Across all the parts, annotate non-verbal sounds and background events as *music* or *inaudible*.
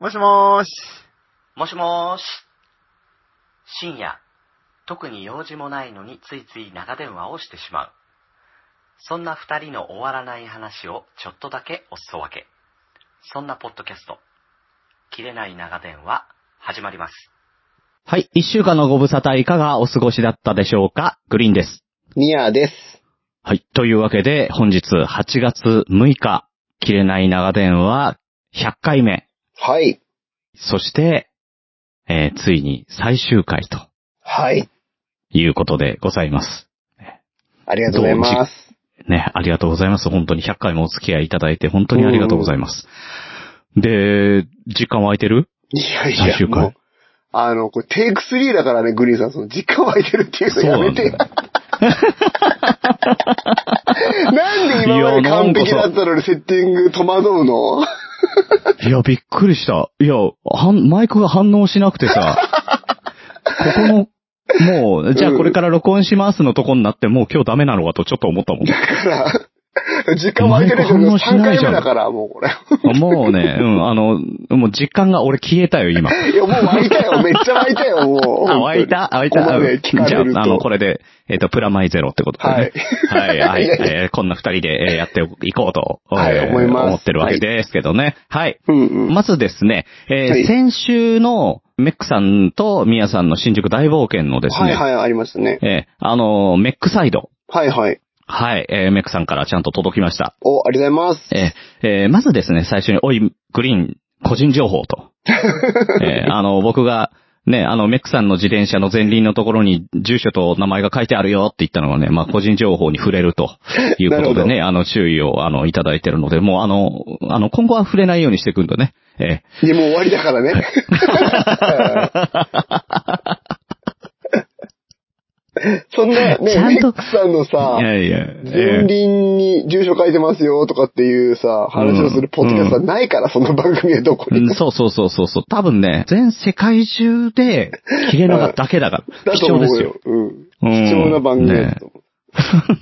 もしもーし。もしもーし。深夜、特に用事もないのについつい長電話をしてしまう。そんな二人の終わらない話をちょっとだけおすそ分け。そんなポッドキャスト、切れない長電話、始まります。はい。一週間のご無沙汰いかがお過ごしだったでしょうかグリーンです。ミアです。はい。というわけで、本日8月6日、切れない長電話100回目。はい。そして、えーついに最終回とはい。いうことでございます。ありがとうございます。ね、ありがとうございます。本当に100回もお付き合いいただいて、本当にありがとうございます。で、時間空いてるいやい最や、終回もう、あの、これテイク3だからね、グリーンさん、その、実家湧いてるっていうのやめて。そうななんで今まで完璧だったのにセッティング戸惑うのいや、びっくりした。いや、はんマイクが反応しなくてさ、ここの、もう、じゃあこれから録音しますのとこになって、もう今日ダメなのかとちょっと思 *laughs* ったもん。実家湧いてるけど、マイク反応3しない回じゃん目だから、もうこれ。もうね、うん、あの、もう実感が俺消えたよ、今。いや、もう湧いたよ、めっちゃ湧いたよ、もう。あ、湧いた湧いた。ここまで聞かじゃれるとあ、あの、これで、えっ、と、プラマイゼロってことでね。はい。はい、い *laughs* やいえーこんな二人でえーやっていこうと、はいえー思います思ってるわけですけどね。はい。うんうん。まずですね、えーはい先週のメックさんとミヤさんの新宿大冒険のですね、はいはい、ありましたね。えーあのーメックサイド。はいはい。はい、えーメックさんからちゃんと届きました。お、ありがとうございます。えーえーまずですね、最初に、おい、グリーン、個人情報 *laughs* と。えーあの、僕が、ね、あの、メックさんの自転車の前輪のところに住所と名前が書いてあるよって言ったのはね、まあ、個人情報に触れるということで *laughs* なね、あの、注意を、あの、いただいてるので、もう、あの、あの、今後は触れないようにしていくんだね。えーいや、もう終わりだか *laughs* らね。そんな、ね、ちゃんメとックさんのさい、やいや、え前ー輪に住所書いてますよとかっていうさ、話をするポッドキャストはないから、その番組はどこうにんも。そうそうそうそうそう。多分ね、全世界中で切れ長だけだから。 *laughs* だ貴と重で思うすよよ。。うん。うん貴重な番組だと思う。 *laughs*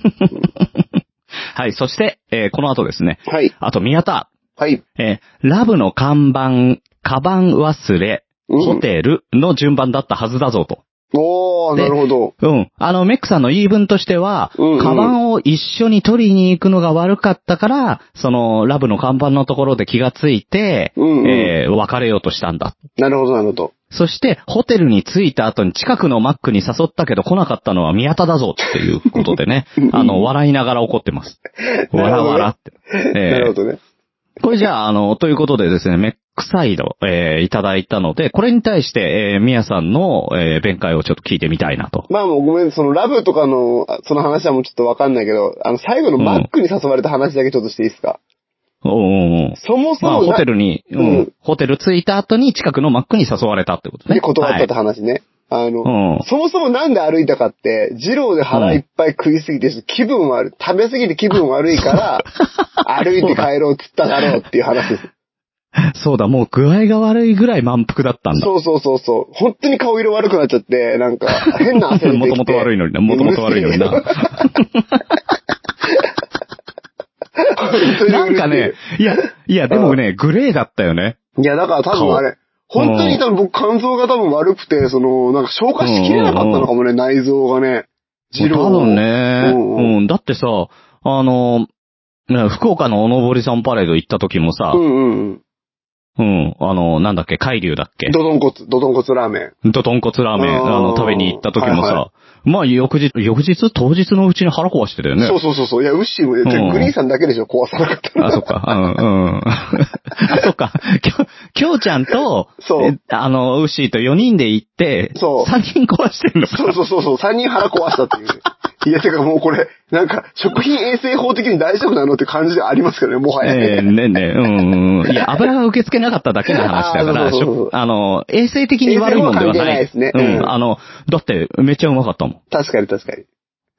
はい。そして、えーこの後ですね。はい。あと、宮田。はい。えーラブの看板、カバン忘れ、うんホテルの順番だったはずだぞと。おー、でなるほど。うん。あの、メックさんの言い分としては、うんうんカバンを一緒に取りに行くのが悪かったから、その、ラブの看板のところで気がついて、うんうんえー別れようとしたんだなるほど、なるほど。そして、ホテルに着いた後に近くのマックに誘ったけど来なかったのは宮田だぞっていうことでね。あの、笑いながら怒ってます。わらわらって。なえるほどね。ーこれじゃあ、あの、ということでですね、メックサイド、えーいただいたので、これに対して、えー、宮さんの、えー弁解をちょっと聞いてみたいなと。まあもうごめん、そのラブとかの、あその話はもうちょっとわかんないけど、あの、最後のマックに誘われた話だけちょっとしていいですか、おうおうおうそもそまあ、もな、ホテルに、うんうんホテル着いた後に近くのマックに誘われたってことね。で断ったってはい話ね。あの、うんそもそもなんで歩いたかって、二郎で腹いっぱい食いすぎて、気分悪い、食べすぎて気分悪 *laughs* いから、歩いて帰ろうっつっただろうっていう話です。そうだ、もう具合が悪いぐらい満腹だったんだ。そうそうそうそう。本当に顔色悪くなっちゃって、なんか、変な汗出てきて。もともと悪いのにな、もともと悪いのに *laughs* うるな。せえ。なんかね、いや、いや、でもね、グレーだったよね。いや、だから多分あれ、本当に多分僕肝臓が多分悪くて、その、なんか消化しきれなかったのかもね、内臓がね。二郎多の分。ね、うんうんうん、だってさ、あの、ね福岡のおのぼりさんパレード行った時もさう、んうんうん。うん、あの、なんだっけ、海流だっけドドンコツ、ドドンコツラーメン。ドトンコツラーメン、あーあの、食べに行った時もはいさ、まあ、翌日、翌日当日のうちに腹壊してたよね。そうそうそうそう。いや、ウッシーも、でうんグリーンさんだけでしょ、壊さなかったの。 *laughs* あ、そっか。うん、うん。あ、そっか。きょ、きょうちゃんと、そうえあの、ウッシーと4人で行って、そう3人壊してんのか。そうそうそうそう、3人腹壊したっていう。いや、てかもうこれ、なんか、食品衛生法的に大丈夫なのって感じではありますけどね、もはや。ええねえねえ、うんうんうん。いや、油が受け付けなかっただけの話だかあら、ーそしうそうそうょあの、衛生的に悪いもんではない。衛生は関係ないですねううんん。あの、だって、めっちゃうまかったも確かに確か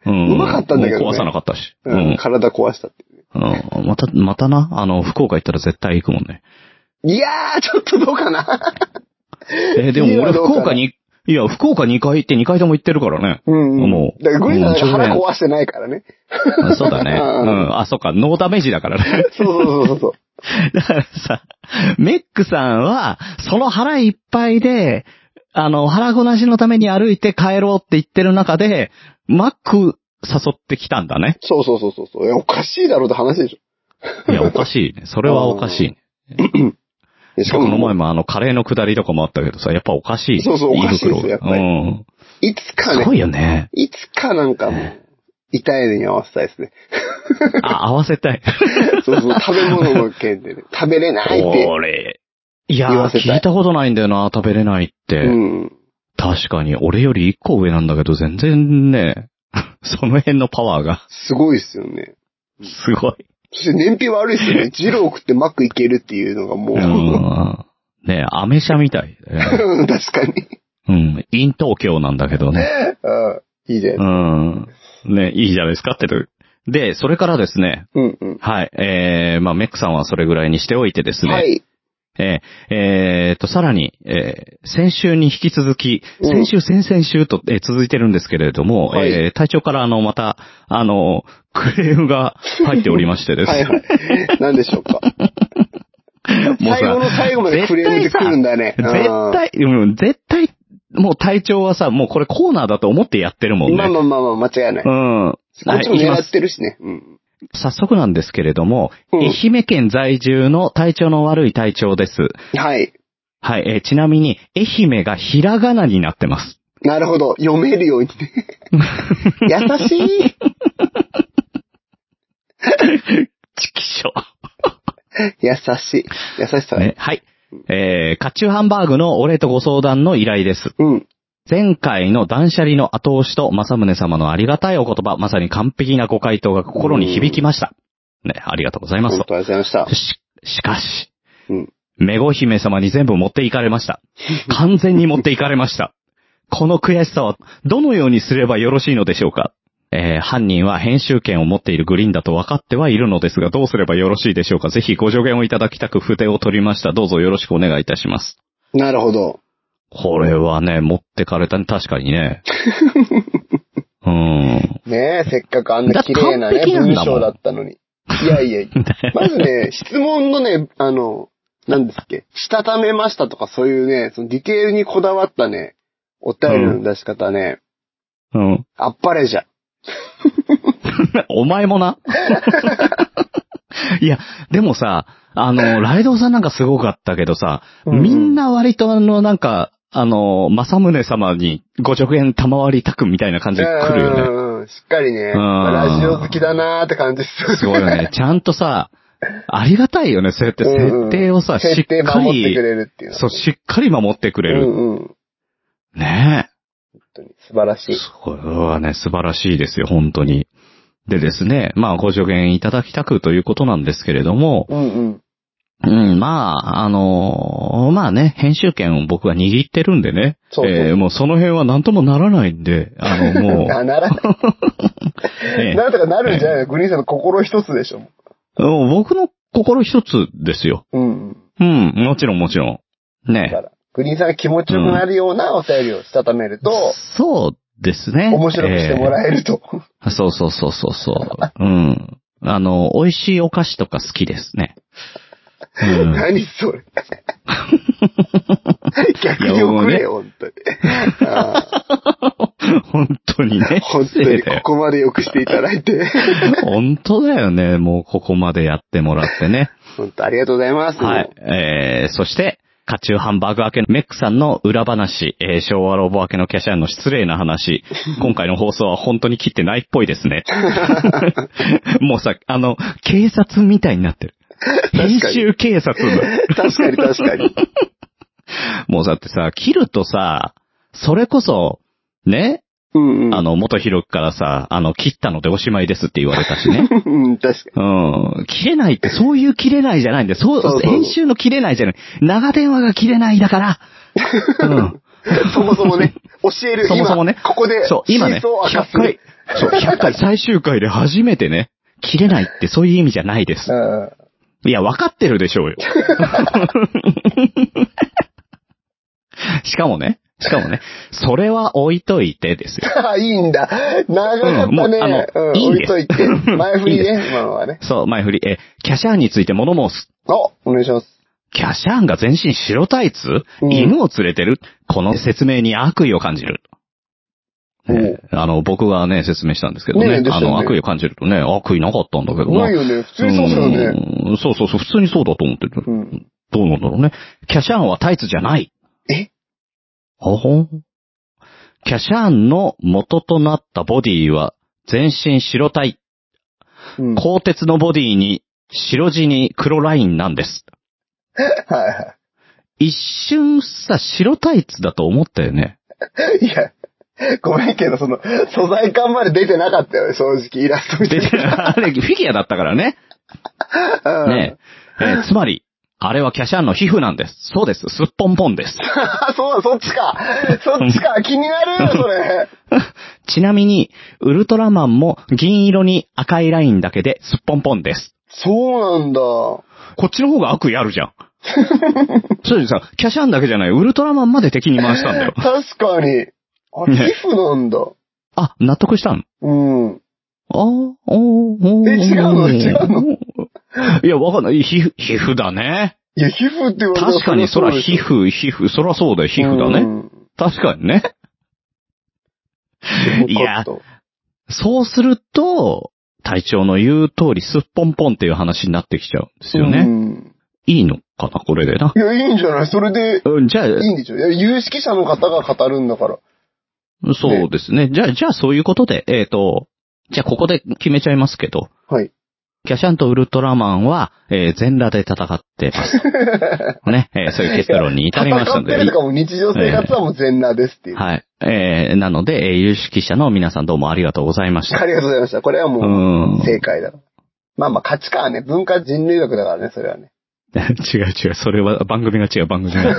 に。ん。うん。うまかったんだけどねもう壊さなかったし。ううんん。体壊したっていうね。うん。また、またな、あの、福岡行ったら絶対行くもん *laughs* ね。いやー、ちょっとどうかな。えーでいいもわ俺、どうか福な岡に、いや、福岡2回行って2回とも行ってるから *laughs* ね。うん、うん。もうだからグリーンさんなんかうん腹壊してないからね。そうだね。ううんん。あ、そっか、ノーダメージだからね。 *laughs* そうそうそうそうそう。だからさ、メックさんは、その腹いっぱいで、あの、腹ごなしのために歩いて帰ろうって言ってる中で、マック誘ってきたんだね。そうそうそうそうそう。いやおかしいだろうって話でしい *laughs* や、おかしいね。それはおかしいね。ょ。でししかかも、もこの前もあの、カレーの下りとかもあったけどさ、やっぱおかしい。そうそうおかしいですよ胃袋がやっぱうりん。いつかすごね、いよね。 *laughs* いつかなんかもう、痛い目に合わせたいですね。あ、合わせたい。そうそう、食べ物の件でね。食べ *laughs* れないって。これ。いや言わー、せたい聞いたことないんだよな、食べれないって。うん。確かに、俺より一個上なんだけど、全然ね、 *laughs* その辺のパワーが、すごいっすよね。すごい。そして燃費悪いっ *laughs* すよね。ジロー食ってマックいけるっていうのがもうう。ん。ねアメ車みた *laughs* い。ね確かに。うん。イン東京なんだけどね。うんいいじゃ。うんん。ね、いいじゃないですかってる。で、それからですね、うんうん。はい、えー、まあ、メックさんはそれぐらいにしておいてですね、はい。えー、えーと、さらに、えー、先週に引き続き、うん先週、先々週と、えー続いてるんですけれども、はいえー、体調からあの、また、あの、クレーム *laughs* が入っておりましてです。はいはい。何でしょうか。もうさ最後の最後までクレームで来るんだね。絶うん対、うん、絶対、もう体調はさ、もうこれコーナーだと思ってやってるもんまあね。まあまあまあ、間違いなうい。こん。はっちもいきま狙っす。てるしね。うん。早速なんですけれども、うん愛媛県在住の体調の悪い体調です。はい。はい、えーちなみに、愛媛がひらがなになってます。なるほど。読めるように *laughs* ね。優しい。ちきしょ。優しい。優しさ。ね、はい。えー、カチューハンバーグのお礼とご相談の依頼です。うん。前回の断捨離の後押しと正宗様のありがたいお言葉、まさに完璧なご回答が心に響きました。ね、ありがとうございま本すと。当ありがとうございました。し、しかし、うんメゴ姫様に全部持っていかれま *laughs* した。完全に持っていかれました。この悔しさは、どのようにすればよろしいのでしょうかえー犯人は編集権を持っているグリーンだと分かってはいるのですが、どうすればよろしいでしょうかぜひご助言をいただきたく筆を取りました。どうぞよろしくお願いいたします。なるほど。これはね、持ってかれたね、確かに *laughs* ね。うん。ねえ、せっかくあんな綺麗なねだ、って完璧文なんだもん章だったのに。いや *laughs* いやいや。まずね、質問のね、あの、なんですっけ、したためましたとかそういうね、そのディテールにこだわったね、お便りの出し方ね、うん。あっぱれじゃ。お前も *laughs* な。いや、でもさ、あの、ライドウさんなんかすごかったけどさ、うんみんな割とあの、なんか、あの、正宗様にご助言賜りたくみたいな感じで来るよね。うんうんうん。しっかりね、うんラジオ好きだなーって感じです。すごいよ *laughs* ね。ちゃんとさ、ありがたいよね。そうやってうんう設ん定をさ、し設っ定か守ってくり、れるっていうのはそう、しっかり守ってくれうる。んうん。本ねえ。当に素晴らしい。これはね、素晴らしいですよ、本当に。でですね、まあ、ご助言いただきたくということなんですけれども、うんうん。うん、まあ、あのーまあね、編集権を僕は握ってるんでね。そうそうえーもうその辺は何ともならないんで、あの、 *laughs* もあ、う、なら、 *laughs* えなんとかなるんじゃないのグリーンさんの心一つでしょ。ーもう僕の心一つですよ。うんうん。うん、もちろんもちろん。だかね。ら、グリーンさんが気持ちよくなるようなお便りをしたためると、そうですね。面白くしてもらえると。えーそうそうそうそうそう。うん。あの、美味しいお菓子とか好きですね。うん。何 *laughs* それ。逆いにやも送うれねよ、本当に。あ本当にねー。本当失礼にだこよこまでよくしていただいて。 *laughs* 本当だよね。もうここまでやってもらってね。本当ありがとうございます。はい。えー、そして、カチューハンバーグ明けのメックさんの裏話、えー、昭和ロボ明けのキャシャンの失礼な *laughs* 話、今回の放送は本当に切ってないっぽいですね。 *laughs* もうさ、あの、警察みたいになってる。かに編集警察だ。*laughs* 確かに確かに。もうだってさ、切るとさ、それこそ、ね、うんうん。あの、元広くからさ、あの、切ったのでおしまいですって言われたしね。うん、確かうん。切れないって、そういう切れないじゃないんだよ。そう、そうそうそう編集の切れないじゃない。長電話が切れないだから。うん。 *laughs* に。そもそもね、教える。そもそもね今ここで、そう、今ね、真相を明か100す。回、そう、100回最終回で初めてね、切れないってそういう意味じゃないです。うんいや、わかってるでしょうよ。 *laughs* しかもね、しかもね、それは置いといてですよ。あいいんだ。長かっうんもたうあね。うのん、いいん置いですといて。前振りね、今のはね。そう、前振り、え、キャシャーについて物申す。あ、お願いします。キャシャーンが全身白タイツ、うん犬を連れてるこの説明に悪意を感じる。おうねあの、僕がね、説明したんですけどね。ねえでしたあよねの、悪意を感じるとね、悪意なかったんだけどな。ないよね。普通にそうだよね。うんそうそうそう、普通にそうだと思ってる。うん。どうなんだろうね。キャシャーンはタイツじゃない。えほほん。キャシャーンの元となったボディは、全身白タイ、うん。はい鋼鉄のボディに白地に黒ラインなんです。 *laughs* は一瞬さ、白タイツだと思ったよ *laughs* ね。い。いや、ごめんけど、その、素材感まで出てなかったよね、正直。イラスト見てで、あれ、フィギュアだったからね。うんねええーつまり、あれはキャシャンの皮膚なんです。そうです。すっぽんぽんです。 *laughs* そう、そっちか。 *laughs* そっちか。気になるよ、それ。ちなみに、ウルトラマンも銀色に赤いラインだけですっぽんぽんです。そうなんだ。。こっちの方が悪意あるじゃん。そうでさ、キャシャンだけじゃない、ウルトラマンまで敵に回したんだよ確かに。あ、ね皮膚なんだ。あ、納得したんうん。ああ、おーおーえ違うの違うのいや、わかんない。皮膚、皮膚だね。いや、皮膚って言われた確かに、そら皮膚、膚、皮膚、そらそうだよ、皮膚だね。ね。確かにね。いやそうすると、隊長の言う通り、すっぽんぽんっていう話になってきちゃうんですよね。ね。いいのかな、これでな。いや、いいんじゃないそれで、うん、じゃあ、いいんでしょいや有識者の方が語るんだから。そうですね。じゃあ、じゃあ、そういうことで、えっ、と、じゃあ、ここで決めちゃいますけど、はい。キャシャンとウルトラマンは、えー全裸で戦って *laughs* ます。ね、えーそういう結論に至りましたので。戦ってるとかも日常生活はもう全裸ですっていう。はい。えーなので、えー有識者の皆さんどうもありがとうございました。ありがとうございました。これはうもん。う、違正解だ。まあまあ、価値観はね、文化人類学だからね、それはね。う *laughs* *laughs* 違う、それは番組が違う、番組が。いや、い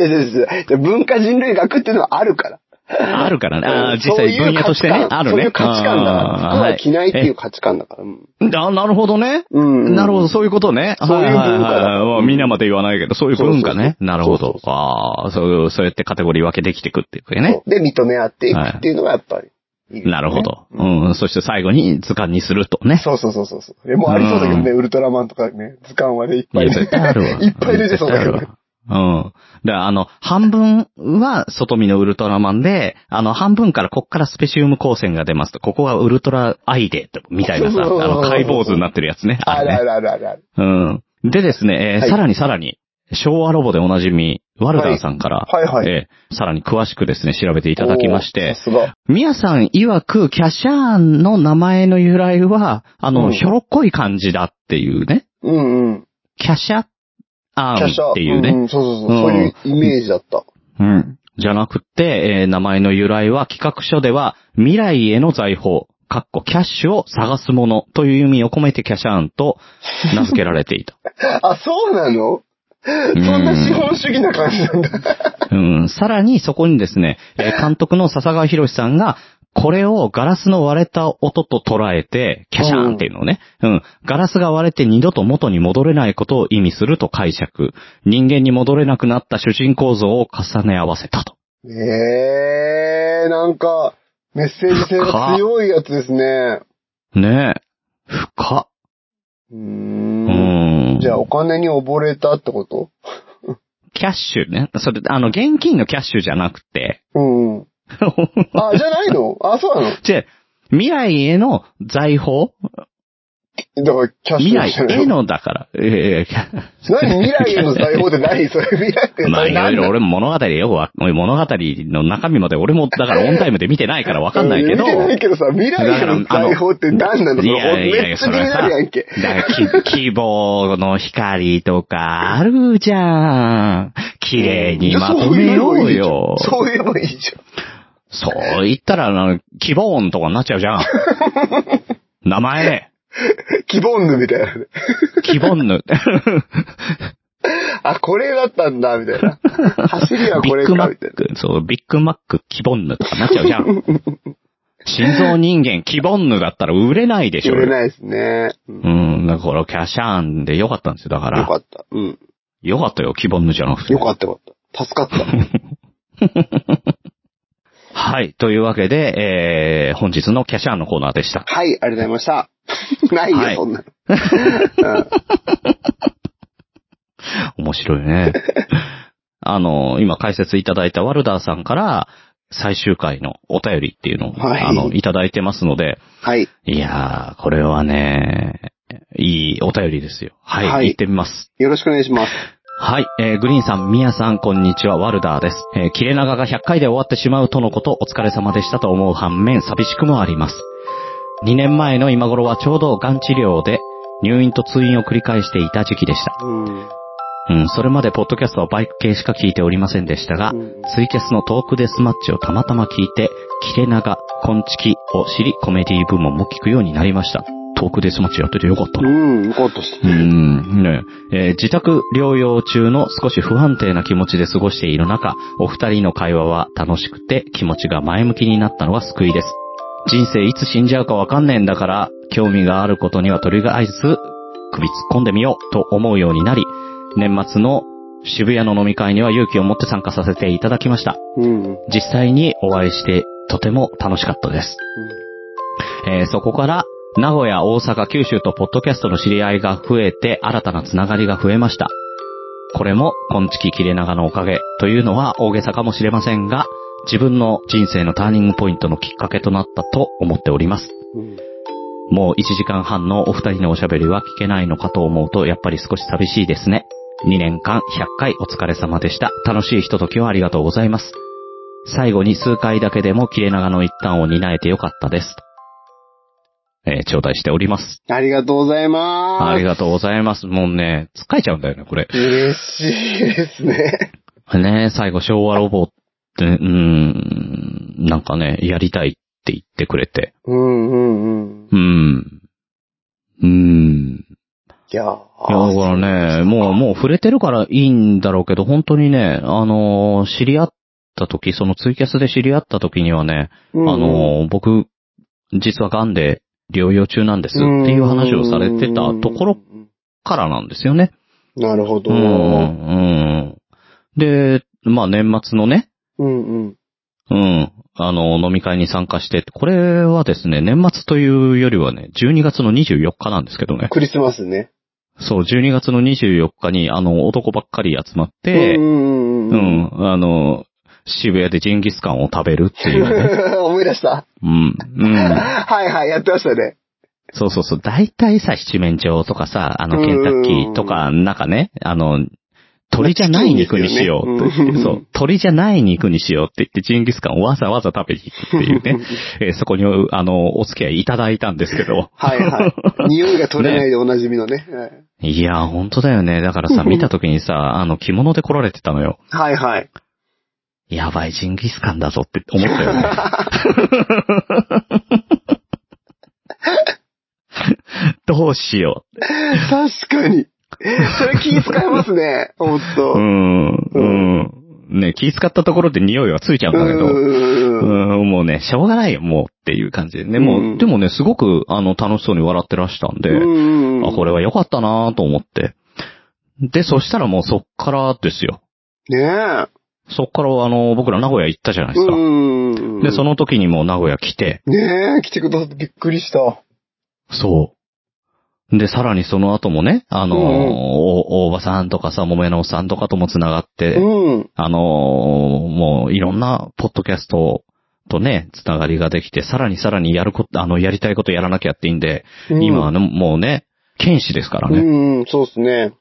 やいやいや文化人類学っていうのはあるから。あるからね。あー実そうい際う分野としてね価値、観あるね。そういう価値観だから。あ服ーは着ないってはいいう価値観だから。うんあ、なるほどね。うんうんなるほど、そういうことね。そういう文化だはいはいはいはいまあみんなまで言わないけど、そういう文化ね。そうそうそうなるほそうど。ああ、そう、そうやってカテゴリー分けできていくっていうねそ。うで、認め合っていくっていうのがやっぱりいいですね、なるほど。うん。そして最後に図鑑にするとね。そうそうそうそうそう。えもうありそうだけどね、ウルトラマンとかね、図鑑はね、いっいぱいや、ね。絶対あるわ。 *laughs* いっぱい出てそうだけどうんね絶。対あるわうん。だから、あの、半分は外見のウルトラマンで、あの、半分からこっからスペシウム光線が出ますと、ここはウルトラアイデーと、みたいなさ、あそうそうそうそうの、解剖図になってるやつね。ああれるねあるあるあるある。うん。でですね、えーはいさらにさらに、昭和ロボでおなじみ、ワルダーさんから、はいはいはいえーさらに詳しくですね、調べていただきましおーてさ、すが。ミヤさん曰く、キャシャーンの名前の由来は、あの、うんひょろっこい感じだっていうね、うんうん。キャシャアキャシーンャ。っていうね、んんそうそうそう。そういうイメージだった。うん。じゃなくて、えー名前の由来は企画書では未来への財宝、かっこキャッシュを探すものという意味を込めてキャシャーンと名付けられていた。あ、そうなの *laughs* そんな資本主義な感じなんだ。うん。さらにそこにですね、え *laughs* ー監督の笹川博さんが、これをガラスの割れた音と捉えて、キャシャーンっていうのをね、うん。ガラスが割れて二度と元に戻れないことを意味すると解釈。人間に戻れなくなった主人公像を重ね合わせたと。えー、なんか、メッセージ性が強いやつですね。ねえ。深っ。うー。うんん。じゃあ、お金に溺れたってことキャッシュね。それ、あの、現金のキャッシュじゃなくて、 *laughs* うんうん。あ、じゃないのあ、そうなのじゃ未来への財宝だから、キャッシュ未来じゃないへのだから。ええ何未来への財宝っ *laughs* て何それ未来ってまあ、何いろいろ俺も物語よくわ、物語の中身まで俺も、だからオンタイムで見てないからわかんないけど。 *laughs* 見てないけどさ、未来への財宝って何なのいやいやいめや、っちゃそ気にれはなさ、るやんけ。だからき希望の光とかあるじゃん。綺麗にまとめようよ。そう言えばいいじゃん。そう言ったら、あの、希望音とかになっちゃうじゃん。 *laughs* 名前、希望ぬみたいなね。希望ぬ。あ、これだったんだ、み *laughs* たいな。走りはビこれッグマか、みッたいク、な。そう、ビッグマック、希望ぬとかなっちゃうじゃ *laughs* ん。心臓人間、希望ぬだったら売れないでしょ。売れないですね。うんうん、だから、キャシャーンでよかったんですよ、だか。よからった。うん。よかったよ、希望ぬじゃなくて。よかったよかった。助かった。はい、というわけで、えー、本日のキャシャーンのコーナーでした。はい、ありがとうございました。ないよ、はいそんなの。うん面白いね。 *laughs* あの、今解説いただいたワルダーさんから最終回のお便りっていうのを、はいあの、いただいてますので、はい。いやー、これはね、いいお便りですよ。はい、はい行ってみます。よろしくお願いします。はい、えー、グリーンさん、ミヤさん、こんにちは、ワルダーです。えー、切れ長が100回で終わってしまうとのこと、お疲れ様でしたと思う反面、寂しくもあります。2年前の今頃はちょうどがん治療で、入院と通院を繰り返していた時期でした。うん。うん、それまでポッドキャストはバイク系しか聞いておりませんでしたが、うんツイキャスのトークデスマッチをたまたま聞いて、切れ長、コンチキを知り、コメディ部門も聞くようになりました。トークデスマッチやっててよかったな。うん、よかったっすうーん、ねええー自宅療養中の少し不安定な気持ちで過ごしている中、お二人の会話は楽しくて気持ちが前向きになったのは救いです。人生いつ死んじゃうかわかんねえんだから、興味があることにはとりあえず首突っ込んでみようと思うようになり、年末の渋谷の飲み会には勇気を持って参加させていただきました。うん。うん実際にお会いしてとても楽しかったです。えーそこから、名古屋、大阪、九州とポッドキャストの知り合いが増えて、新たなつながりが増えました。これも、今月切れ長のおかげというのは大げさかもしれませんが、自分の人生のターニングポイントのきっかけとなったと思っております。うんもう1時間半のお二人のおしゃべりは聞けないのかと思うと、やっぱり少し寂しいですね。2年間100回お疲れ様でした。楽しいひとときをありがとうございます。最後に数回だけでも切れ長の一端を担えてよかったです。えー頂戴しております。ありがとうございます。ありがとうございます。もうね、疲れちゃうんだよね、これ。嬉しいですね。ね最後昭和ロボって、うーん、なんかね、やりたいって言ってくれて。うんうんうん。うーん。うーん。いやいや、だからね、もう、もう触れてるからいいんだろうけど、本当にね、あのー知り合った時、そのツイキャスで知り合った時にはね、う、うんあのー僕、実は癌で療養中なんですっていう話をされてたところ。うんからなんですよね。なるほど。うん、うん。で、まあ年末のね、うんうん。うん、あの飲み会に参加して、これはですね、年末というよりはね、12月の24日なんですけどね。クリスマスね。そう、12月の24日に、あの、男ばっかり集まってう、んうんううん。ん、あの、渋谷でジンギスカンを食べるっていうね。 *laughs* 思い出した。うん、うん。はいはい、やってましたね。そうそうそう。大体さ、七面鳥とかさ、あの、ケンタッキーとか、なんかね、あの、鳥じゃない肉にしようと言って、うんそう、鳥じゃない肉にしようって言って、ジンギスカンをわざわざ食べに行くっていう *laughs* ね、えーそこに、あの、お付き合いいただいたんですけど、はいはい。匂いが取れないでおなじみのね。はいいや、本当だよね。だから *laughs* さ、見た時にさ、あの、着物で来られてたのよ。はいはい。やばい、ジンギスカンだぞって思ったよ *laughs* ね。どうしよ確かに。それ気遣いますね。ほんう。とう。ん、うん。ね、気使ったところで匂いはついちゃうんだけど、うんうんうん、もうね、しょうがないよ、もうっていう感じでね。もう、うんでもね、すごく、あの、楽しそうに笑ってらしたんで、うんうん。あ、これは良かったなぁと思って。で、そしたらもうそっからですよ。ねえ。そっから、あの、僕ら名古屋行ったじゃないですか。うん。で、その時にもう名古屋来て、ねえ、来てくださってびっくりした。そう。で、さらにその後もね、あのーうんうんお、大場さんとかさ、もめのおっさんとかとも繋がって、うん。あのーもういろんなポッドキャストとね、つながりができて、さらにさらにやること、あの、やりたいことやらなきゃっていいんで、今はね、もうね、剣士ですからうね。んうん、そうですね。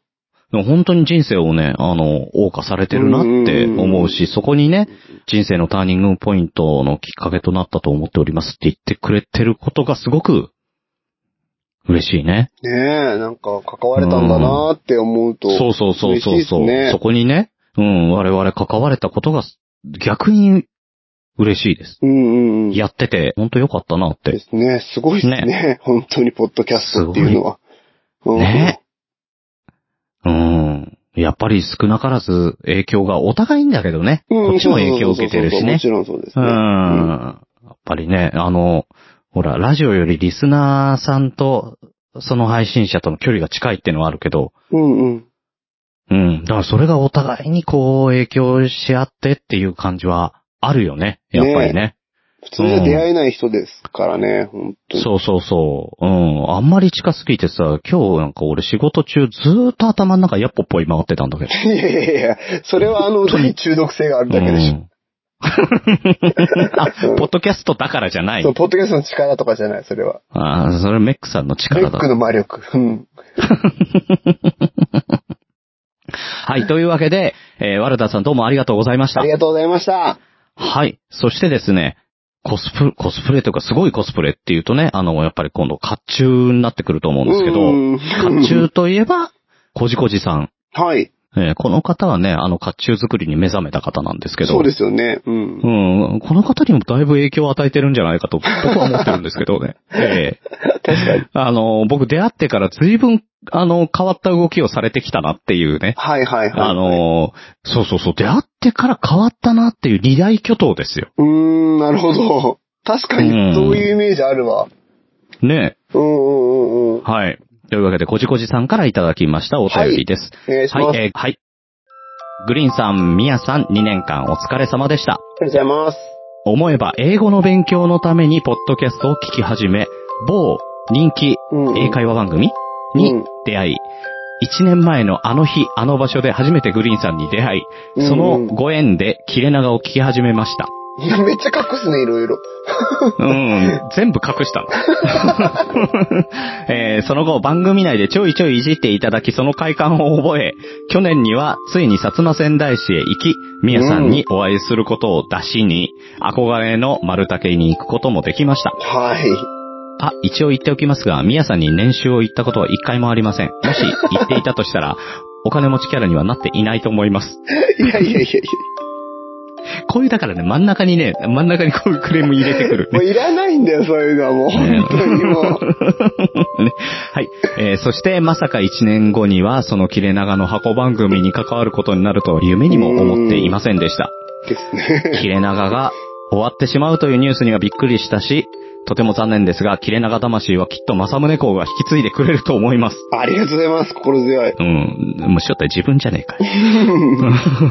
でも本当に人生をね、あの、謳歌されてるなって思うし、そこにね、人生のターニングポイントのきっかけとなったと思っておりますって言ってくれてることがすごく嬉しいね。ねえ、なんか関われたんだなーって思うと。そうそうそうそうそう、嬉しいですねそこにね、うん、我々関われたことが逆に嬉しいです。う。うんうん。やってて、ほんとよかったなっでて。すね。すごいですね。本当にポッドキャストっていうのは。うんねうん。やっぱり少なからず影響がお互いんだけどね。うんこっちも影響を受けてるしね。そうそうそうもちろんそうですうね。ん。やっぱりね、あの、ほら、ラジオよりリスナーさんと、その配信者との距離が近いっていうのはあるけど、うんうん。うん。だからそれがお互いにこう影響し合ってっていう感じはあるよね。やっぱりね。普通じゃ出会えない人ですからね、本当に。そうそうそう。うん。あんまり近すぎてさ、今日なんか俺仕事中ずーっと頭の中ヤッポっぽい回ってたんだけど。 *laughs* いやいやいや、それはあの歌に中毒性があるだけでしょ。うんあ、ポッドキャストだからじゃないそ。のポッドキャストの力とかじゃない、それは。ああ、それメックさんのレ力ックだ。の魔力。うん。はい、というわけで、えー、ワルダーさんどうもありがとうございましたあり。がとうございました。はい。そしてですね、コスプレ、コスプレというかすごいコスプレっていうとね、あの、やっぱり今度、甲冑になってくると思うんですけど、うん甲冑といえば、こじこじさん。はい。えーこの方はね、あの、甲冑作りに目覚めた方なんですけど、そうですよね。うんう。ん、この方にもだいぶ影響を与えてるんじゃないかと、僕は思ってるんですけど *laughs* ね。ええ確かに。あの、僕出会ってから随分、あの、変わった動きをされてきたなっていうね。はいはいはい。あ、の、そうそうそう、出会ってから変わったなっていう二大巨頭ですよ。うーん、なるほど。 *laughs* 確かうんに、そういうイメージあるわ。ねえ。うんうんうんうん。はい。というわけで、こじこじさんからいただきましたお便りです。お願いしはい、ます。ありえーはい。グリーンさん、ミヤさん、2年間お疲れ様でした。がとうございます。思えば、英語の勉強のために、ポッドキャストを聞き始め、某人気うん。英会話番組うにん出会い、1年前のあの日、あの場所で初めてグリーンさんに出会い、そのうんご縁で切れ長を聞き始めま *laughs* した。いや、めっちゃ隠すね、いろいろ。うん、全部隠したの。 *laughs* えーその後、番組内でちょいちょいいじっていただき、その快感を覚え、去年にはついに薩摩仙台市へ行き、宮さんにお会いすることを出しに、憧れの丸竹に行くこともできました。はい。 *laughs* あ、一応言っておきますが、宮さんに年収を言ったことは一回もありません。もし言っていたとしたら、 *laughs* お金持ちキャラにはなっていないと思います。いやいやいやいや。こういうだからね、真ん中にね、真ん中にこういうクレーム入れてくる、ねもういらないんだよ、そういうのはもう。本当にもう。ねはい。えーそして、まさか1年後には、その切れ長の箱番組に関わることになるとは夢にも思っていませんでした。ですね。切れ長が終わってしまうというニュースにはびっくりしたし、とても残念ですが、切れ長魂はきっと正宗公が引き継いでくれると思います。ありがとうございます、心強い。 *laughs* うん、もうしょったら自分じゃねえかよ。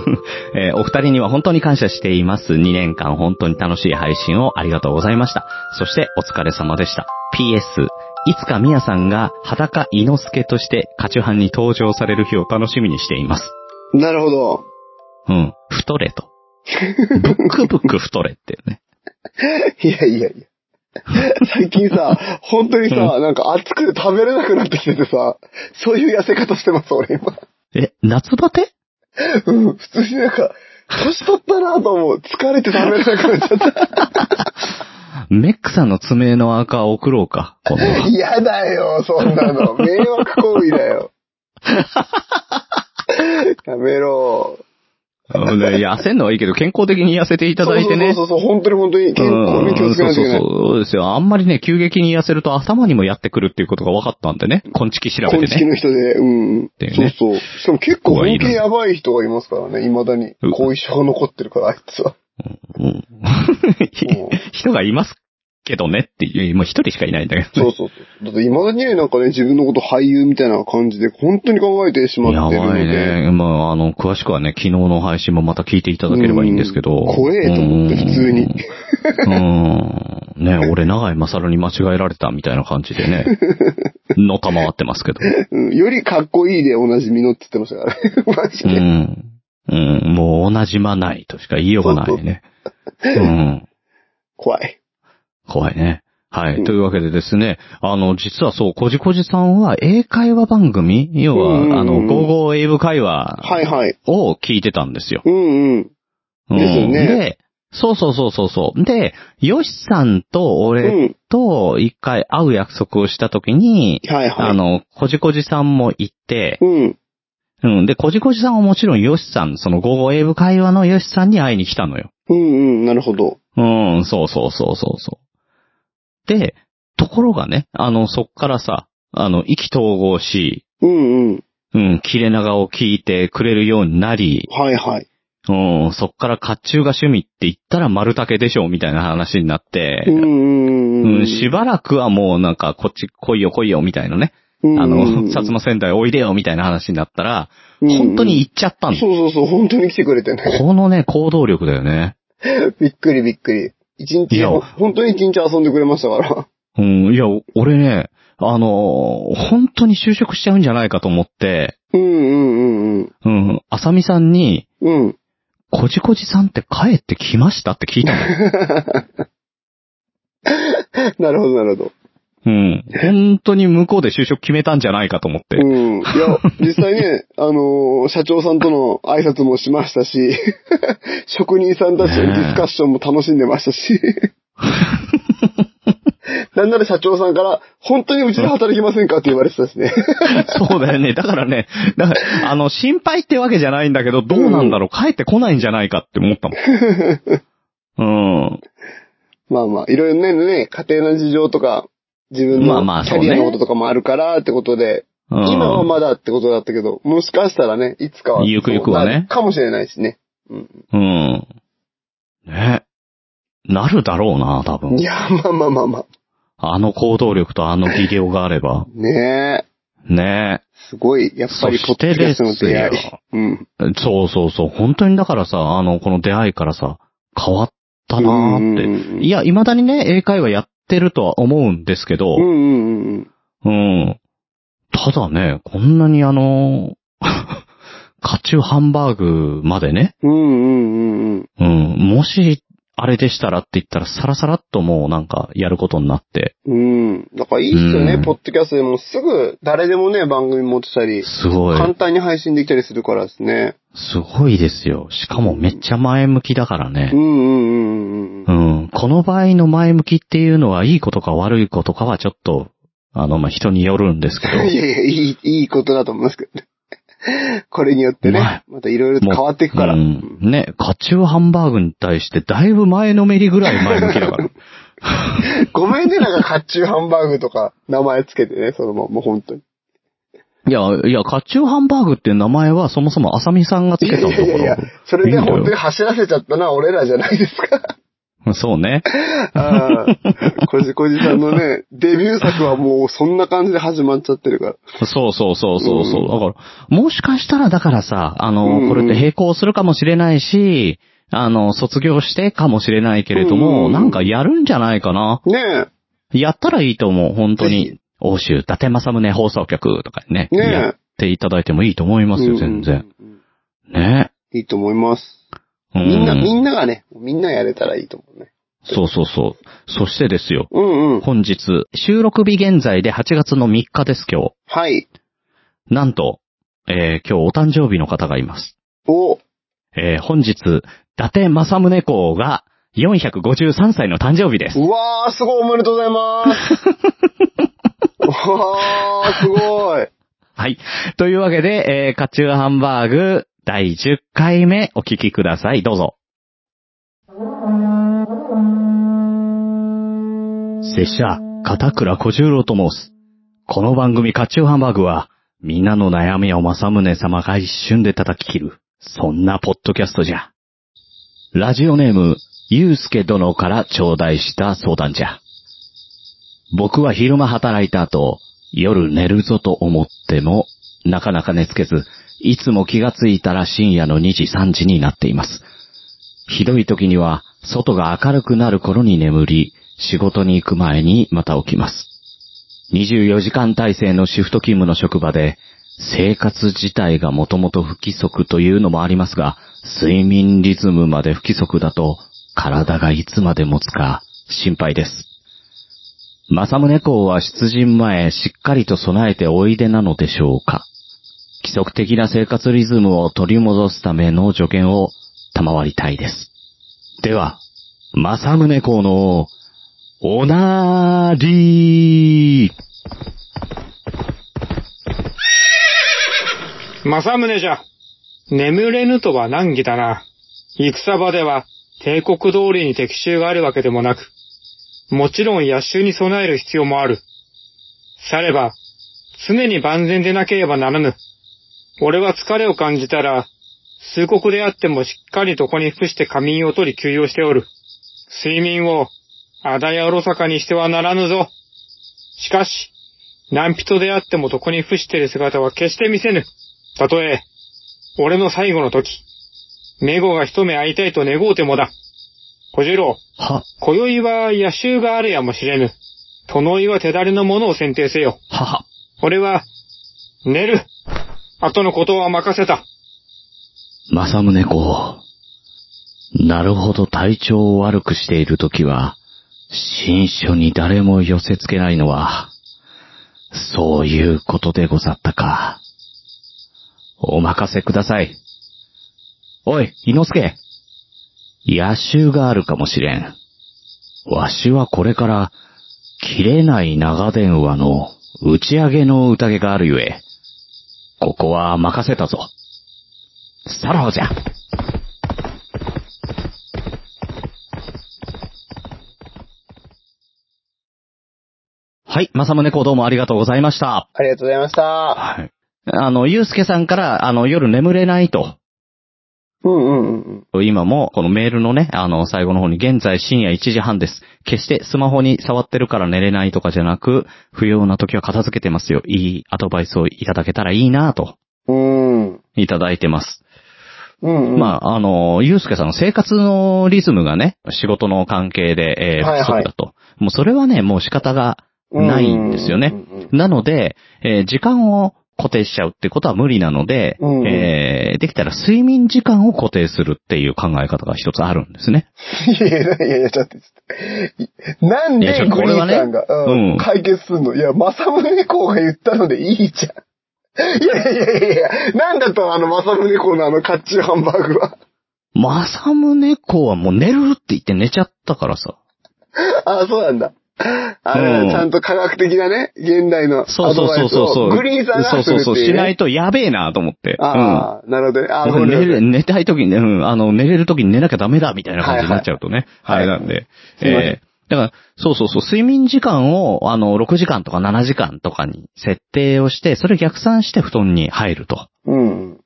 *laughs* えーお二人には本当に感謝しています。2年間本当に楽しい配信をありがとうございました。そしてお疲れ様でした。PS、いつかみやさんが裸猪之助としてカチュハンに登場される日を楽しみにしています。なるほど。うん、太れと。ブックブック太れってね。いやいやいや。最近さ、本当にさ、なんか暑くて食べれなくなってきててさ、そういう痩せ方してます、俺今。え、夏バテうん、普通になんか、年取ったなと思う。疲れて食べれなくなっちゃった。メックさんの爪の赤を送ろうか。こ *laughs* の *laughs* 嫌だよ、そんな *laughs* の。迷惑行為だよ。 *laughs* やめろ。うんねいや痩せんのはいいけど、健康的に痩せていただいてね。そうそうそうそう、本当に本当に健康に気をつけそなうきゃそいうけない。そう。そうですよ。あんまりね、急激に痩せると頭にもやってくるっていうことが分かったんでね。根付き調べ今て月ね。の人で、うん。だよねそうそう。しかも結構本気でやばい人がいますからね、未だに。後遺症が残ってるから、あい *laughs* つは。うん、 *laughs* もう人がいますけどねっていう、もう一人しかいないんだけどそね。うそうそう。だって未だにね、なんかね、自分のこと俳優みたいな感じで、本当に考えてしやまってるのばいで。ね。まあ、あの、詳しくはね、昨日の配信もまた聞いていただければいいんですけど。うん怖えと思ってうん普通にうん。ね、俺、長井勝に間違えられたみたいな感じでね、 *laughs* のたまわってますけど。うん、 *laughs* よりかっこいいでおなじみのって言ってましたからね。マ *laughs* ジうで。ん。うん、もう同じまないとしか言いようがないね。うん。怖い。怖いね。はい。うんというわけでですね、あの、実はそう、こじこじさんは英会話番組要は、うんうんうんあの、55英語会話はいはい。を聞いてたんですよ。うんうん。うん、ですよねで、そうそうそうそうそう。で、ヨシさんとう俺ん。と一回会う約束をしたときに、はいはい。あの、こじこじさんも行って、うん。うん。で、こじこじさんはもちろんヨシさん、その55英語会話のヨシさんに会いに来たのよ。うんうん。なるほど。うん、そうそうそうそうそう。で、ところがね、あの、そっからさ、あの、意気投合し、うんうん。うん、切れ長を聞いてくれるようになり、はいはい。うん、そっから甲冑が趣味って言ったら丸竹でしょ、みたいな話になって、うんうんうん。うんしばらくはもうなんか、こっち来いよ来いよ、みたいなね。うんうんあの、薩摩仙台おいでよ、みたいな話になったら、うんうん本当に行っちゃったんだ。そうそうそう、本当に来てくれてね。 *laughs* このね、行動力だよね。びっくりびっくり。一い日、やほ本当に一日遊んでくれましたから。 *laughs* うん、いや、俺ね、あの、本当に就職しちゃうんじゃないかと思って、うんうんうんうん、あさみさんに、うん。うん。 *laughs* こじこじさんって帰ってきましたって聞いたの。なるほどなるほど。うん。本当に向こうで就職決めたんじゃないかと思って。うん。いや、実際ね、あのー社長さんとの挨拶もしましたし、 *laughs* 職人さんたちのディスカッションも楽しんでまし *laughs* たし。なんなら社長さんから、本当にうちで働きませんかって言われてたしね。 *laughs* そうだよね。だからね、だから、あの、心配ってわけじゃないんだけど、どうなんだろう、帰ってこないんじゃないかって思ったもん。まあまあ、いろいろね、ね、家庭の事情とか、自分まあまあのキャリそアうねのこととかもあるからってことで、うん。今はうん。まだってことだったけど、もしかしたらね、いつかは。ゆくゆくはねそうなるかもしれないしね。うん。うん。ね。なるだろうな、多い分。や、まあまあまあまあ。あの行動力とあの技量があれば。ねえ。ねすごい、やっぱり、ポッドキャストその出会いしてですよ。うん。そうそうそう。本当にだからさ、あの、この出会いからさ、変わったなーって。いや、や、未だにね、英会話やってるとは思うんですけど、うんうんううんん。ただね、こんなにあの、 *laughs* カチューハンバーグまでね、うん。うんうんうんうん。うん、もし、あれでしたらって言ったら、さらさらっともうなんか、やることになって、うん。だからいいっすようんね、ポッドキャストでもすぐ誰でもね、番組持ってたり、すご簡い、単に配信できたりするからですね。すごいですよ。しかもめっちゃ前向きだからうんね。うんうんうんう。ん、この場合の前向きっていうのは、いいことか悪いことかはちょっと、あの、まあ、人によるんですけど *laughs* いや。いや、いい、いいことだと思いますけどね。これによってね、またいろいろと変わっていくから。ううんん、ね、カチューハンバーグに対してだいぶ前のめりぐらい前向きだから。ごめんね、なんか、甲冑ハンバーグとか、名前つけてね、そのまま、もう本当に。 *laughs* いや、いや、カチューハンバーグっていう名前はそもそも浅見さんがついけたやんいだやから。いやいや、それいいでんだよ本当に走らせちゃったのは俺らじゃないですか。 *laughs* そうね。ああ、こじこじさんの *laughs* ね、デビュー作はもうそんな感じで始まっちゃってるから。そうそうそうそうそう。うんだから、もしかしたらだからさ、あの、うんうんこれって並行するかもしれないし、あの、卒業してかもしれないけれども、うんうんなんかやるんじゃないかな。ねやったらいいと思う、本当ぜに。欧州、伊達政宗放送局とかね。ねえやっていただいてもいいと思いえ。ますよ、うんう全ん然。。ね。いいと思います。うみんな、みんながね、みんなやれたらいいと思うね。そうそうそう。そしてですよ。うんうん。本日、収録日現在で8月の3日です、今日。はい。なんと、えー今日お誕生日の方がいます。お、えー本日、伊達政宗公が453歳の誕生日です。うわー、すごい、おめでとうございます。うわー、すごい。はい。というわけで、えー、カチューハンバーグ第10回目お聞きください。どうぞ。拙者、片倉小十郎と申す。この番組カチューハンバーグは、みんなの悩みを正宗様が一瞬で叩き切る、そんなポッドキャストじゃ。ラジオネーム、ゆうすけ殿から頂戴した相談じゃ。僕は昼間働いた後、夜寝るぞと思っても、なかなか寝つけず、いつも気がついたら深夜の2時3時になっています。ひどい時には、外が明るくなる頃に眠り、仕事に行く前にまた起きます。24時間体制のシフト勤務の職場で、生活自体がもともと不規則というのもありますが、睡眠リズムまで不規則だと、体がいつまで持つか心配です。正宗公は出陣前、しっかりと備えておいでなのでしょうか規則的な生活リズムを取り戻すための助言を賜りたいです。では、正宗公の、おなーりー正宗じゃ。眠れぬとは難儀だな。戦場では帝国通りに敵襲があるわけでもなく、もちろん野襲に備える必要もある。されば、常に万全でなければならぬ。俺は疲れを感じたら、数刻であってもしっかりとこに服して仮眠を取り休養しておる。睡眠を、あだやおろそかにしてはならぬぞ。しかし、何人であっても床に伏している姿は決して見せぬ。たとえ、俺の最後の時、メゴが一目会いたいと願うてもだ。小次郎、は、今宵は野襲があるやもしれぬ。殿いは手だれのものを選定せよ。はは。俺は、寝る。後のことは任せた。正宗公。なるほど体調を悪くしているときは、新書に誰も寄せ付けないのは、そういうことでござったか。お任せください。おい、伊之助。野襲があるかもしれん。わしはこれから、切れない長電話の打ち上げの宴があるゆえ、ここは任せたぞ。さらばじゃ。はい、まさむねこどうもありがとうございました。ありがとうございました。はい。あの、ゆうすけさんから、あの、夜眠れないと。うんうんうんうん。今も、このメールのね、あの、最後の方に、現在深夜1時半です。決してスマホに触ってるから寝れないとかじゃなく、不要な時は片付けてますよ。いいアドバイスをいただけたらいいなぁと、うん。いただいてます。うんうん。まあ、あの、ゆうすけさんの生活のリズムがね、仕事の関係で、えーはいはい不足だと。もうそれはね、もう仕方がないんですよね。うんうんうんなので、えー時間を固定しちゃうってことは無理なので、うんうんえーできたら睡眠時間を固定するっていう考え方が一つあるんですね。いやいやいやいや、ちょっと待って、ちょっと。なんいやちでょっとグこれリはーンねさんが、う、うんん解決すんのいや、マサムネコが言ったのでいいじゃん。いやいやいやいや、なんだったのあのマサムネコのあのカッチューハンバーグは。 *laughs* まさむねこはもう寝るって言って寝ちゃったからさ。あ、そうなんだ。あれはうんちゃんと科学的なね、現代のそうアそドうバそうイスそうそをう。グリーンさんがすそうるそうっそてう。いしうなね。いとやべえなと思って。うんああ、なるほどね。ああ、僕そう寝ねれ寝たい時にね、うん、あの、寝れる時に寝なきゃダメだ、みたいな感じになっちゃうとね、はいはいあれなんで。すいませんえーだから、そうそうそう、睡眠時間を、あの、6時間とか7時間とかに設定をして、それを逆算して布団に入ると。うん。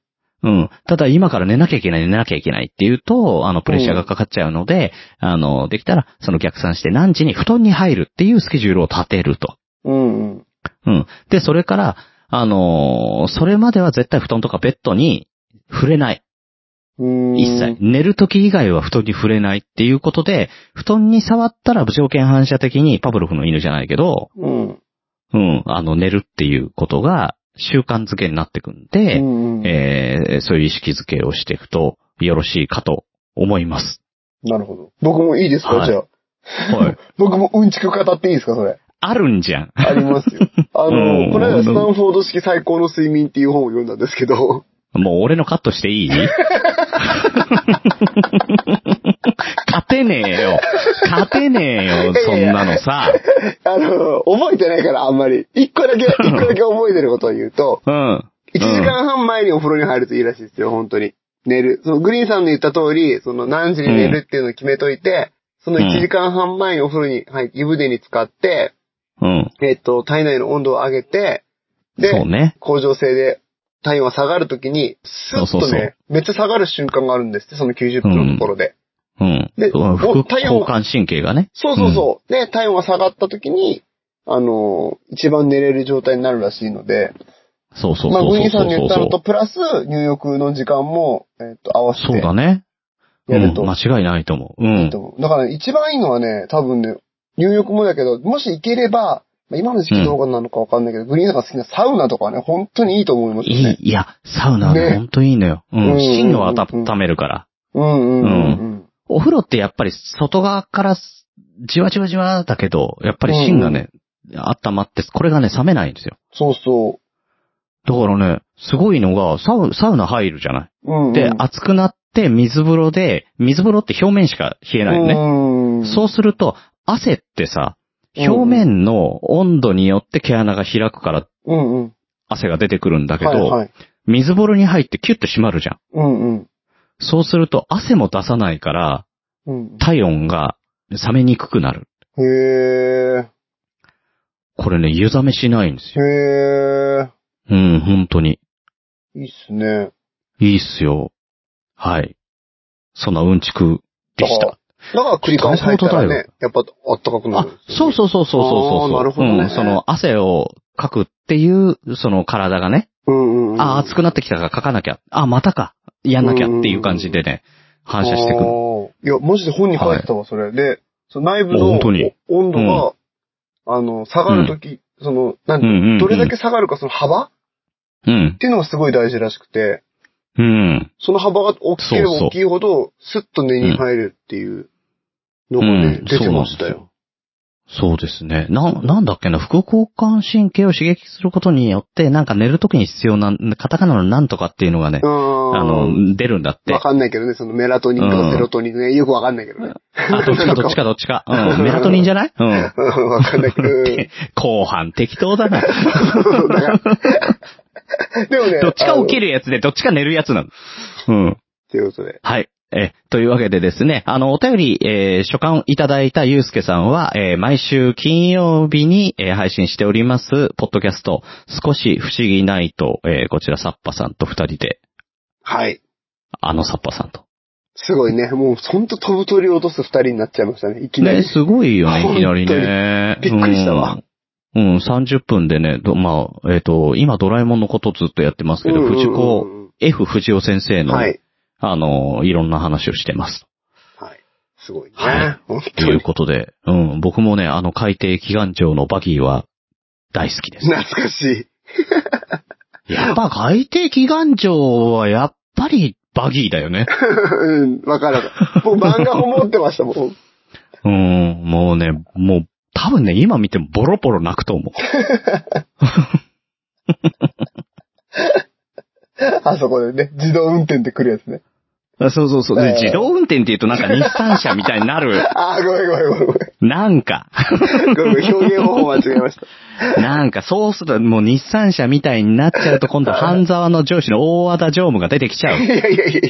うん。ただ、今から寝なきゃいけない、寝なきゃいけないっていうと、あの、プレッシャーがかかっちゃうので、あの、できたら、その逆算して何時に布団に入るっていうスケジュールを立てると。うんうん。うん。で、それから、あのーそれまでは絶対布団とかベッドに触れない。うん。一切。寝る時以外は布団に触れないっていうことで、布団に触ったら条件反射的にパブロフの犬じゃないけど、うん。うん、あの、寝るっていうことが習慣づけになってくんうで、んうん。えーそういう意識づけをしていくとよろしいかと思います。なるほど。僕もいいですか、はいじゃあ。はい。僕もうんちく語っていいですかそれ。あるんじゃん。ありますよ。あうの、んこの間スタンフォード式最高の睡眠っていう本を読んだんですけど、 *laughs* もう俺のカットしていい勝てねえよ。勝てねえよ、そんなのさ。あの、覚えてないからあんまり。一 *laughs* 個だけ、一個だけ覚えてることを言うと、うん。 1時間半前にお風呂に入るといいらしいですよ、本当に。寝る。そのグリーンさんの言った通り、その何時に寝るっていうのを決めといて、その1時間半前にお風呂に入って、湯船に使って、うん。えっと、体内の温度を上げて、で、そうね。恒常性で体温が下がるときに、スッとねそうそうそうめっちゃ下がる瞬間があるんですって、その90分のところで。うん。でうん副お体温交感神経がね。そうそうそう。で、体温が下がった時に、あのー、一番寝れる状態になるらしいので、そうそうまあ、そうグリそーうンさんのそう言ったそのうと、。プラス、入浴の時間も、えっ、と、合わせそうてだね。うやんる。と間違いないと思う。ういいんと。思う。だから、ね、一番いいのはね、多分ね、入浴もだけど、もし行ければ、まあ今の時期どうなのかわかんないけど、グリーンさんが好きなサウナとかはね、本当にいいと思いますいいね。、いや、サウナはねねほんといいのよ。ううんん。芯を温めるから。うんうんうんお風呂ってやっぱり外側からじわじわじわだけど、やっぱり芯がね、温まって、これがね、冷めないんですよ。そうそだからね、すごいのが、サウサウナ入るじゃなう。うん、うん。い。で、熱くなって水風呂で、水風呂って表面しか冷えないのね。ねそうすると、汗ってさ、表面の温度によって毛穴が開くからうん。うんうん。汗が出てくるんだけど、はいはい。水風呂に入ってキュッと締まるじゃん。うんうん。そうすると汗も出さないから、うん体温が冷めにくくなる。うん。へー。これね、湯冷めしないんですよ。へー。うん、本当に。いいっすね。いいっすよ。はい。そんなうんちくでした。だから繰り返し入ったらそういうね、やっぱあったかくなあるんですよね、、そうそうそうそうそうそう。あーなるほどねうん、その汗をかくっていう、その体がね、うんうんうん。あー熱くなってきたからかかなきゃ、あーまたか、やんなきゃっていう感じでね、反射してくる。あーいや、マジで本に書いてたわ、それ。で、その内部の本当にお温度が、あの、下がるとき、その、なんてうんうんうんどれだけ下がるか、その幅っうん。ていうのがすごい大事らしくて、うん。その幅が大きければそうそう大きいほど、スッと根に入るっていうのがね、うん出てましたよ。そうですね。な、なんだっけな、副交感神経を刺激することによって、なんか寝るときに必要な、カタカナのなんとかっていうのがねう、あん。の、出るんだってわ。かんないけどね、そのメラトニンとうかんセロトニンね、よくわかんないけどね。あ、どっちかどっちかどっちか。うん。メラトニンじゃない *laughs* うん。うん *laughs* わかんないけど。うん後半適当だな。だから *laughs* でもね、どっちか起きる。るやつで、どっちか寝るやつなの。うん。ということで。はい。え、というわけでですね、あの、お便り、えー、所感いただいたゆうすけさんは、えー、毎週金曜日に、えー、配信しております、ポッドキャスト、少し不思議ないと、えー、こちら、サッパさんと二人で、はい。あのサッパさんと。すごいね。もうほんと飛ぶ鳥を落とす二人になっちゃいましたね。いきなり。ね、すごいよね、いきなりね。本当にびっくりしたわうん。うん、30分でね、どまあ、えっ、と、今ドラえもんのことずっとやってますけど、うんうんうん藤子、F 藤尾先生の、はい。あの、いろんな話をしてます。はい。すごいね。はい本当というに。ことで、うん、僕もね、あの海底祈願鳥のバギーは大好きです。懐かしい。 *laughs* やっぱ海底祈願鳥はやっぱりバギーだよね。うん、わかるわかる。もう漫画本持ってましたもん。 *laughs* うん、もうね、もう、多分ね、今見てもボロボロ泣くと思う。あそこでね、自動運転で来るやつね。あそうそうそう。でえー自動運転って言うとなんか日産車みたいになる。 *laughs* あー、ごめんごめんごめんごなんか、めん。ごめん、表現方法間違えま *laughs* した。なんかそうするともう日産車みたいになっちゃうと今度半沢の上司の大和田常務が出てきちゃう *laughs* い。やいやいやいや。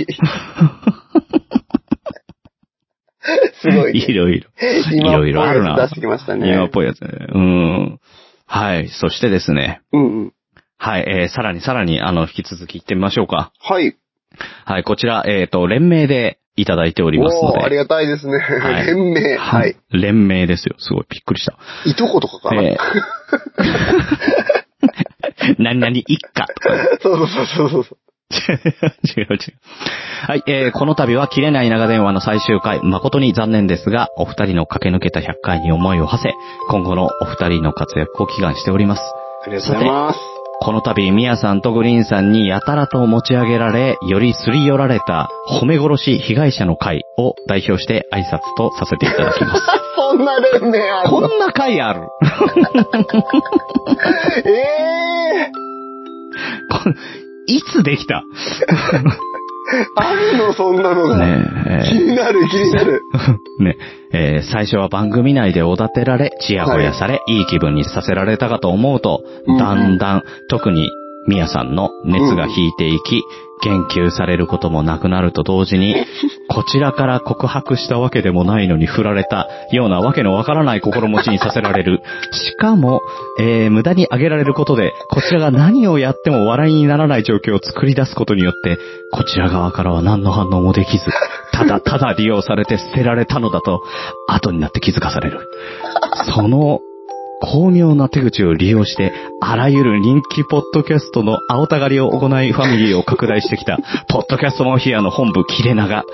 すごい、ね。いろいろ。い今っぽろいいろあるやなつ出し。てきましたね。今っぽいやつね。うん。はい。そしてですね。うんうん。はい。えー、さらにさらに、あの、引き続き行ってみましょうか。はい。はい。こちら、えっ、と、連名でいただいておりますのおーありで。がたいですね。はい連名。はい。。連名ですよ。すごい。びっくりした。いとことかかな、えー、 *laughs* 何々一家とか *laughs* ね *laughs* そうそうそうそうそう。違う違う。はい、えー、この度は切れない長電話の最終回、誠に残念ですが、お二人の駆け抜けた100回に思いを馳せ、今後のお二人の活躍を祈願しております。ありがとうございます。この度、ミヤさんとグリーンさんにやたらと持ち上げられ、よりすり寄られた、褒め殺し被害者の会を代表して挨拶とさせていただきます。 *laughs* そんな連名あ *laughs* るこのんな会あるええこんいつできたあるのそんなのが。ねえ気になる気になる。ね、えー最初は番組内でおだてられ、ちやほやされ、い、い気分にさせられたかと思うと、うんだんだん、特に、みやさんの熱が引いていき、言及されることもなくなると同時に、こちらから告白したわけでもないのに振られたようなわけのわからない心持ちにさせられる。しかも、えー無駄にあげられることで、こちらが何をやっても笑いにならない状況を作り出すことによって、こちら側からは何の反応もできず、ただただ利用されて捨てられたのだと、後になって気づかされる。その、巧妙な手口を利用して、あらゆる人気ポッドキャストの青たがりを行いファミリーを拡大してきた、 *laughs* ポッドキャストモンヒアの本部切れ長。 *laughs*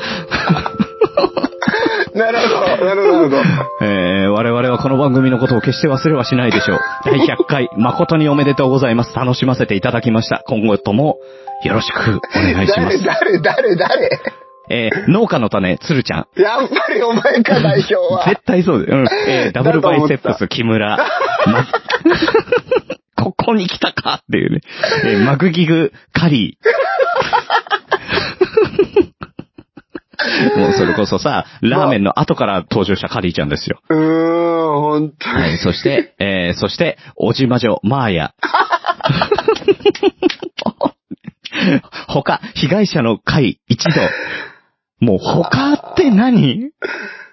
なるほど、なるほど、なるほえー我々はこの番組のことを決して忘れはしないでしょう。第100回、誠におめでとうございます。楽しませていただきました。今後とも、よろしくお願いしま *laughs* 誰、す。誰、誰、誰。えー農家の種、つるちゃん。やっぱりお前か、代表は。絶対そうです。うん。えーダブルバイセップス、木 *laughs* 村。まここに来たかっていうね。えーマグギグ、カリ *laughs* ー。もうそれこそさ、ラーメンの後から登場したカリーちゃんですよ。うーん、ほんとはい、そして、えー、そして、おじまじょ、マーヤ。 *laughs* 他、被害者の会一度。もう他って何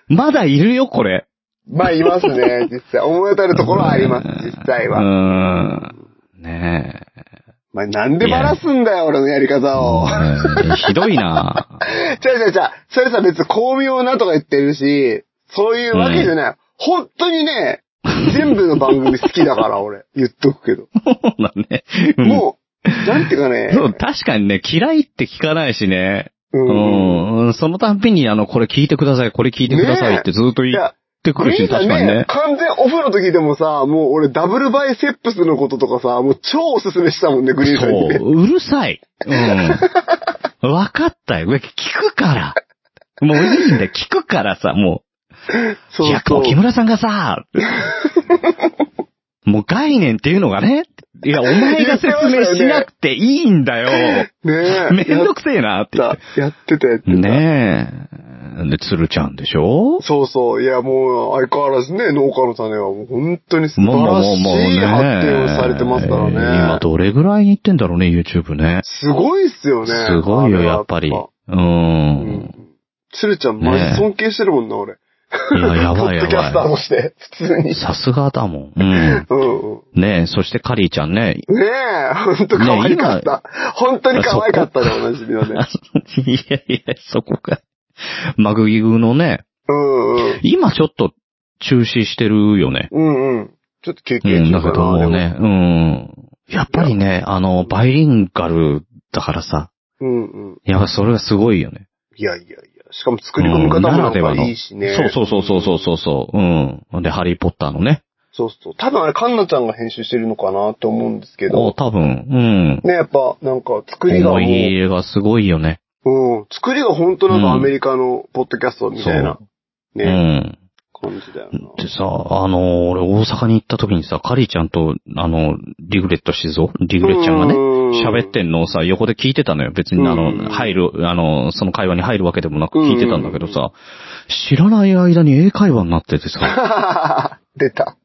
まだいるよ、これ。まあ、います *laughs* ね、実際。思い当たるところはあります、実際うは。ーん。ねえ。まあ、なんでバラすんだよ、俺のやり方を。うんひどいな違う違う違う。それさ、別に巧妙なとか言ってるし、そういうわけじゃない。本当にね、全部の番組好き *laughs* だから、俺。言っとくけど。そうだね。うんもう、なんていうかね。そう、確かにね、嫌いって聞かないしね。う。うんん。そのたんびに、あの、これ聞いてください、これ聞いてくださいってずっとい言っや、てくるグリーし、ンさ確んかにねね、。完全オフの時でもさ、もう俺ダブルバイセップスのこととかさ、もう超おすすめしたもんね、グリーンさんにね。そう、うるさい。 *laughs* うん。わかったよ。聞くから。もういいんだよ。聞くからさ、もう。そういや、こう、木村さんが *laughs* さ、もう概念っていうのがね、いや、お前が説明しなくていいんだ *laughs* よ。ねえ。めんどくせえなってやっ。た。やってたやってた。ねえ。で、鶴ちゃんでしょそうそう。いや、もう、相変わらずね、農家の種はもう本当に素もう晴もらうしもうもういね。発展をされてますから今ね。どれぐらいに行ってんだろうね、YouTube ね。すごいっすよね。すごいよ、やっぱり。う。うんん。鶴ちゃんマねジえ尊敬してるもんな、俺。いや、やポばいッやドキャスターばとして、普通い。に。さすがだもん。うん。うんうん。ねえ、そしてカリーちゃんね。ねえ、ほんと可愛かった。本当に可愛かったで、おなじみのね。いやいや、そこか。マグギグのね、うんうん。今ちょっと中止してるよね。うんうん。ちょっと休う憩ん、中だかけな。どもうね、うん。やっぱりね、あの、バイリンガルだからさ、でも。うんうん。やっぱそれがすごいよね。いやいやいや。しかも作り込み方もなんかいいしね。そうそうそうそうそうそう。うん。で、ハリーポッターのね。そうそう。多分あれ、カンナちゃんが編集してるのかなと思うんですけおど。多分、うん。ね、やっぱ、なんか、作りがも思い入れがすごいよね。う、うん、作りが本当なんうかんアメリカのポッドキャストみたいな、うね、ん。感じだよな。でさ、あの、俺大阪に行った時にさ、カリーちゃんと、あの、リグレット静雄リグレットちゃんがね、喋ってんのをさ、横で聞いてたのよ。別にあうんの、入る、あの、その会話に入るわけでもなく聞いてたんだけどさ、知らない間に英会話になってて *laughs* さ、た。 *laughs* 出た。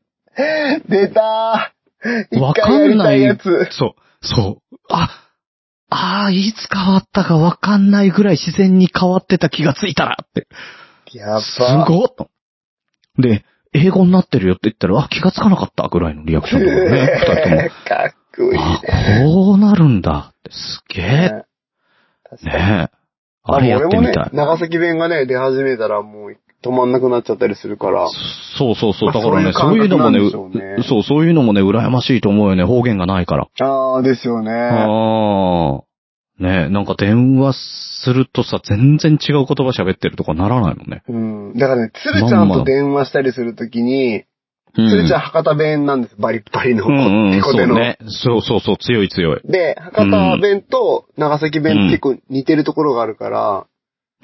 出たーわ一か回やんりなたいいやつ。そう、そう、あ、ああ、いつ変わったかわかんないぐらい自然に変わってた気がついたらって。やば。すごっと。で、英語になってるよって言ったら、あ、気がつかなかったぐらいのリアクションだもんね、二人とも。 *laughs* かっこいい。あ、こうなるんだって、すげえ。確かにねえ。あれやってみ俺もたねい。、長崎弁がね、出始めたらもう止まんなくなっちゃったりするから。そうそうそう。まだあからね、そそうういいううの感も覚ね、なんでしょうねうそう、そういうのもね、羨ましいと思うよね。方言がないから。ああ、ですよね。ああ。ねえ、なんか電話するとさ、全然違う言葉喋ってるとかならないもんね。うん。だからね、鶴ちゃんと電話したりするときに、うん。鶴ちゃん博多弁なんです。バリッバリの。うんうん、テコそうテの。ね。そうそうそう、強い強い。で、博多弁と長崎うん弁結構似てるところがあるから、あ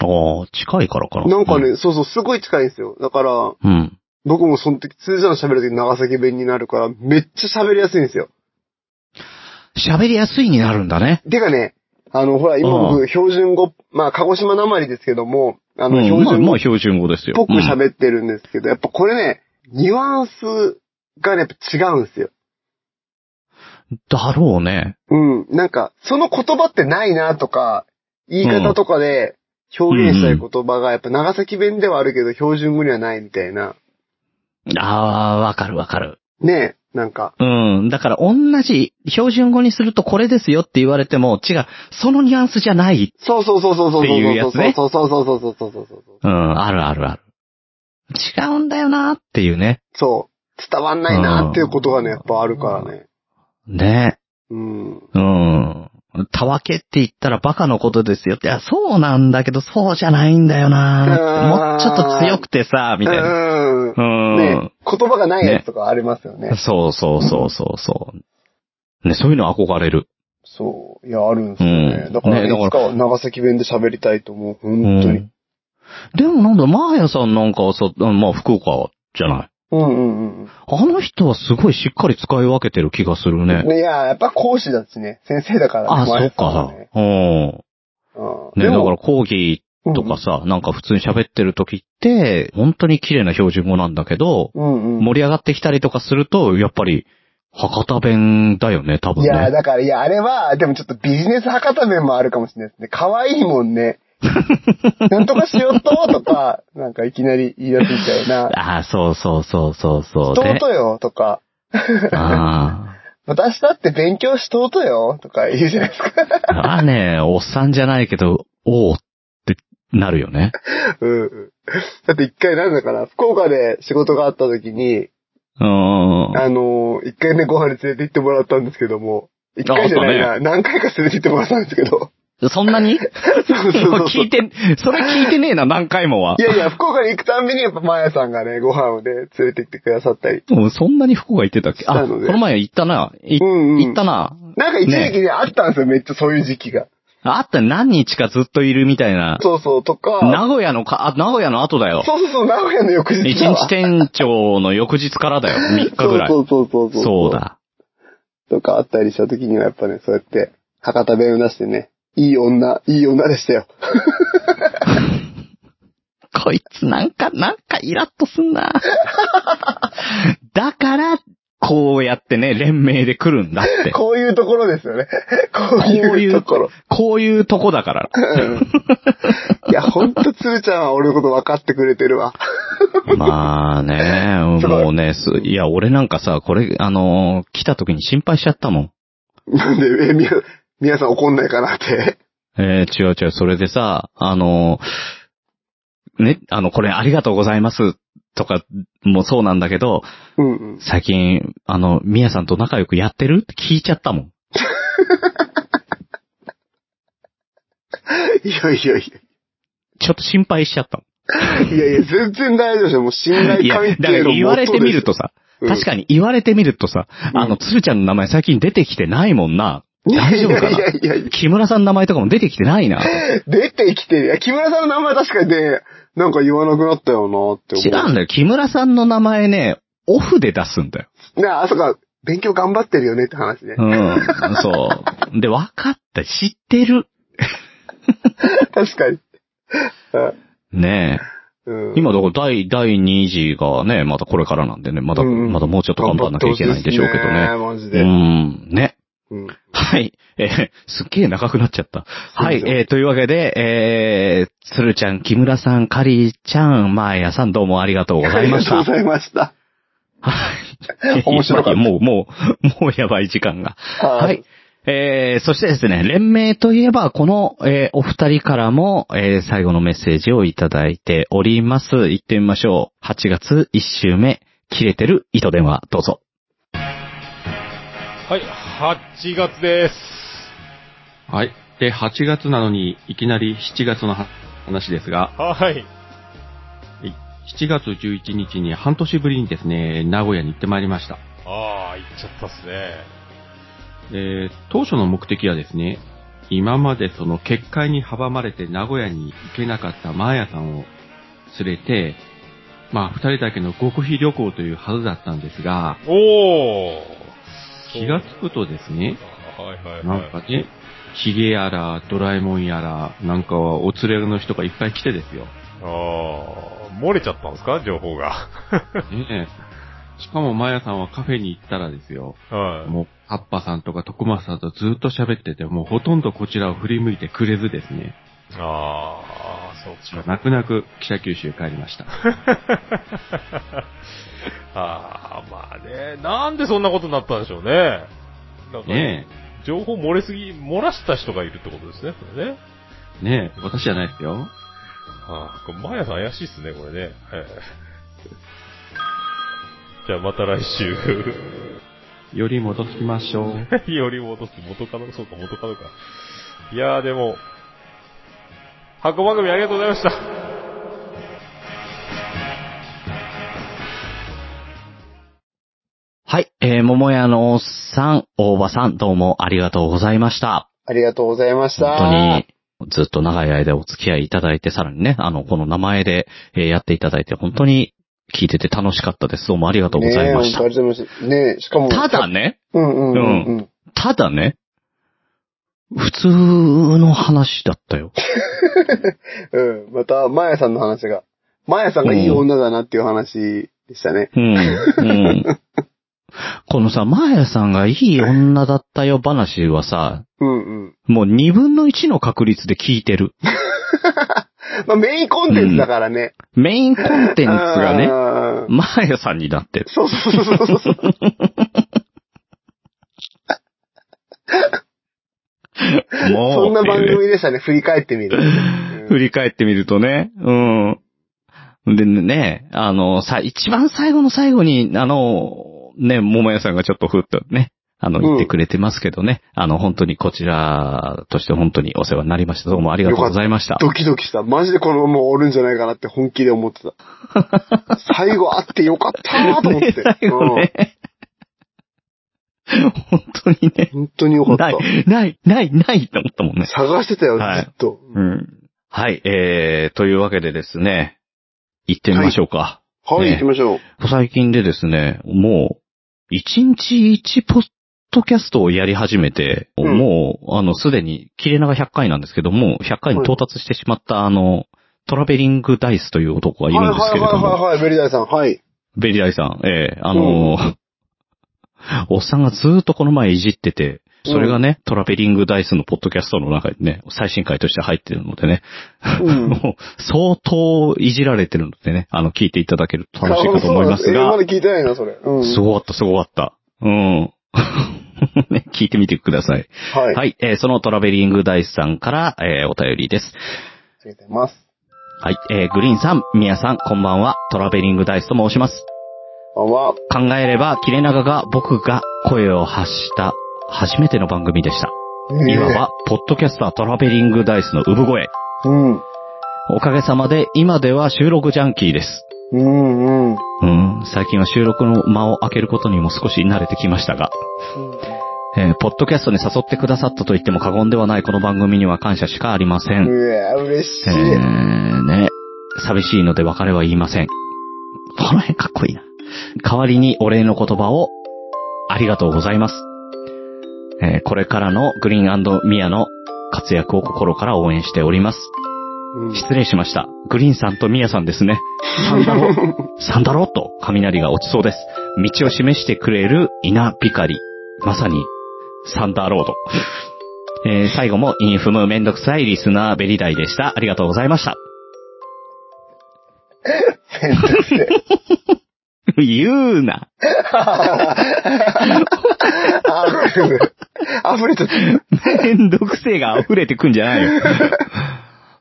あ、近いからかな。なんかね、そうそう、すごい近いんですよ。だから、うん。うん。僕もその時、鶴ちゃんと喋るとき長崎弁になるから、めっちゃ喋りやすいんですよ。喋りやすいになるんだね。てかね、あの、ほら、今う僕、標準語、まあ、鹿児島なまりですけども、あうの、ん。標まあ、準ま語あっ標準語ですよ。ぽくうん喋ってるんですけど、やっぱこれね、ニュアンスがね、やっぱ違うんですよ。だろうね。うん。なんか、その言葉ってないなとか、言い方とかで表現したい言葉が、やっぱ長崎弁ではあるけど、標準語にはないみたいな。ああ、わかるわかる。ねえ、なんか。うん。だから同じ標準語にするとこれですよって言われても、違う、そのニュアンスじゃない。そうそうそうそうそうっていうやそうつそう、ねそうそうそうそうそうそうそうそう。うん、あるあるある。違うんだよなっていうね。そう。伝わんないなっていうことがね、やっぱあるからね。ね。うん。うん。たわけって言ったらバカのことですよって、いや、そうなんだけど、そうじゃないんだよなってもうちょっと強くてさ、みたいな。うん。うん。ね言葉がないやつとかありますよね。そうそうそうそうそう。ね、そういうの憧れる。そう。いや、あるんですよね。うんだから、ねね、だからいつかは長崎弁で喋りたいと思う。本当に。うんでもなんだ、マーヤさんなんかはさ、まあ福岡じゃない。うんうんうんあの人はすごいしっかり使い分けてる気がするうん。ね。いや、やっぱ講師だしね。先生だからね。あ、前そ田うさんはかね。うん。うんね、でだもから講義とかさ、なんか普通に喋ってる時って、本当に綺麗な標準語なんだけど、うんうん。盛り上がってきたりとかすると、やっぱり、博多弁だよね、多分いや、ね。だから、いや、あれは、でもちょっとビジネス博多弁もあるかもしれないですね。可愛いも *laughs* んね。なんとかしよっととか、なんかいきなり言い出すみたいな。ああ、そうそうそうそうそう。しとうでと、よとか、あ私だって勉強しとうとよとか言うじゃないですか。あ。まあね、おっさんじゃないけど、おおってなるよね。うんうん。だって一回なんだから、福岡で仕事があった時に、うん。あのー一回ね、ご飯に連れて行ってもらったんですけども、一回じゃないな、何回か連れて行ってもらったんですけど、そんなにそうそうそう聞いて、それ聞いてねえな、何回もは。いやいや、福岡に行くたんびにやっぱマヤさんがね、ご飯をね、連れてきてくださったり。もうそんなに福岡行ってたっけしたあ、このでの前行ったな。いうんうん行ったな。なんか一時期ね、ねあったんですよ、めっちゃそういう時期が。あった何日かずっといるみたいな。そうそう、とか、名古屋のか、あ、名古屋の後だよ。そうそうそう、名古屋の翌日一だわ日店長の翌日からだよ。3日ぐらい。そうそうそうそう。そう。だ。とかあったりした時にはやっぱね、そうやって、博多弁を出してね、いい女、いい女でしたよ。こいつなんか、なんかイラッとすんな。だから、こうやってね、連名で来るんだって。ここういうところですよね。こうういいううところ。ういうとこだから。いや、ほんと、つーちゃんは俺のこと分かってくれてるわ。まあね、 *laughs* すごいもうね、すいや、俺なんかさ、これ、あのー来た時に心配しちゃったもん。なんで、え、みや、みやさん怒んないかなって。えー、違う違う、それでさ、あのーね、あの、これありがとうございますとかもそうなんだけど、うんうん。最近、あの、みやさんと仲良くやってるって聞いちゃったもん。いやいやいちょっと心配しちゃったもん。や。いやいや、全然大丈夫ですよ。もう信頼いや、関だか係らの言われてみるとさ、うん確かに言われてみるとさ、あの、つるちゃんの名前最近出てきてないもんな。大丈夫かいやないやいやいや、木村さんの名前とかも出てきてないな。出てきてる。いや、木村さんの名前確かにね、なんか言わなくなったよなって思う。違うんだよ。木村さんの名前ね、オフで出すんだよ。ねあ、そっか、勉強頑張ってるよねって話ねう。ん。そう。で、分かった。知ってる。確かに。ねえ。うん、今だから第、第2次がね、またこれからなんでね、まだ、うんまだもうちょっと頑張んなきゃいけないんでしょうけどね。頑張ってほしいですうねん。ね。マジで。うんはい。えー *laughs* すっげえ長くなっちゃった。はい。えーというわけで、えー、つるちゃん、木村さん、かりちゃん、まーやさん、どうもありがとうございましあたりがとうご。ざいました。 *laughs* はい。面白かったもう、もう、もうやばい時間が。ははい。。えー、そしてですね、連名といえば、この、えーお二人からも、えー最後のメッセージをいただいております。行ってみましょう。8月1週目、切れてる糸電話、どうぞ。はい、8月です。はい。で、8月なのに、いきなり7月の話ですが、はい。 7月11日に半年ぶりにですね、名古屋に行ってまいりました。ああ、行っちゃったっすね。えー当初の目的はですね、今までその結界に阻まれて名古屋に行けなかったマーヤさんを連れて、まあ二人だけの極秘旅行というはずだったんですが、おー。気がつくとですね、あはいはいは。ないんかね、ヒゲやらドラえもんやら、なんかはお連れの人がいっぱい来てですよ。ああ、漏れちゃったんですか情報が。 *laughs* ねえ。しかも、まやさんはカフェに行ったらですよ。はい。もう、アッパさんとか徳松さんとずっと喋ってて、もうほとんどこちらを振り向いてくれずですね。ああ、そうか。 *laughs* 泣く泣く記者九州帰りました。ああ、まあね。なんでそんなことになったんでしょうね。なんかね情報漏れすぎ、漏らした人がいるってことですね、これね。え。ねえ。私じゃないですよ。ああ、これ、マヤさん怪しいっすね、これね。ええじゃあまた来週。より戻しましょう。 *laughs* より戻す、元カノ、そうか、元カノか。いやーでも、箱番組ありがとうございました。はい。えー、桃屋のおっさん、大場さん、どうもありがとうございました。ありがとうございました。本当に、ずっと長い間お付き合いいただいて、さらにね、あの、この名前でえーやっていただいて、本当に聞いてて楽しかったです。どうもありがとうございました。ねえ、本当ありがとうございました。ねえ、しかも。ただね、うんうんうんうん。ただね、普通の話だったよ。うん。また、マヤさんの話が。マヤさんがいい女だなっていう話でしたね。うん。うん。 *laughs* このさ、マーヤさんがいい女だったよ話はさ、うんうん。もう2分の1の確率で聞いてる。まあ、メインコンテンツだからね。メインコンテンツがね、ね。マーヤさんになってる。そうそうそうそうそう。もう。そんな番組でしたね。振り返ってみる。振り返ってみるとね。うん。でね、あの、さ、一番最後の最後に、あの、ね、桃屋さんがちょっとふっとね、あの、うん言ってくれてますけどね。あの、本当にこちらとして本当にお世話になりました。どうもありがとうございました。ドキドキした。マジでこのままおるんじゃないかなって本気で思ってた。最後あってよかったなと思 *laughs* って。ね最後ね。本当にねう。ん本当によかったな。い、ない、ない、ないと思ったもんね。探してたよ、ずはいっと。うん。はい、えー、というわけでですね、行ってみましょうか。はい、ね行きましょう。最近でですね、もう、1日1ポッドキャストをやり始めて、うんもう、あの、すでに、切れ長100回なんですけども、100回に到達してしまった、あの、トラベリングダイスという男がいはいるんですはけいれどはも、いはい、ベリダイさん、はい。ベリダイさん、ええあのーおっさんがずーっとこの前いじってて、それがね、トラベリングダイスのポッドキャストの中にね、最新回として入ってるのでね、うん。もう相当いじられてるのでね、あの、聞いていただけると楽しいかと思いますあそうなんがでえま、だ聞いてないな、それ。うん。すごかった、すごかった。うん。 *laughs* ね、聞いてみてください。はい。はい、えーそのトラベリングダイスさんから、えーお便りです。ありがとうございます。はい、えーグリーンさん、ミヤさん、こんばんは、トラベリングダイスと申します。こんばんは。考えれば、切れ長が僕が声を発した初めての番組でした。いわば、ポッドキャスタートラベリングダイスの産声。うん。おかげさまで、今では収録ジャンキーです。ううん、うん。ん、最近は収録の間を空けることにも少し慣れてきましたが、えーポッドキャストに誘ってくださったと言っても過言ではないこの番組には感謝しかありません。うわ嬉しい。えー、ね、寂しいので別れは言いません。この辺かっこいいな。代わりにお礼の言葉を、ありがとうございます。えーこれからのグリーンミアの活躍を心から応援しております。うん *laughs* 失礼しました。グリーンさんとミヤさんですね。サンダロ、 *laughs* サンダロと雷が落ちそうです。道を示してくれる稲光。まさに、サンダーロード。えー最後もインフムめんどくさいリスナーベリダイでした。ありがとうございました。 *laughs* 言うな。あふれて *laughs* る。あふれてる。めんどくせえが溢れてくんじゃないよ。 *laughs*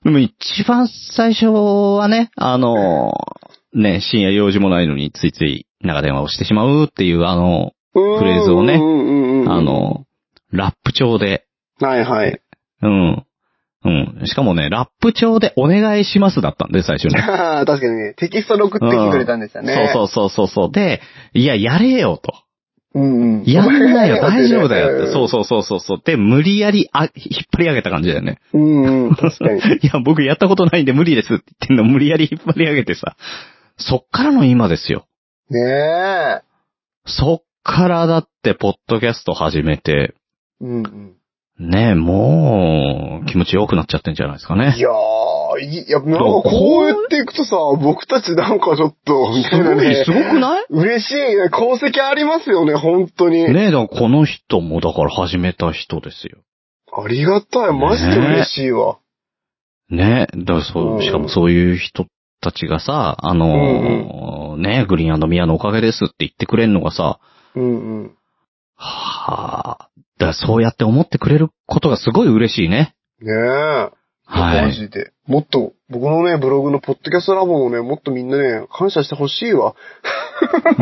でも一番最初はね、あの、ね、深夜用事もないのについつい長電話をしてしまうっていうあの、フレーズをねああ。の、ラップ調で、はいはい。 *laughs* うん。うん。しかもね、ラップ調でお願いしますだったんで、最初ね。確かにね、テキストで送ってきてくれたんですよね。そうそうそうそうそう。で、いや、やれよと。う。うんうん。やんなよ、大丈夫だよって。そううそうそうそうそう。で、無理やりあ、引っ張り上げた感じだよね。ん。うんうん、確かいに。や、僕やったことないんで無理ですって言ってんの、無理やり引っ張り上げてさ。そっからの今ですよ。ねえ。そっからだって、ポッドキャスト始めて、うんうん。ねえ、もう、気持ち良くなっちゃってんじゃないですかねい。やー、いいや、なんかこうやっていくとさ、僕たちなんかちょっと、みすたいなごい、ねす。ごくない嬉しいね。功績ありますよね、本当に。ねえ、だからこの人もだから始めた人ですよ。ありがたい。マジで嬉しいわ。ねえ、だからそうう、んしかもそういう人たちがさ、あのーねえ、グリーンミアのおかげですって言ってくれるのがさ、うんうん。はあ、だからそうやって思ってくれることがすごい嬉しいね。ねえ。はマい。ジで。もっと、僕のね、ブログのポッドキャストラボもね、もっとみんなね、感謝してほしいわ。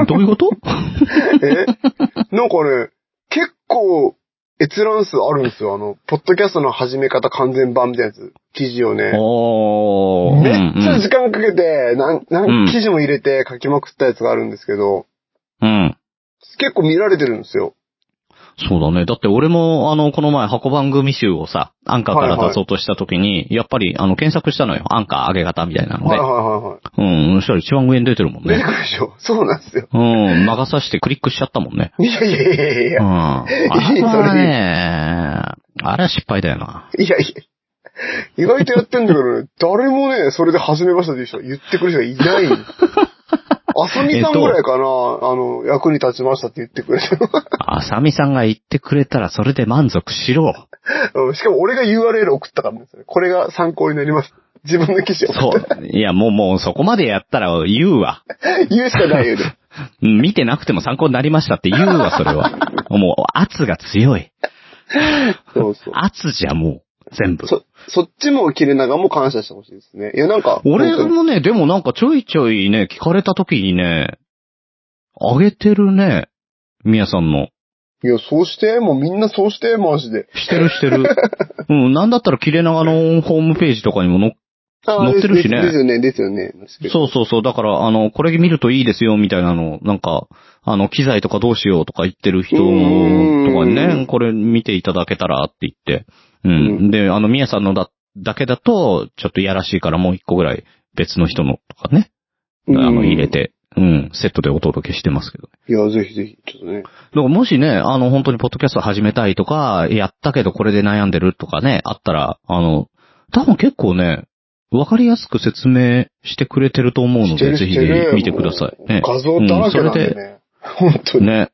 どういうこと *laughs* え *laughs* なんかね、結構、閲覧数あるんですよ。あの、ポッドキャストの始め方完全版みたいなやつ。記事をね。おー。めっちゃうん時間かけて、なん、うんなん、記事も入れて書きまくったやつがあるんですけど、うん。うん。結構見られてるんですよ。そうだね。だって俺も、あの、この前、箱番組集をさ、アンカーから出そうとした時に、やっぱり、あの、検索したのよ。アンカー上げ方みたいなのはでいはい。はいはい。うん、そしたら一番上に出てるもん出てねく。るでしょ。そうなんですよ。うん、魔が差してクリックしちゃったもんね。いやいやいやいやいうん。や。あ *laughs* れはね、あれは失敗だよな。いやいや。意外とやってんだけどね、誰もね、それで始めましたっていう人、言ってくる人がいない。 *laughs* あさみさんぐらいかな、あの、役に立ちましたって言ってくれてる。 *laughs* あさみさんが言ってくれたらそれで満足しろ。うんしかも俺が URL 送ったからですね。これが参考になります。自分の記事をそ送っう。て。いや、もうもうそこまでやったら言うわ。 *laughs* 言うしかないよね。うん見てなくても参考になりましたって言うわ、それは。もう圧が強い。そうそう。圧じゃもう、全部。そ、そっちも切れ長も感謝してほしいですね。いや、なんか、俺本当にもね、でもなんかちょいちょいね、聞かれた時にね、あげてるね、みやさんのいや、そうして、もうみんなそうして、マジで。してる *laughs* してる。うん、なんだったら切れ長のホームページとかにものあー載ってるしねですですよね、ですよね。確かにそうそうそう。だから、あの、これ見るといいですよ、みたいなの、なんか、あの、機材とかどうしようとか言ってる人とかにうんね、これ見ていただけたらって言って。う。うんで、あの、みやさんのだ、だけだと、ちょっといやらしいからもう一個ぐらい別の人のとかね、あの、入れ。て、うん、セットでお届けしてますけど。いや、ぜひぜひ、ちょっとね。だからもしね、あの、本当にポッドキャスト始めたいとか、やったけどこれで悩んでるとかね、あったら、あの、多分結構ね、わかりやすく説明してくれてると思うのしてで、るぜひしてる見てください。ね。画像だらけなんでね。本当に。ね。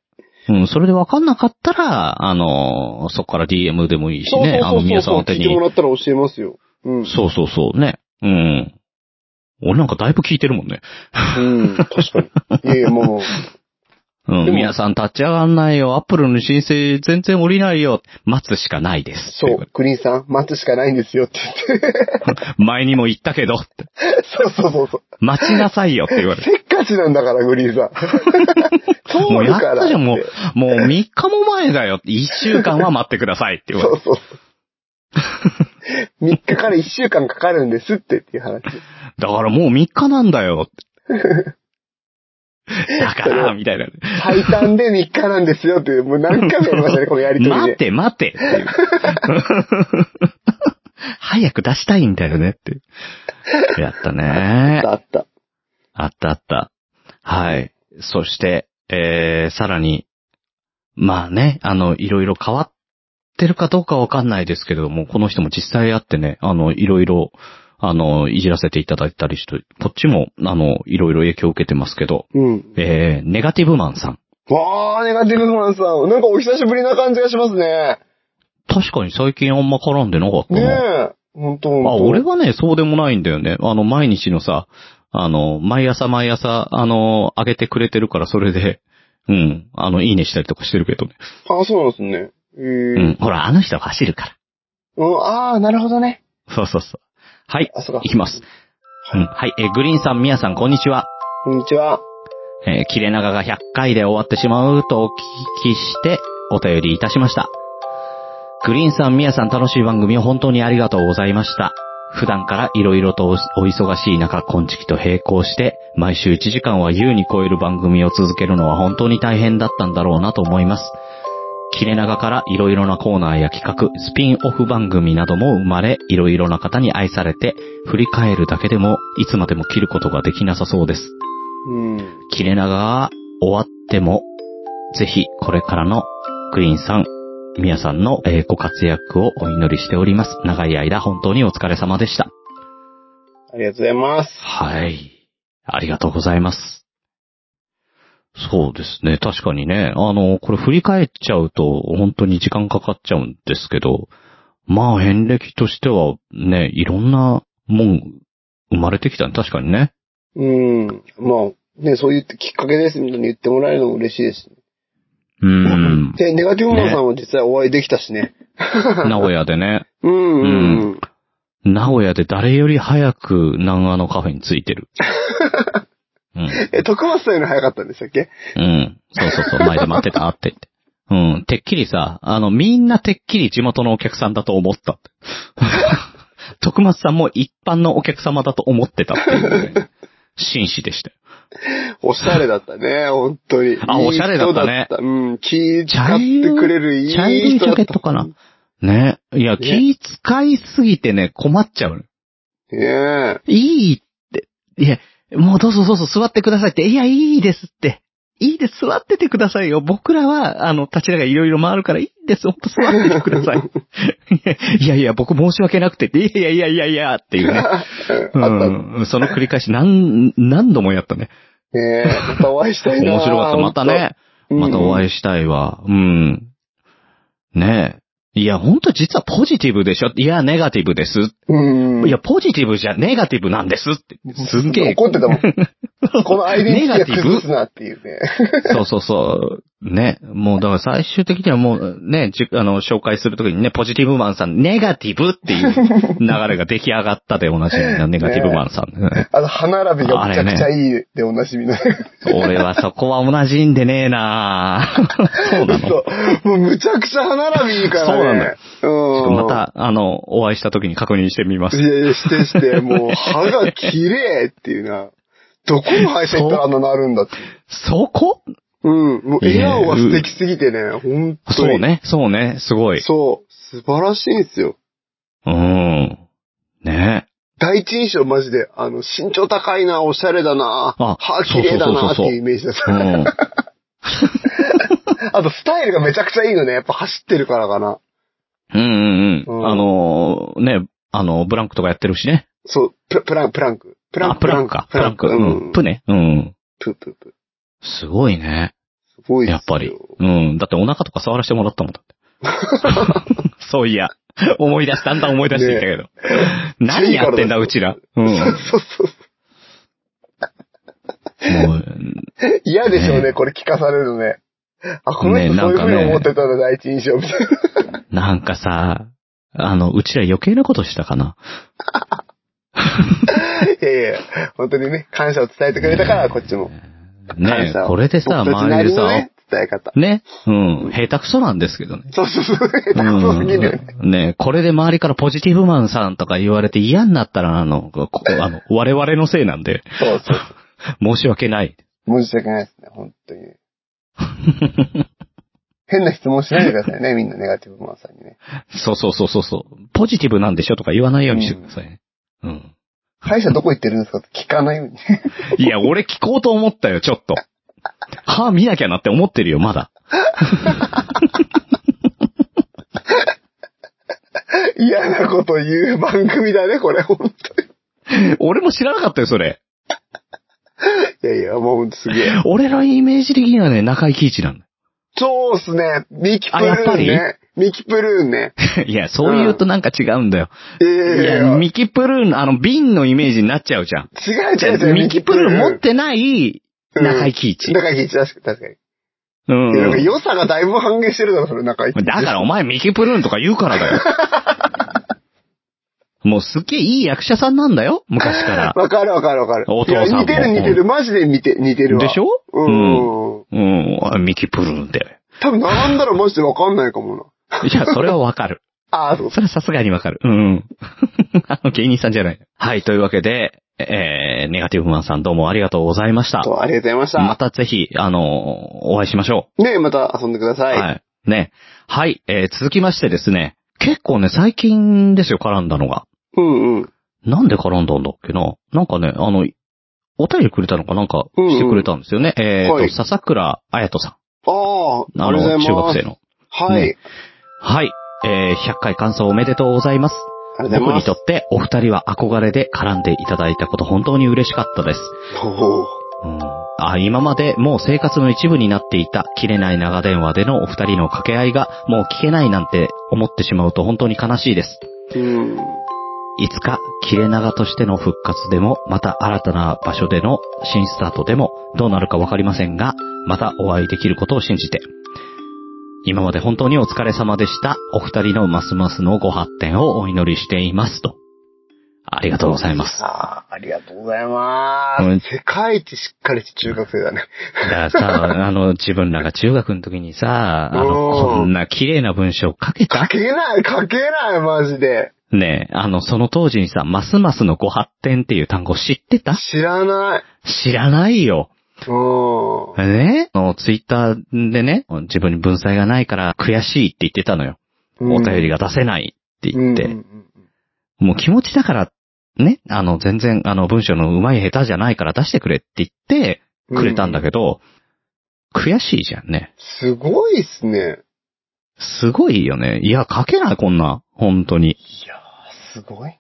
うん、それでわかんなかったら、あの、そこから DM でもいいしそうそうね、あその、う皆さんそう。宛て聞いてにも。らったら教えますよ。うん。そうそうそう、ね。うん。俺なんかだいぶ聞いてるもんね。うん、確かに。い *laughs* やいや、もう、うでん、も皆さん立ち上がんないよ。アップルの申請全然降りないよ。待つしかないです。そ。う、グリーンさん、待つしかないんですよって言って。 *laughs* 前にも言ったけど、そうそうそうそう。待ちなさいよって言われて。せっかちなんだから、グリーンさん。 *laughs* も通うるやっから。たじゃん、もってう、もう3日も前だよ。1週間は待ってくださいって言わそれうそうそう。3日から1週間かかるんですってっていう話。て。だからもう3日なんだよ。だから、みたいな。最短で3日なんですよっていう、もう何回もやりましたね、このやりとりで。待って待ってって *laughs* いう早く出したいんだよねって。やったあねった。あった。あったあった。はい。そして、えー、さらに、まあね、あの、いろいろ変わってるかどうかわかんないですけれども、この人も実際会ってね、あの、いろいろ、あの、いじらせていただいたりして、こっちも、あの、いろいろ影響を受けてますけど、うん。えー、ネガティブマンさん。わー、ネガティブフランスさん。なんかお久しぶりな感じがしますね。確かに最近あんま絡んでなかったねな。え。ほんとほんと。あ、俺はね、そうでもないんだよね。あの、毎日のさ、あの、毎朝毎朝、あの、上げてくれてるから、それで、うん、あの、いいねしたりとかしてるけどね。あ、そうなんですね。えうーん、ほら、あの人は走るかうん。あー、なるほどね。ら。そうそうそう。はい、あ、そうかい。きます。うん、はい、えー、グリーンさん、ミヤさん、こんにちは。こんにちは。えー切れ長が100回で終わってしまうとお聞きして、お便りいたしました。グリーンさん、ミヤさん、楽しい番組を本当にありがとうございました。普段から色々とおお忙しい中、今月と並行して、毎週1時間は優に超える番組を続けるのは本当に大変だったんだろうなと思います。切れ長から色々なコーナーや企画、スピンオフ番組なども生まれ、色々な方に愛されて、振り返るだけでも、いつまでも切ることができなさそうです。うん。切れ長が終わっても、ぜひこれからのグリーンさん、皆さんのえーご活躍をお祈りしております。長い間本当にお疲れ様でした。ありがとうございます。はい。ありがとうございます。そうですね。確かにね。あの、これ振り返っちゃうと本当に時間かかっちゃうんですけど、まあ、遍歴としてはね、いろんなもん生まれてきたね。確かにね。うん。まあ、ね、そう言ってきっかけですみたいに言ってもらえるのも嬉しいです。 *laughs* うん。で、ネガティブマンさんは実際お会いできたしね。名古屋でね。うんうんうん。名古屋で誰より早く南アのカフェに着い *laughs* てる。うん。え、徳松さんより早かったんでしたっけうん。そうそうそう、前で待ってたって言って。うん。てっきりさ、あの、みんなてっきり地元のお客さんだと思った *laughs* って。徳松さんも一般のお客様だと思ってたっていう、ね。紳士でしたよ。おしゃれだった *laughs* ね、本当に。あおしゃれだったねいい人だうん、気使ってくれるいい茶人だった。色いジャケットかな。ね。いや、気使いすぎてね、困っちゃうの。ねいいって。いや、もうどうぞどうぞ座ってくださいって。いや、いいですって。いいです、座っててくださいよ。僕らは、あの、立ちながらいろいろ回るからいいです、ほんと座っててください。い *laughs* やいや、僕申し訳なくてって、いやいやいやいや、っていうね。え。ううんあったん、その繰り返し何、何度もやったね。ねえ。またお会いしたいな面白かった。またね、またお会い。いしたいわ。うん。ねえ。いや、ほんと実はポジティブでしょいや、ネガティブです。うん。いや、ポジティブじゃ、ネガティブなんですって。すんげえ怒ってたもん。 *laughs* このアイデンティティは崩すなっていうね。そうそうそう。ね。もう、だから最終的にはもう、ね、じあの、紹介するときにね、ポジティブマンさん、ネガティブっていう流れが出来上がったでおなじ *laughs* みな、ネガティブマンさん。あの、歯並びがめちゃくちゃいいでおなじみの。俺はそこは同じんでねえな *laughs* そうなの。そう。もうむちゃくちゃ歯並びいいからね。そうなんだよよまた、あの、お会いしたときに確認してみますい。やいや、し *laughs* てして、もう歯が綺麗っていうな。どこの歯医者行ったらあんななるんだって。そこうん。もうい笑や顔が素敵すぎてね、本当に。そう。ね、そうね、すごい。そう。素晴らしいんですよ。うん。ね第一印象マジで、あの、身長高いな、おしゃれだな、あ歯綺麗だなっていうイメージだっうた。ん。あと、スタイルがめちゃくちゃいいのね。やっぱ走ってるからかな。うんうんううんん。あのー、ね、あの、ブランクとかやってるしね。そう、ププラン、プランク。プランあ、ク。プランクか。プランク。ううんプん。。プね。うん。プププ。すごいね。すごいやっすよぱり。うん。だってお腹とか触らせてもらったもんだって。 *laughs* そういや。思い出し、だんだん思い出していったけど。何やってんだ、うちら。うん。もそうそうそう。う、嫌でしょうねね、これ聞かされるのね。あ、この人ねそういなんう風かにね思ってたんだ、第一印象みたいな。なんかさ、あの、うちら余計なことしたかな。いやいや、本当にね、感謝を伝えてくれたから、こっちも。感ね謝をこれでさ、僕たちな周りりでのさね、、伝え方。ね、うん、下手くそなんですけどね。そうそうそう。下手くうそすぎるよね。ん、ねこれで周りからポジティブマンさんとか言われて嫌になったら、あの、ここあの、我々のせいなんで、そうそう申そし訳ない。う。申し訳ないですね、本当に。変な質問しないでくださいね、みんなネガティブマンさんにね。そうそうそうそうそう。ポジティブなんでしょとか言わないようにしてくださいね。うん。歯医者どこ行ってるんですかって聞かないように。いや、俺聞こうと思ったよ、ちょっと。歯見なきゃなって思ってるよ、まだ。嫌なこと言う番組だね、これ、本当に。俺も知らなかったよ、それ。いやいや、もうほんとすげえ。俺のイメージ的にはね、中井貴一なんだ。そうっすね。ミキプあやっルーぱンりね。ミキプルーンね。 *laughs* いや、そう言うとなんか違うんだよ。いいやいやいや、やミキプルーン、あの、瓶のイメージになっちゃうじゃん。違う違う違う。ミキプルーン持っる。てない中井貴一。中井貴一、確かに確かに。ういやなんかん。良さがだいぶ半減してるだろ、それ、中井貴一。だからお前ミキプルーンとか言うからだよ。もうすっげえいい役者さんなんだよ、昔から。わかるわかるわかる。お父さんもいや似てる似てる。マジで似て、似てるわ。でしょうんうんうん。うん、ミキプルーンって。多分並んだらマジでわかんないかもな。いや、それはわ *laughs* かる。ああ、そう。それはさすがにわかる。うん。あの、芸人さんじゃない。はい、というわけで、えー、ネガティブマンさんどうもありがとうございました。とありがとうございまましたぜひ、あの、お会いしましょた。ねえまた遊んでくだう。さい。い。ね。はい、えー、続きましてですね。結構ね、最近ですよ、絡んだのが。うんうん。なんで絡んだんだっけななんかね、あの、お便りくれたのかなんかしてくれたんですよね。えーと、はい笹倉彩人さあん。あ、あありの、がとうございます。中学生の。はい。ねはい。えー、100回感想おめでとうございます。ありがとうご僕ざいにますと。ってお二人は憧れで絡んでいただいたこと本当に嬉しかったです。ほううんあ今までもう生活の一部になっていた切れない長電話でのお二人の掛け合いがもう聞けないなんて思ってしまうと本当に悲しいです。うん。いつか切れ長としての復活でも、また新たな場所での新スタートでも、どうなるかわかりませんが、またお会いできることを信じて。今まで本当にお疲れ様でした。お二人のますますのご発展をお祈りしていますと。ありがとうございます。ああ、ありがとうございます。うん世界一しっかりして中学生だね。だから *laughs* さ、あの、自分らが中学の時にさ、あの、うんこんな綺麗な文章書け書たけない、書けない、マジで。ねえ、あの、その当時にさ、ますますのご発展っていう単語知ってた知らない。知らないよ。うん。ねあの、ツイッターでね、自分に文才がないから悔しいって言ってたのよ。お便りがが出せないって言って。うんうんもう気持ちだから、ね、あの、全然、あの、文章の上手い下手じゃないから出してくれって言ってうんくれたんだど。けど、悔しいじゃんね。すごいっすね。すごいよね。いや、書けない、こんな。本当に。いやー、すごい。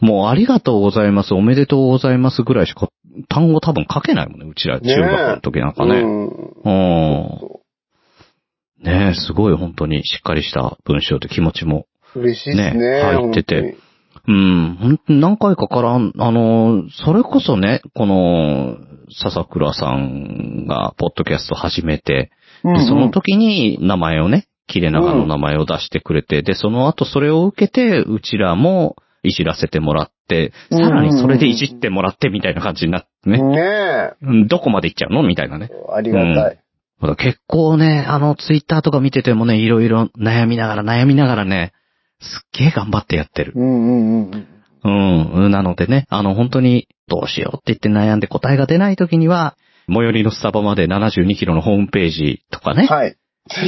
もう、ありがとうございます、おめでとうございますぐらいしか、単語多分書けないもんね、うちら、ねえ中学の時なんかね。ううん。ん。そねえ、すごい、本当にしっかりした文章と気持ちもう嬉しいっすねね。入ってて本うん、ほん何回かからん、あの、それこそね、この、笹倉さんが、ポッドキャスト始めて、うでんうんその時に名前をね、切れ長の名前を出してくれて、で、その後それを受けて、うちらもいじらせてもらって、さらにそれでいじってもらってみたいな感じになってね、ねうんどこまで行っちゃうのみたいなねえ。。ありがたい。まだ結構ね、あの、ツイッターとか見ててもね、いろいろ悩みながら悩みながらね、すっげえ頑張ってやってる。うんうんうん。うん。なのでね、あの、本当に、どうしようって言って悩んで答えが出ない時には、最寄りのスタバまで72キロのホームページとかね、はい。ぜ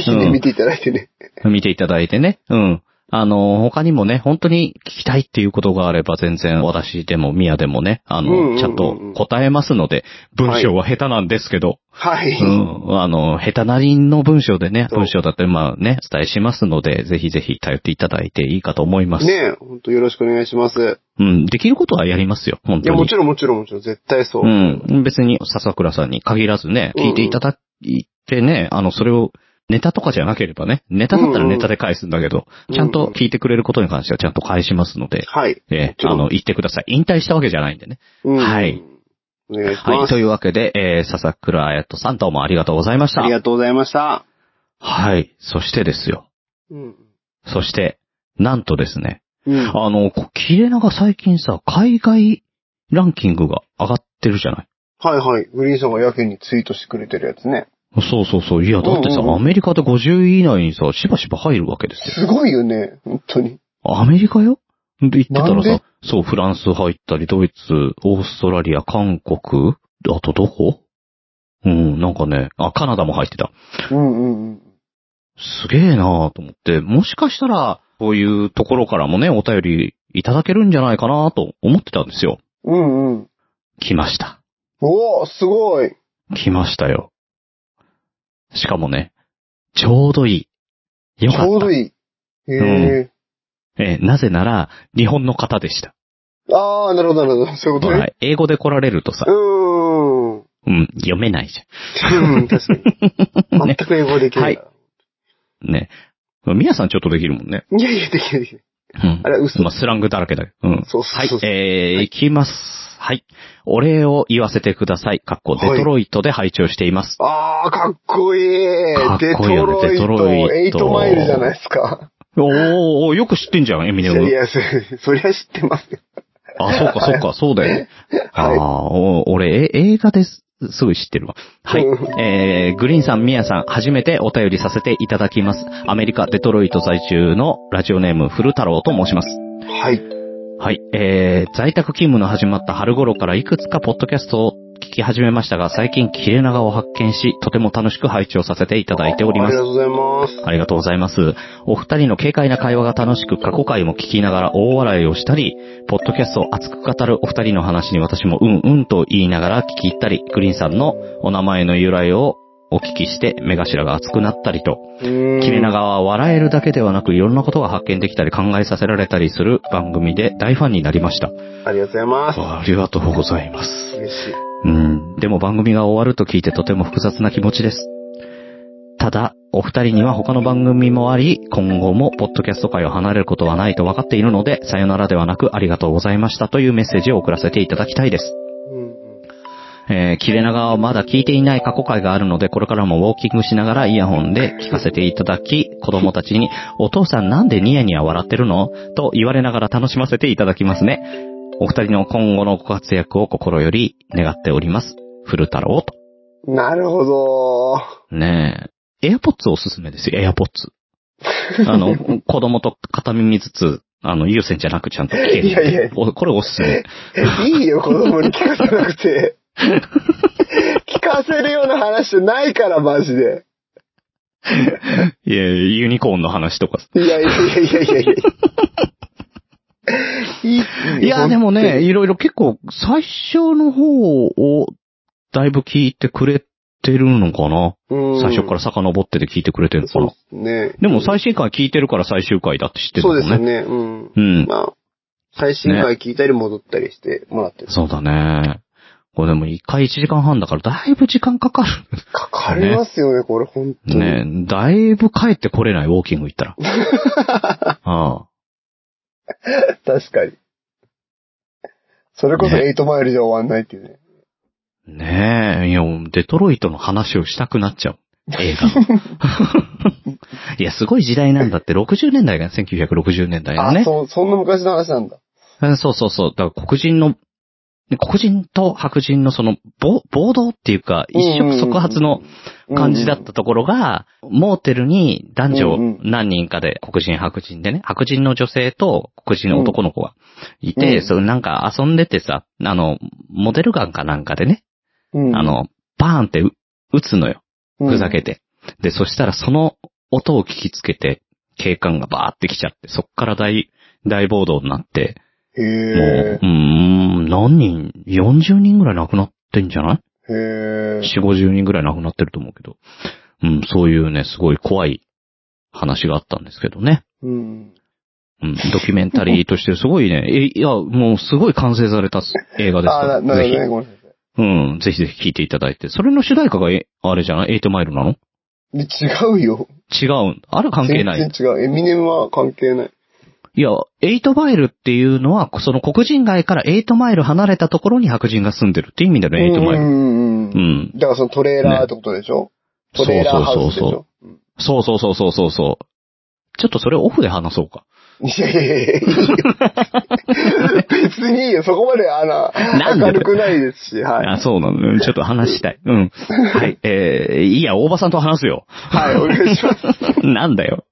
ひね、うん見ていただいてね。見ていただいてね、うん。あの、他にもね、本当に聞きたいっていうことがあれば、全然私でも、ミヤでもね、あうんうんうんうの、んちゃんと答えますので、文章は下手なんですけど、はい。うん。あの、下手なりの文章でね、そう文章だったり、まあね、伝えしますので、ぜひぜひ頼っていただいていいかと思います。ねえ、ほんとよろしくお願いします。うん。できることはやりますよ、本い当や、に。もちろんもちろんもちろん、絶対そう。うん。別に、笹倉さんに限らずね、うんうん聞いていただいてね、あの、それを、ネタとかじゃなければね、ネタだったらネタで返すんだけど、うんちゃんと聞いてくれることに関してはちゃんと返しますので、はい。えちーょっとあの、言ってください。引退したわけじゃないんでね。うんはい。お願いしはまい。す。というわけで、えー、笹倉彩とさんどうもありがとうございましたあり。がとうございました。はい。そしてですよ。うん。そして、なんとですね、うん。あの、こ切れ長最近さ、海外ランキングが上がってるじゃない。はいはい。グリーンさんがやけにツイートしてくれてるやつね。そうそうそう。いや、だってさ、うんうんうんアメリカで50位以内にさ、しばしば入るわけですよ。すごいよね。本当に。アメリカよで、言ってたらなんさ、そう、フランス入ったり、ドイツ、オーストラリア、韓国、あとどこうん、なんかね、あ、カナダも入ってた。うんうんうん。すげえなぁと思って、もしかしたら、こういうところからもね、お便りいただけるんじゃないかなぁと思ってたんですよ。うんうん。来ました。おー、すごい。来ましたよ。しかもね、ちょうどいい。ちよかった。ょうどいい。へえ。えーなぜなら、日本の方でした。あー、なるほどなるほど。そういうことほねら。英語で来られるとさう、ーん。うん、読めないじうん、*laughs* 確かに。全く英語できないな。ゃん。ね。みやさんちょっとできるもんね。いやいや、できないできない。うんあ。れ、嘘。まあ、スラングだらけだよ。うん。そうはそういそう。、えー、いきます。はい。お礼を言わせてください。かっこ、デトロイトで拝聴しています。あー、かっこいい。かっこいいよねデトロイデトロイトト、エイトマイルじゃないですか。おーおーよく知ってんじゃん、エミいネや、ムい。やそ *laughs* そりゃ知ってますよ。あ、そうか、そうか、そうだよね。 *laughs* はいああ、お俺、え映画です。すぐ知ってるわ。はい。えー、グリーンさん、ミヤさん、初めてお便りさせていただきます。アメリカ・デトロイト在住のラジオネーム、古太郎と申します。はい。はい。えー、在宅勤務の始まった春頃からいくつかポッドキャストを聞き始めましたが、最近切れ長を発見し、とても楽しく拝聴させていただいておりあまりすが。とうございます。ありがとうございます。お二人の軽快な会話が楽しく、過去回も聞きながら大笑いをしたり、ポッドキャストを熱く語るお二人の話に私もうんうんと言いながら聞き入ったり、グリーンさんのお名前の由来をお聞きして目頭が熱くなったりと、切切れ長は笑えるだけではなくいろんなことが発見できたり考えさせられたりする番組で大ファンになりました。ありがとうございます。ありがとうございます。嬉しい。うん。でも番組が終わると聞いてとても複雑な気持ちです。ただ、お二人には他の番組もあり、今後もポッドキャスト界を離れることはないと分かっているので、さよならではなくありがとうございましたというメッセージを送らせていただきたいです。うんうんえー、切れ長はまだ聞いていない過去回があるので、これからもウォーキングしながらイヤホンで聞かせていただき、子供たちに、お父さんなんでニヤニヤ笑ってるのと言われながら楽しませていただきますね。お二人の今後のご活躍を心より願っております。古太郎と。なるほど。ねえ。エアポッツおすすめですよ、エアポッツ。あ *laughs* の、子供と片耳ずつ、あの、優先じゃなくちゃんと聞けるんで。いやいやおこれおすすめ。いいよ、子供に聞かせな *laughs* くて。聞かせるような話じゃないから、マジで。いやユニコーンの話とかいやいやいやいやいやいや。いや、でもね、、いろいろ結構、最初の方を、だいぶ聞いてくれてるのかな、最初からさ、遡ってで聞いてくれてるのかそうなですね。でも最新回聞いてるから最終回だって知ってるそうでもすんね。ね。ね。うん。うん。まあ、最新回聞いたり戻ったりしてもらってる。そうだね。これでも一回1時間半だからだいぶ時間かかかかりますよね、これ、本当る。に。ねだいぶ帰 *laughs* ってこれない、ウォーキング行ったら。ああ。確かに。それこそね8マイルじゃ終わんないっていうね。ねえ、いや、デトロイトの話をしたくなっちゃう。映画 *laughs* の。いや、すごい時代なんだって、60年代が、1960年代のあ、ね。そう、そんな昔の話なんだ。うんそうそうそう。だから黒人の、黒人と白人のその、ぼ暴動っていうか、一触即発の感じだったところが、モーテルに男女うんうん何人かで、黒人白人でね、白人の女性と黒人の男の子がいて、うんそうなんか遊んでてさ、あの、モデルガンかなんかでね、うんあ、の、バーンってう撃つのよ。ふざけて。て。で、そしたらその音を聞きつけて、警官がバーって来ちゃって、そっから大、大暴動になって、へもう、えうーん、何人 ?40 人ぐらい亡くなってんじゃないへえ ?4、50人ぐらい亡くなってると思うけど。うん、そういうね、すごい怖い話があったんですけどね。うん。うん、ドキュメンタリーとしてすごいね、 *laughs* え、いや、もうすごい完成された映画ですあ、かな、ら。なぜるほひどね、、ごめんなさい。うん、ぜひぜひ聴いていただいて。それの主題歌が、え、あれじゃないエイトマイルなので違うよ。違うん。あれ関係ない。全然違う。エミネムは関係ない。いや、エイトマイルっていうのは、その黒人街からエイトマイル離れたところに白人が住んでるっていう意味でのエイトマイうル。んうんううん。ん。だからそのトレーラーってことでしょねトレーラーハウスでしょそうそうそうそうそうそう。ちょっとそれオフで話そうか。いやいやいやいいよ別にいいよ、そこまで、あなんでの、明るくないですし、はい。あ、そうなの。うんちょっと話したい。 *laughs* うん。はい。えー、いいや、大場さんと話すよ。 *laughs* はい、お願いします。なんだよ。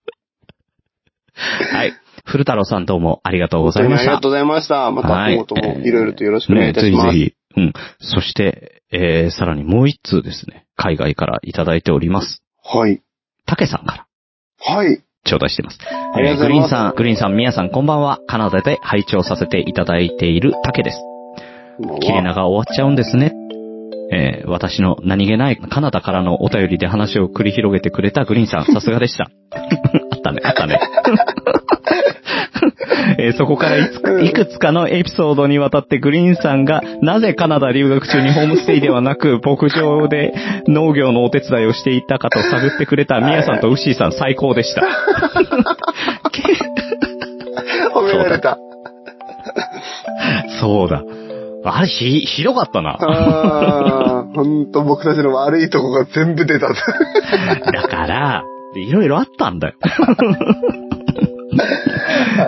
はい。古太郎さんどうもありがとうございまあしりた。がとうございました。またはい今後ともいろいろとよろしくお願いねいたぜしひます。ぜひ。うん。そして、えー、さらにもう一通ですね。海外からいただいております。はい。たけさんから。はい。頂戴しています。りえーがとうごグざリいーまンすさん、グリーンさん、みやさん、こんばんは。カナダで拝聴させていただいているたけです。切れ長終わっちゃうんですね。えー私の何気ないカナダからのお便りで話を繰り広げてくれたグリーンさん、さすがでした。 *laughs* あったね、あったね。 *laughs* えーそこからいついくつかのエピソードにわたってグリーンさんがなぜカナダ留学中にホームステイではなく牧場で農業のお手伝いをしていたかと探ってくれたミヤさんとウッシーさん最高でした。褒められた。 *laughs* そうだ。あれひ、ひどかったな。あー、ほんと僕たちの悪いとこが全部出た。 *laughs* だから、いろいろあったんだよ。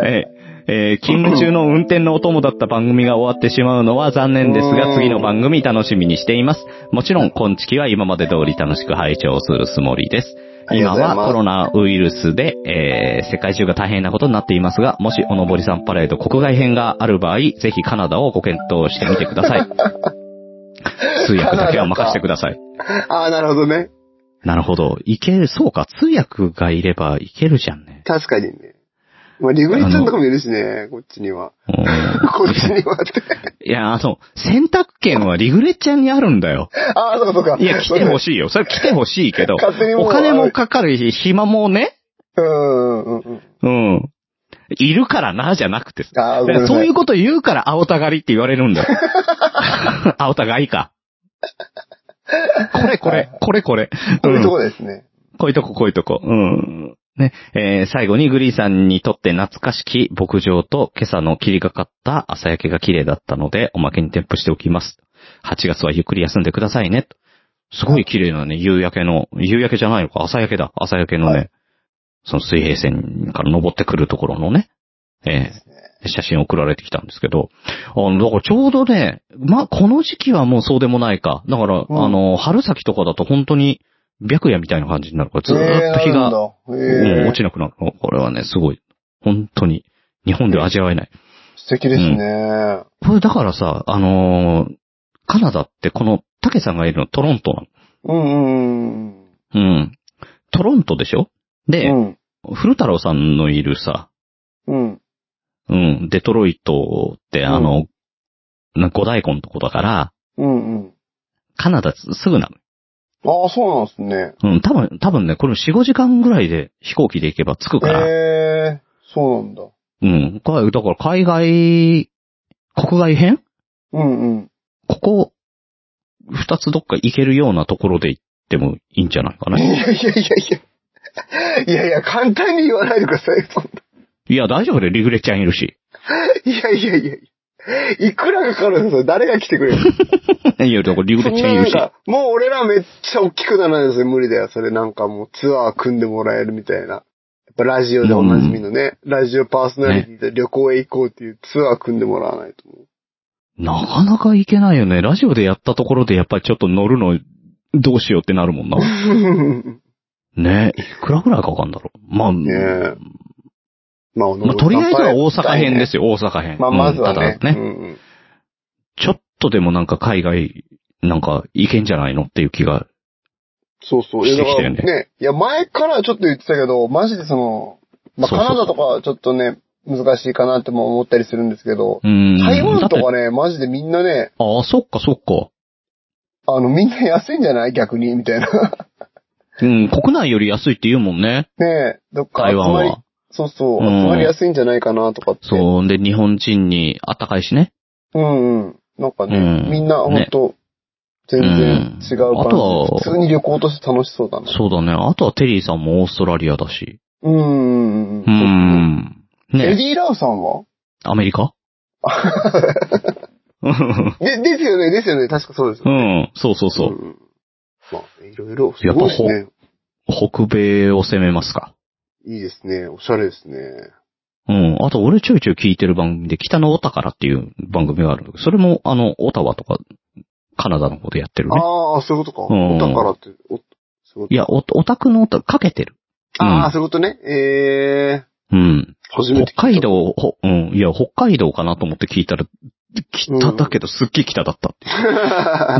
えーえー勤務中の運転のお供だった番組が終わってしまうのは残念ですうが、ん次の番組楽しみにしています。もちろん、今月は今まで通り楽しく拝聴するつもりです。ありが今とうございますはコロナウイルスで、えー世界中が大変なことになっていますが、もしおのぼりさんパレード国外編がある場合、ぜひカナダをご検討してみてくださ *laughs* い。通訳だけは任せてください。あー、なるほどね。なるほど。いける、そうか、通訳がいればいけるじゃんね。確かにね。まあ、リグリちゃんとかもいるしね、こっちには。 *laughs* うんこっちにはって。 *laughs* いや、あの、選択権はリグレッチャンにあるん *laughs* だよ。あー、そうかそうか。いや、来てほい。しいよ。それ来てほしいけど勝手に、もうお *laughs* 金もかかるし、暇もね、うんうんうん。うん。いるからな、じゃなくて。だあー、ごかめんならさい。そういうこと言うから、青たがりって言われるんだよ。 *laughs* 青たがいか。これこれ、これこれ。こういううんとこですね。こういうとこ、こういうとこ。うん。ね。えー最後にグリーさんにとって懐かしき牧場と今朝の霧がかった朝焼けが綺麗だったので、おまけに添付しておきます。8月はゆっくり休んでくださいね。とすごい綺麗なね、夕焼けの、夕焼けじゃないのか、朝焼けだ。朝焼けのね、その水平線から登ってくるところのね、えー写真送られてきたんですけど、あの、だからちょうどね、まあ、この時期はもうそうでもないか。だから、うんあの、春先とかだと本当に白夜みたいな感じになるから、ずーっと日が、えうー、んなるんだ。え落ちなくなるの。これはね、すごい。本当に。日本では味わえない。素敵ですね。これだからさ、あのーカナダってこの、タケさんがいるのトロントなうんうんの。うん。トロントでしょうで、ん。古太郎さんのいるさ、うん。うん。うん、デトロイトってあの、な五大湖のとこだから、うんうん。カナダすぐなああ、そうなんですね。の。うん、多分、多分ね、これ4、5時間ぐらいで飛行機で行けば着くから、ええー、そうなんだ。うん、これだから海外、国外編うんうん。ここ、二つどっか行けるようなところで行ってもいいんじゃないかいな。やいやいやいや。いやいや、簡単に言わないでください。そんない *laughs* や、大丈夫だよ、リグレちゃんいるし。いやいやいやいいくらかかるんですよ。誰が来てくれるいや、だから理由そでんちゃなんいなるんし。か、もう俺らめっちゃ大きくならないですよ。無理だよ。それなんかもうツアー組んでもらえるみたいな。やっぱラジオでおなじみのね、ラジオパーソナリティで旅行へ行こうっていうツアー組んでもらわないと思う。なかなかいけないよね。ラジオでやったところでやっぱりちょっと乗るのどうしようってなるもんな。 *laughs* ねいくらぐらいかかるんだろう。まあ、ねえ。まあ、おの。*laughs* まあ、とりあえずは大阪編ですすよ、大阪編。まあ、まずはうんね。ただね、うんちょっとでもなんか海外、なんか行けんじゃないのっていう気が。そうそう。いや、だからしてきたよね。いや、前からちょっと言ってたけど、マジでその、まあ、そうカそうナダとかはちょっとね、難しいかなっても思ったりするんですけど、うん。台湾とだっかてね、マジでみんなね、ああ、そっかそっか。あの、みんな安いんじゃない逆に、みたいな。 *laughs* うん、国内より安いって言うもんね、ねえ、どっか台集湾まりは、。そうそう、うん集まりやすいんじゃないかなとかって。そう。で、日本人にあったかいしね。う。んうん。なんかね、うんみんなほんと、全然違ううんあとは感じ。普通に旅行として楽しそうだな。そうだね。あとはテリーさんもオーストラリアだし。うんうんうん。うーん。エねディ・ラウさんは *laughs* アメリカ *laughs* うんで、ですよね、ですよね。確かそうです。うん。そうそうそう。んまあ、いろいろ、すごいですやね。北米を攻めますか。いいですね。おしゃれですね。うん。あと、俺ちょいちょい聞いてる番組で、北のオタからっていう番組があるんだけど、それも、あの、オタワとか、カナダの方でやってるね。ああ、そういうことか。うんお宝って、お、そういうこといや、オオタクのオタ、かけてる。あうあ、んそういうことね。ええうん。ー、初めて聞い北た。海道、ほ、うん。いや、北海道かなと思って聞いたら、北だけど、すっげえ北だったって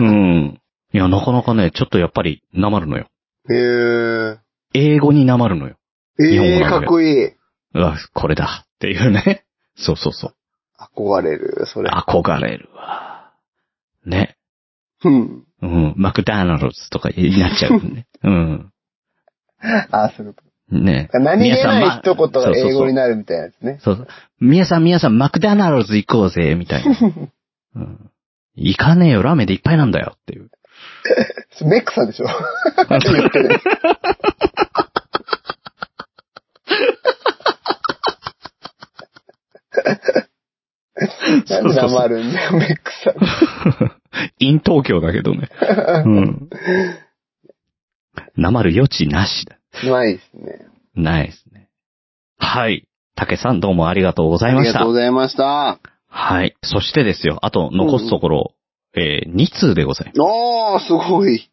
いう。 *laughs* うん。いや、なかなかね、ちょっとやっぱり、なまるのよ。えー、英語になまるのよ。日本語えなえんでー、かっこいい。うわ、これだ。っていうね。 *laughs* そうそうそう。憧れる、それ。憧れるわ。ね。うん。うん。マクダーナルズとかになっちゃう *laughs* ね。うん。ああ、そういうこねと。。何気皆さんなまい一言がそうそうそう英語になるみたいなやつね。そうそう。皆さん、皆さん、マクダーナルズ行こうぜ、みたいな。 *laughs* うん。行かねえよ、ラーメンでいっぱいなんだよ、っていう。 *laughs* メックさんでしょ言ってる。なんで黙るんだよ、メックさん。イン東京だけ *laughs* どね。うん。なまる余地なしだ。うまいですね。ないですね。はい。竹さんどうもありがとうござあいまりしがたとう。ございました。はい。そしてですよ、あと残すところ、えー、2通でございます。おー、すごい。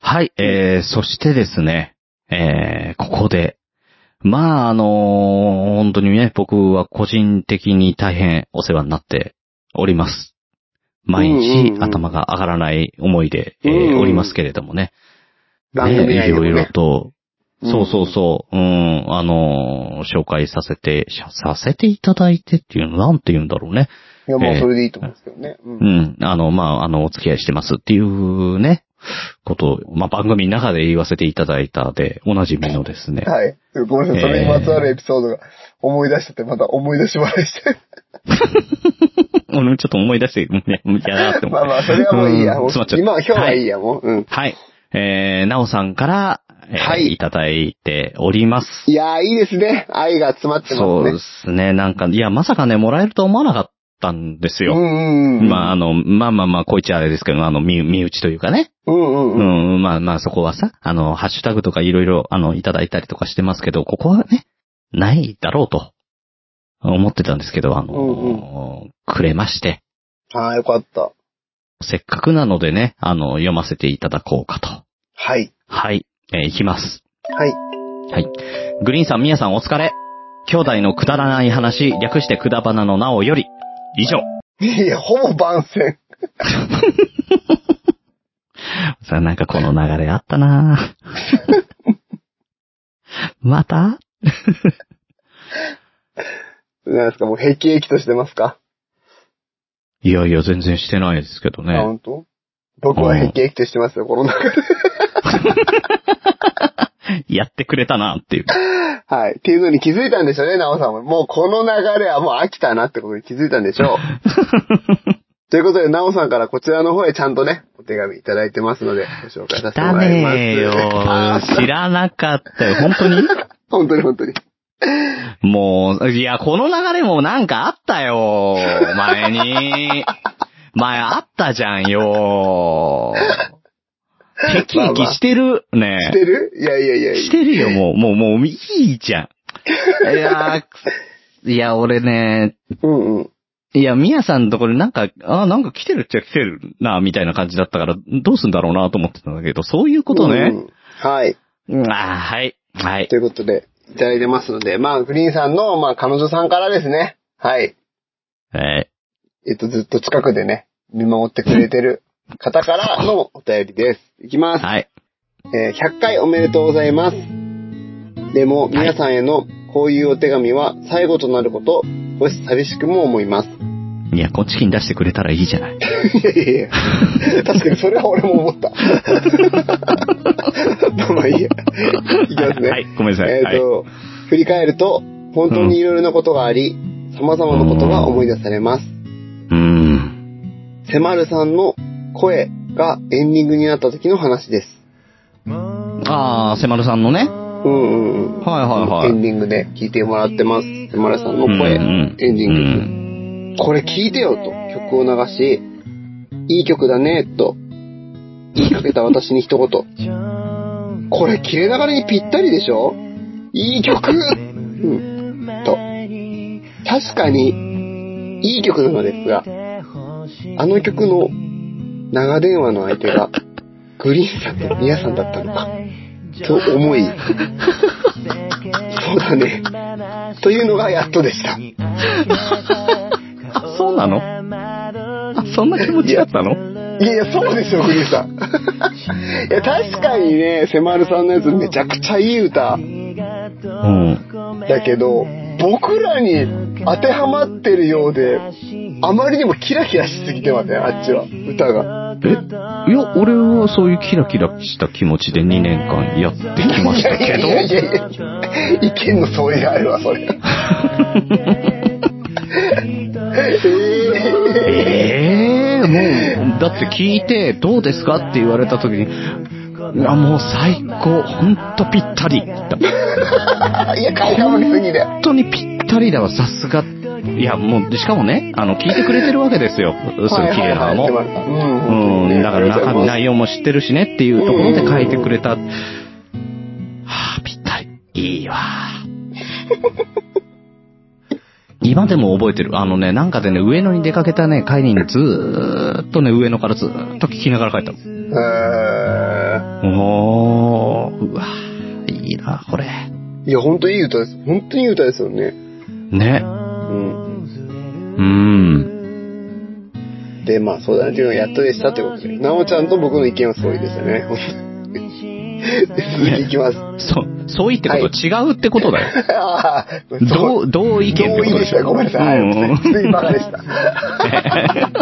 はい。えー、そしてですね、えー、ここで、まあ、あのー本当にね、僕は個人的に大変お世話になっております。毎うんうん日うん頭が上がらない思いで、えーうんうんおりますけれどもね。番ね組内いでもろねいろと、うんそうそうそう、うん、あのー紹介させて、しゃさせていただいてっていうの、なんて言うんだろうね。いや、もうそれでいいと思うんですけどね。う。うんん、あの、まあ、あの、お付き合いしてますっていうね、ことを、まあ、番組の中で言わせていただいたで、おなじみのです *laughs* ね。はい。ごめんなさい、それにまつわるエピソードが思い出してて、また思い出し笑いしてる。俺もちょっと思い出して、うんいや、うんいやなって思っまて。あまあ、それはもういいや。うんもう詰まっちゃった今、今日はいいや、もう。うん。はい。えー、なおさんから、えーはいいただいております。いやー、いいですね。愛が詰まってまそうすですね。ね。なんか、いや、まさかね、もらえると思わなかったんですうよ。んうんうん。まあ、あの、まあまあまあ、こいつあれですけど、あの、身身内というかね。うんうんううん。ん、まあまあ、そこはさ、あの、ハッシュタグとかいろいろ、あの、いただいたりとかしてますけど、ここはね、ないだろうと、思ってたんですけど、あの、くれまして、ああ、よかった。せっかくなのでね、あの、読ませていただこうかと。はい。はい、えーいきます。はい。グリーンさん、ミヤさんお疲れ。兄弟のくだらない話、略してくだばなのなおより、以上。いや、ほぼ番宣。さあ、なんかこの流れあったなぁ *laughs* またなんですか、もう、へきへきとしてますかいやいや、全然してないですけどあ、ね。本当？僕はへきへきとしてますよ、この中で。やってくれたなっていう。はい。っていうのに気づいたんでしょうね、なおさんも。もうこの流れはもう飽きたなってことに気づいたんで *laughs* しょう。ということで、なおさんからこちらの方へちゃんとね、お手紙いただいてますので、ご紹介させてだもらいます。ねえよあー *laughs* 知らなかったよ。本当に本当に本当に。もう、いや、この流れもなんかあったよ前前に。前あったじゃんよ。生き生きしてる。ねしてるいやいやいや。してるよ、もう、もう、もう、いいじゃん。いやー、いや、俺ね、うんうん。いや、みやさんのところになんか、あーなんか来てるっちゃ来てるな、みたいな感じだったから、どうすんだろうなと思ってたんだけど、そういうことうね。んはい。うん、あーはい。はいと。いうことで、いただいてますので、まあ、グリーンさんの、まあ、彼女さんからですね。はい。はい。えっと、ずっと近くでね、見守ってくれてる方からのお便りです。いきます。はい。えー100回おめでとうございます。でも、皆さんへのこういうお手紙は最後となること、少し寂しくも思います。いや、こっちに出してくれたらいいじゃない。いやいやいや。確かにそれは俺も思った。 *laughs* まあまあいいや。いきますね。はい、ごめんなさい。えっ、はい。と、振り返ると、本当にいろいろなことがあり、様々なことが思い出されます。うん。セマルさんの声がエンディングになった時の話です。あー、せまるさんのね。はいうんうんうん。はいはい。エンディングで聞いてもらってます。セマルさんの声、うんうんエンディングです。うんこれ聞いてよと曲を流し、いい曲だねと言いかけた私に一言。これ切れ流れにぴったりでしょいい曲、うん、と。確かに、いい曲なのですが、あの曲の長電話の相手が、グリーンさんとミヤさんだったのか、と思い、そうだね、というのがやっとでした。あ、そうなのあ、そんな気持ちだったのいやいや、そうですよ、グリーンさん。 *laughs* いや、確かにね、セマルさんのやつめちゃくちゃいいう歌ん。だけど、僕らに当てはまってるようで、あまりにもキラキラしすぎてません、あっちは、歌が。 *laughs* えいや、俺はそういうキラキラした気持ちで2年間やってきましたいやけいど。やいやいや、意見の相違があるわ、それ。 *laughs* えええもう、だって聞いて、どうですかって言われた時に、うわ、もう最高、ほんとぴったり。ー、いや、買いかぶりすぎで。本当にぴったりだわ、さすが。いや、もう、しかもね、あの、聞いてくれてるわけですよ。その綺麗なのも。はいはいはいうん本当にうねん、だからありがと中うご身ざいます内容も知ってるしねっていうところで書いてくれた。はあ、ぴったり。いいわ。 *laughs* 今でも覚えてる。あのね、なんかでね、上野に出かけたね、帰りにずーっとね、上野からずーっと聞きながら帰ったのえおー、うわ、いいな、これ。ーいや、本当いい歌です。本当にいい歌ですよね。ね。うん。うん。で、まあ、そうだね、っていうのがやっとでしたということで、なおちゃんと僕の意見は相違でしたね、 *laughs* 本当に。で *laughs* 続きいきます。そ、そう *laughs* 言ってこと、はい違うってことだよ。 *laughs* ああ、どう、どう意見って同こ意とででししょた。ごめんなさい。うはんい。普通にバカでした。 *laughs*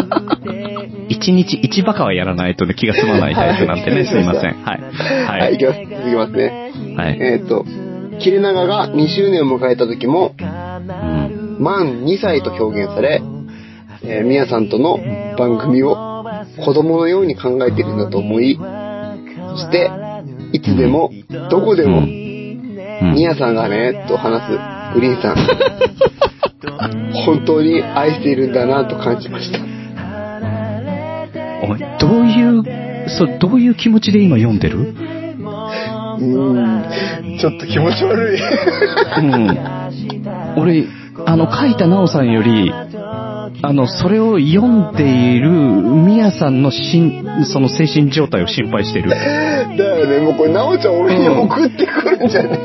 一日一バカはやらないとね、気が済まないタイプなんてね、すいません。はい。は、はいいい。きます。続きますね。はい。えっ、と、切れ長が2周年を迎えた時も、うん満2歳と表現され、えー、みやさんとの番組を子供のように考えているんだと思い、そして、いつでも、どこでも、うんニアさんがね、と話すグリーンさん。 *laughs* 本当に愛しているんだなと感じました。おい、どういう、そう、どういう気持ちで今読んでるうーん。ちょっと気持ち悪い。う *laughs* ん。俺、あの、書いたなおさんより、あの、それを読んでいるみやさんの心、その精神状態を心配してる。だよね、もうこれ、なおちゃん俺に送ってくるんじゃね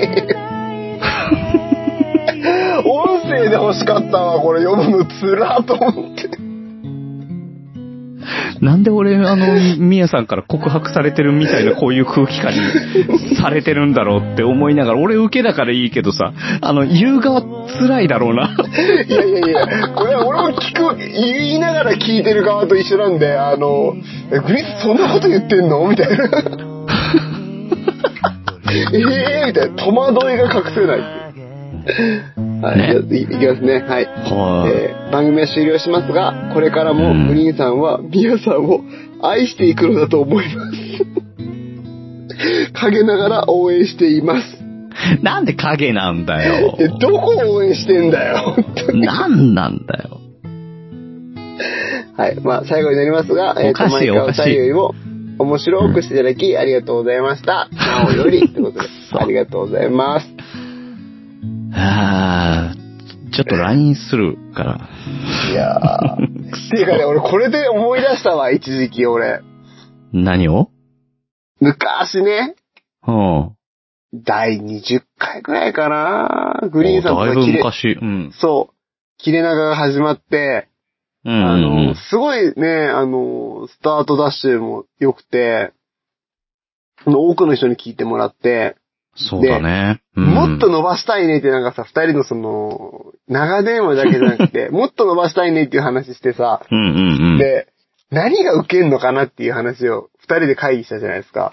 *laughs* えよ。音声で欲しかったわ、これ読むのつらと思って。なんで俺、あの、みやさんから告白されてるみたいなこういう空気感にされてるんだろうって思いながら、俺受けだからいいけどさ、あの、言う側辛いだろうな。いやいやいや、これは俺も聞く、言いながら聞いてる側と一緒なんで、あの、えグリスそんなこと言ってんのみたいな。ええー、みたいな、戸惑いが隠せないっていう。はい、いいきますね。はい。はえー番組は終了しますが、これからもグリーンさんはミヤさんを愛していくのだと思います。陰ながら応援しています。い。なんで影なんだよで、。どこを応援してんだよ。なんなんだよ。はい。まあ、最後になりますが、えっ、おと、かしい毎回おおかしい便りを面白くしていただき、ありがとうございました。なおより、ということで、 *laughs* そありがとうございます。あー、ちょっと LINE するから。*laughs* いやー。っていうかね、俺これで思い出したわ、一時期俺。何を昔ね、うん。第20回くらいかなグリーンさんとおだいのぶ切れ、昔。うん。そう、切れ長が始まって、うんあうんうの、ん。すごいね、あの、スタートダッシュも良くて、あの多くの人に聞いてもらって、そうだね。うんもっと伸ばしたいねってなんかさ、二人のその、長電話だけじゃな *laughs* くて、もっと伸ばしたいねっていう話してさ、うんうんうん。で、何が受けんのかなっていう話を二人で会議したじゃないですか。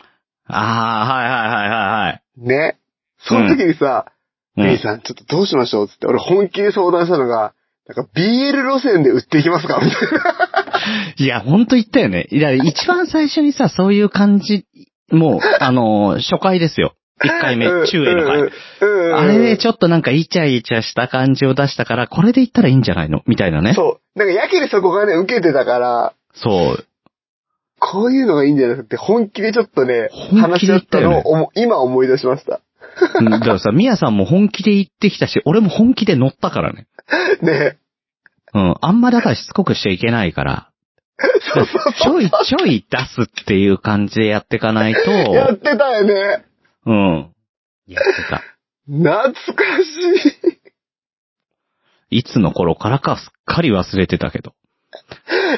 あね。その時にさ、ー、はいはいはいはいはい。 B さん、ちょっとどうしましょうっつって、俺本気で相談したのが、なんか BL 路線で売っていきますかみたいな。いや、ほんと言ったよね。いや、一番最初に *laughs* さ、そういう感じ、もう、あのー初回ですよ。一回目、中英の回。回あれで、ちょっょっとなんかイチャイチャした感じを出したから、これで言ったらいいんじゃないのみたいなね。そう。なんかやけにそこがね、受けてたから、そう。こういうのがいいんじゃなくて、本気でちょっとね、本話気しで合言っったたよのをね思今思い出しました。うんだ *laughs* からさ、ミヤさんも本気で言ってきたし、俺も本気で乗ったからね。ね。うん。あんまだからしつこくしちゃいけないから。 *laughs* そうそうちょいちょい出すっていう感じでやっていかないそう。やっと、てたよね。うん。やってた。懐かしい。いつの頃からかすっかり忘れてたけど。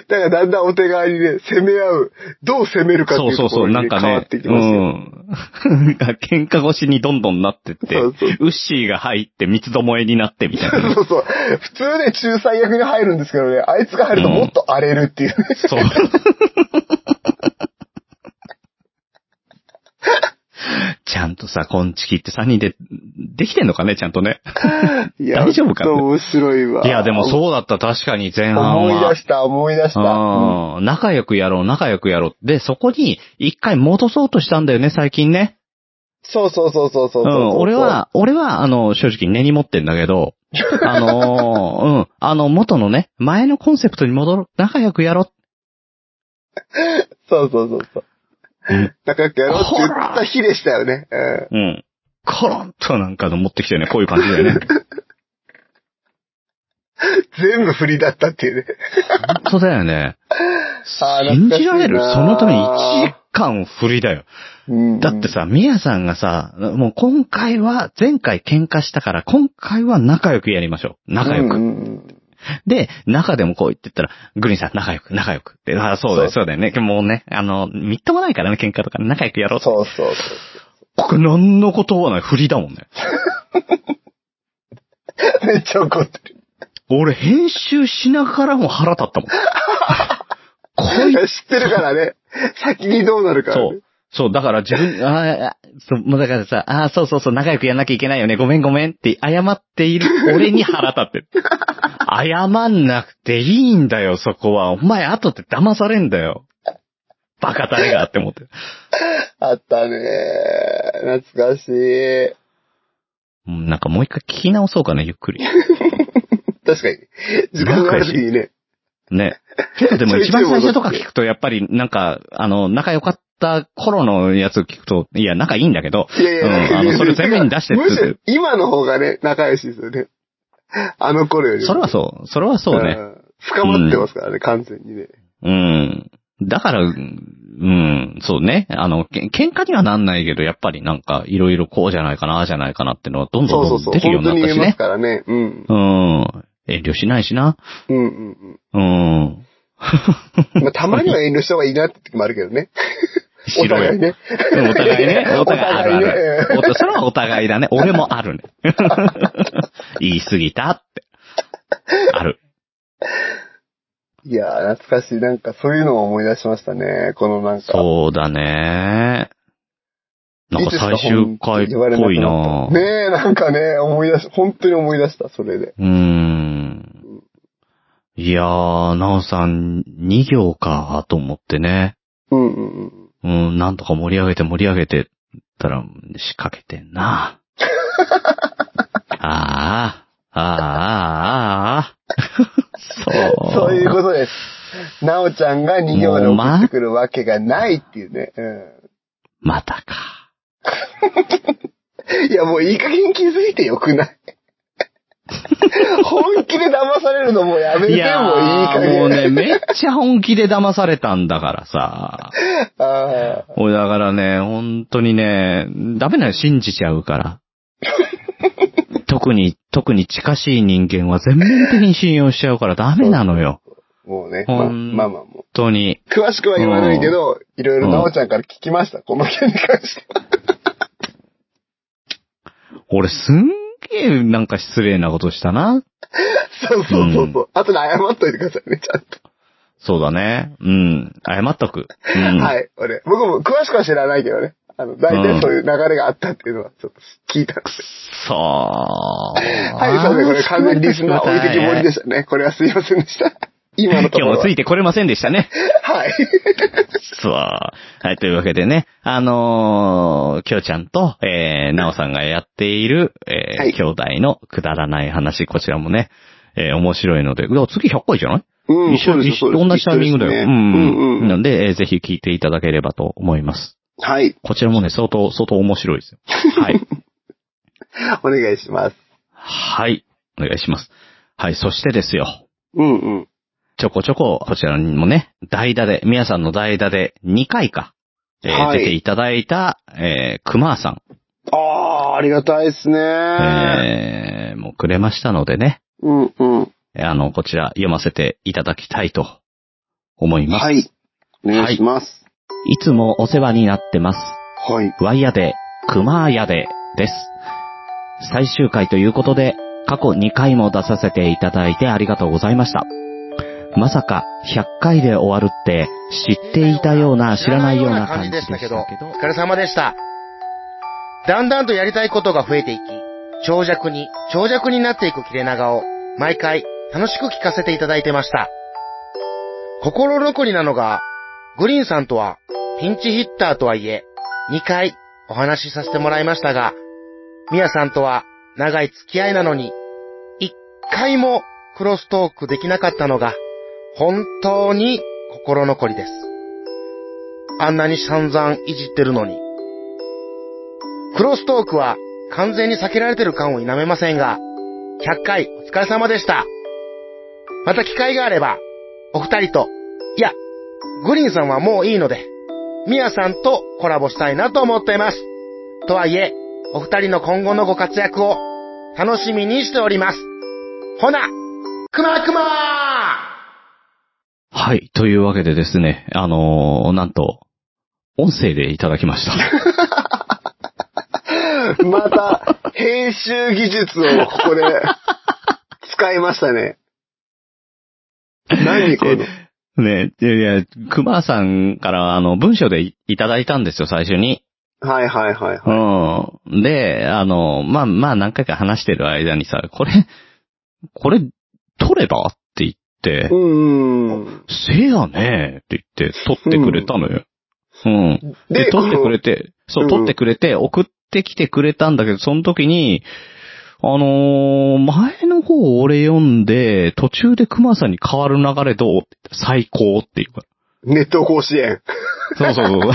だからだんだんお手側にね、攻め合う。どう攻めるかってそういうそとうそころう、に、なねんか変わっね、てきますよ。うん。喧嘩越しにどんどんなってって、そうそうウッシーが入って三つどもえになってみたいな。そうそう。普通ね、仲裁役に入るんですけどね、あいつが入るともっと荒れるっていうね。そう。 *laughs* ちゃんとさ、コンチキって3人で、できてんのかね、ちゃんとね。いや大丈夫かなほんと面白いわ。いや、でもそうだった、確かに前半は。思い出した、思い出した。うんうん仲良くやろう、仲良くやろう。で、そこに一回戻そうとしたんだよね、最近ね。そうそうそうそうそううそう。ん、俺、は、俺は、あの、正直根に持ってんだけ *laughs* ど、あのーうん、あの、元のね、前のコンセプトに戻ろう、仲良くやろう。そうそうそうそううん。仲良くやろうって言った日でしたよね。うんうん。コロンとなんかの持ってきたよね、こういう感じだよ *laughs* ね。全部振りだったっていうね。本当だよね。あー信じられる懐かしいなーそのために1時間振りだよ。うんだって、さ、ミヤさんがさ、もう今回は、前回喧嘩したから、今回は仲良くやりましょう。仲良く。うんうんで、中でもこう言ってったら、グリーンさん仲良く、仲良くって。ああ、そうだよ、そうだよね。もうね、あの、みっともないからね、喧嘩とかね仲良くやろそううと。そうそう。これ何のことはない、振りだもんね。めっちゃ怒ってる。俺、編集しながらも腹立 *laughs* ったもん。こい知つってるか *laughs* らね。先にどうなるから、ね。そう。そう、だから自分、あーあ、そう、もうだからさ、ああ、そうそうそう、仲良くやんなきゃいけないよね、ごめんごめんって謝っている俺に腹立ってる。謝んなくていいんだよ、そこは。お前、後で騙されんだよ。バカタレがって思って。あったね。懐かしい。うんなんかもう一回聞き直そうかな、ゆっくり。確かに。時間がある時にね。ね。けどでも一番最初 *laughs* とか聞くと、やっぱりなんか、あの、仲良かった頃のやつ聞くと、いや、仲いいんだけど、いやいや、なんかうんあのそれ全面に出してってむしろ今の方がね、仲良しですよね。あの頃よりも。それはそう、それはそうね。ん。深まってますからね、完全にね。うん。だから、うん、そうね。あの、け喧嘩にはなんないけど、やっぱりなんか、いろいろこうじゃないかな、ああじゃないかなってのは、どんそどうんどそうどんんそ出う。てるよう本に当なっにた言えしますね。からね。うん。うん。遠慮しないしな。うんうんうん。うん。まあ、たまには遠慮した方がいいなって時もあるけ *laughs* どね。しろお互よ。いね。お互い *laughs* ね。お互いあるあるお互いね。お互いそれはお互いだね。俺もあるね。 *laughs* 言い過ぎたって。ある。いやー、懐かしい。なんか、そういうのを思い出しましたね。このなんか。 *laughs* そうだね。なんか最終回っぽいなねえ、なんかね、思い出し、本当に思い出した、それで。うーん。いやー、なおさん、2行か、と思ってね。うんうんうん。うん、なんとか盛り上げて盛り上げて、たら、仕掛けてん *laughs* な。ああ、ああ、ああ。そう。 *laughs* そういうことです。なおちゃんが2行で送ってくるわけがないっていうね。うまたか。ん。いや、もういい加減気づいてよくない *laughs* 本気で騙されるのもうやめて、もういい加ー減。もうね、めっちゃ本気で騙されたんだからさ。あ俺だからね、本当にね、ダメなの信じちゃう *laughs* から。特に、特に近しい人間は全面的に信用しちゃうからダメなのよ。ーもうね、まほあんまあまあもう。本当に。詳しくは言わないけど、いろいろなおちゃんから聞きました。この件に関しては。俺すんげえなんか失礼なことしたな。そうそうそうそう。後で謝っといてくださいね、ちゃんと。そうだね。うん。謝っとく。うん。はい、俺。僕も詳しくは知らないけどね。あの、大体そういう流れがあったっていうのは、ちょっと聞いたんで。そう。ははい、そうですね。これ完全にリスナー置いてきぼりでしたね。これはすいませんでした。今のとこ *laughs* 今ろ日もは。ついてこれませんでしたね。はい。そう。はい、というわけでね、あのー、きょうちゃんと、えー、なおさんがやっている、えーはい兄弟のくだらない話、こちらもね、えー、面白いので、うわ、次100回じゃないうん、一緒、一緒、同じタイミングだよ。ううんん、うん。なんで、えーぜひ聞いていただければと思います。はい。こちらもね、相当、相当面白い *laughs* ですよ。はい。お願いします。はい。お願いします。はい、そしてですよ。うんうん。ちょこちょこ、こちらにもね、代打で、皆さんの代打で2回か、えーはい出ていただいた、えー、熊さん、ああ、ありがたいですね。えー、もうくれましたのでね、うんうん。えーあの、こちら読ませていただきたいと思います。。はいい。お願いします。つもお世話になってます。はい。ワイヤで、熊ヤで、です。最終回ということで、過去2回も出させていただいてありがとうございました。まさか100回で終わるって知っていたような知らないような感じでしたけど、お疲れ様でした。だんだんとやりたいことが増えていき、長尺に、長尺になっていく切れ長を、毎回楽しく聞かせていただいてました。心残りなのが、グリーンさんとは、ピンチヒッターとはいえ、2回お話しさせてもらいましたが、ミヤさんとは長い付き合いなのに、1回もクロストークできなかったのが、本当に心残りです。あんなに散々いじってるのに。クロストークは完全に避けられてる感を否めませんが、100回お疲れ様でした。また機会があれば、お二人と、いや、グリーンさんはもういいので、ミヤさんとコラボしたいなと思っています。とはいえ、お二人の今後のご活躍を楽しみにしております。ほな、くまくまはい。というわけでですね、あのーなんと、音声でいただきました。 *laughs* また、編集技術をここで使いましたね。何この。ね、いやいや、熊さんからあの、文章でいいただいたんですよ、最初に。はいはいはい。うん。で、あの、まあ、まあ、何回か話してる間にさ、これ、これ、取ればって言ってう、ん。せやねって言って、取ってくれたのよ。うん。で、撮ってくれて、そうう、ん撮ってくれて、送ってきてくれたんだけど、その時に、あのー前の方を俺読んで、途中で熊さんに変わる流れどう最高っていうか。ネット甲子園。そうそう *laughs* そ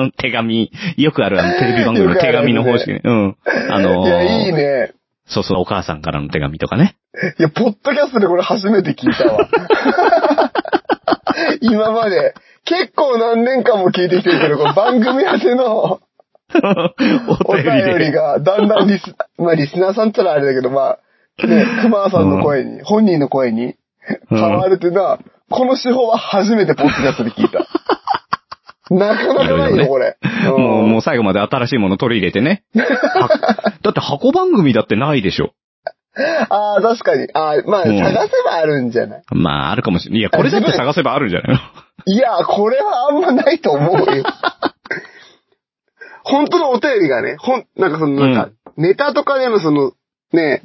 う。手紙、よくあるあの、テレビ番組の手紙の方式ね。うん。あのいーや、いいね。そうそう、お母さんからの手紙とかね。いや、ポッドキャストでこれ初めて聞いた *laughs* わ。今まで、結構何年間も聞いてきてるけど、この番組宛てのお *laughs* お便便りりで。が、だんだんリ *laughs* ス、まあリスナーさんったらあれだけど、まあ、ね、熊さんの声に、本人の声にうん変わるっていうのは、この手法は初めてポッドキャスト *laughs* で聞いた。なかなかないいろいろよ、ねこれ。うんもう、もう最後まで新しいもの取り入れて *laughs* ね。はだって箱番組だってないでしょ。ああ、確かに。ああ、まあ、うん探せばあるんじゃないまあ、あるかもしれない。いや、これだって探せばあるんじゃないのいや、これはあんまないと思う *laughs* よ。本当のお便りがね、ほん、なんかその、なんか、ネタとかでのその、ね、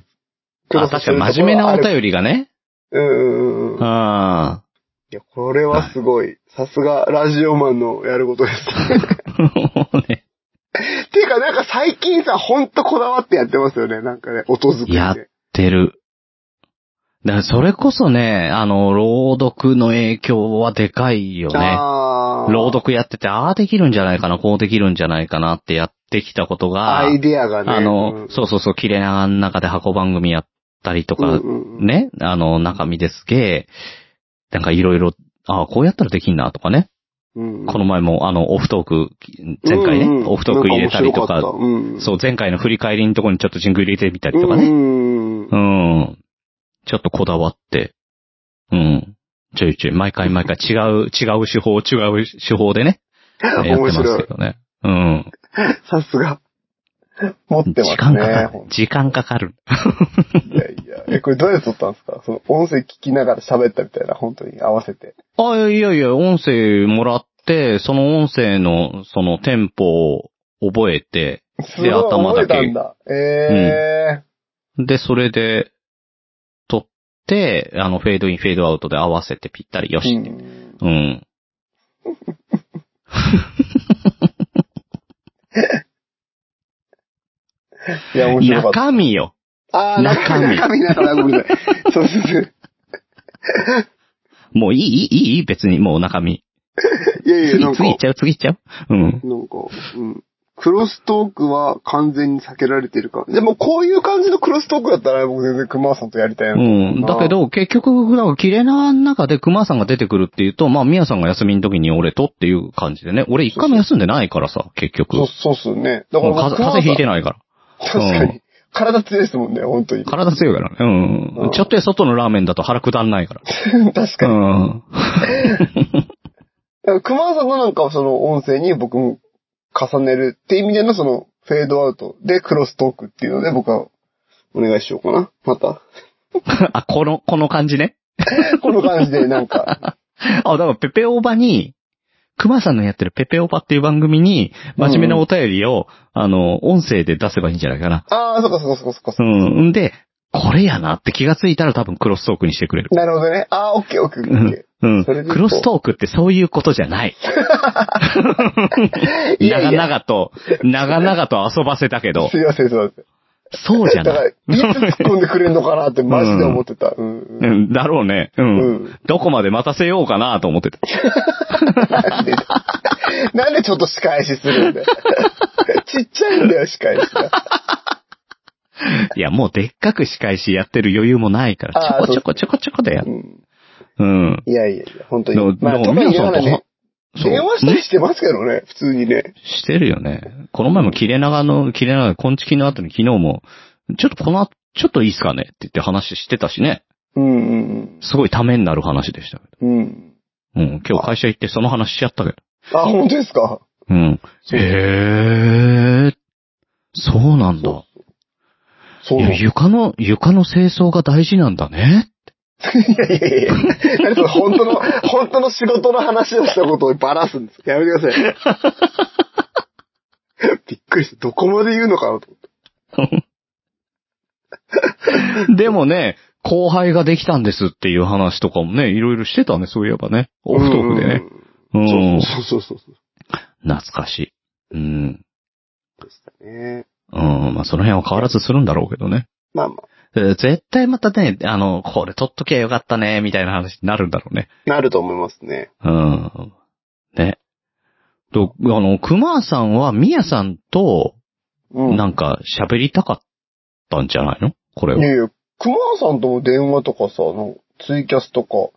あ確かに真面目なお便りがね。うんうんうん。いあや、これはすごい。さすが、ラジオマンのやるこ *laughs* とです。あ。もうねていうか、なんか最近さ、ほんとこだわってやってますよね。なんかね、音作りやっで。てる。だからそれこそね、あの、朗読の影響はでかいよね。あー朗読やってて、ああできるんじゃないかな、こうできるんじゃないかなってやってきたことが、アイディアがね。あうの、んそうそうそう、切れ長の中で箱番組やったりとうんか、うんうんね、あの、中身ですげえ、なんかいろいろ、ああ、こうやったらできんなとかね。うんうんこの前も、あの、オフトーク、前回ね、うんうんオフトーク入れたりとか、なん面白ったうんそう、前回の振り返りのとこにちょっとジングル入れてみたりとかうね。んうんうん。ちょっとこだわって、うん。ちょいちょい、毎回毎回違う、違う手法、違う手法でね、やってま *laughs* 面す白けい。どね。うん。さすが。持ってますね。時間かかるほん。と時間かかる。いやいや。え、これどうやって撮ったんですかその音声聞きながら喋ったみたいな、本当に合わせて。あ、いやいや、音声もらって、その音声の、そのテンポを覚えて、すごい頭覚だけえたんだ。えで、それで、撮って、あの、フェードイン、フェードアウトで合わせてぴったり、よえー。しうって。んうん。いや、面白かった。中身よ。あー、中中身。中身だから、ごめんなさい。そうそうそう。もういいいいいい別に、もう中身。いやいや、次な、んか次、行っちゃう、次行っちゃううん。なんか、うん。クロストークは完全に避けられてるか。でも、こういう感じのクロストークだったら、僕全然熊さんとやりたいなと思うん。なだけ、ど、結局、なんか、切れ長の中で熊さんが出てくるっていうと、まあ、宮さんが休みの時に俺とっていう感じでね。俺一回も休んでないからさ、結局。そう、そうっすよね。だかもらう風僕、風邪ひいてなない。いから。確かに。体強いですもんね、本当に。体強いからね。うん。うんちょっとや外のラーメンだと腹くだんないか。*laughs* 確からに。うん。だから熊さんのなんかその音声に僕も重ねるって意味でのそのフェードアウトでクロストークっていうので僕はお願いしようかな。また。あ、この、この感じね。この感じでな *laughs* んか。あ、だからペペオバに、熊さんのやってるペペオバっていう番組に、真面目なお便りを、あの、音声で出せばいいんじゃないかな。ああ、そっかそっかそっかそっかう。ん。んで、これやなって気がついたら多分クロストークにしてくれる。なるほどね。ああ、オッケーオッケーオッケうん。それでこうクロストークってそういうことじゃない。 *laughs* いやいや長々と、長々と遊ばせたけー。どす、いません、すいません。そうじゃだかないら、い。つ突っ込んでくれんのかなってマジで思ってた。うん。ううんん、だろうね。う。うんん。どこまで待たせようかなと思 *laughs* ってた。なんで、なんでちょっと仕返しするん *laughs* だよ。ちっちゃいんだよ、仕返しが。いや、もうでっかく仕返しやってる余裕もないかあら、ーちょこちょこちょこちょこだよう。ん。うん。いやいやいや、本当でもに。まあ、とでかも言いながらね。皆さんとそう電話したりしてますけどね、普通にね。してるよね。この前も切れ長の、切れ長、こんちきの後に昨日も、ちょっとこの後、ちょっといいっすかねって言って話してたしね。うんすごいためになる話でしたけど。うんうん。うん。うん。今日会社行ってその話しちゃったけど。あ、本当ですかうん。うへえー。そうなんだ。そいうなや、のい床の、床の清掃が大事なんだね。やいやいや。何それ本当の、本当の仕事の話をしたことをばらすんです。やめてくださ *laughs* い。びっくりした。どこまで言うのかなと。 *laughs* でもね、後輩ができたんですっていう話とかもね、いろいろしてたね、そういえばね。オフトークでね。ううんうんうん。ん。そうそうそうそう懐かしい。うん。そうでしたね。うん。まあ、その辺は変わらずするんだろうけどね。まあまえー絶対またね、あの、これ取っときゃよかったね、みたいな話になるんだろうね。あ、なると思いますね。うん。ね。と、あの、熊さんは、みやさんと、うん。なんか、喋りたかったんじゃないのこれいを。やいや、熊さんとも電話とかさ、なんかツイキャスとか、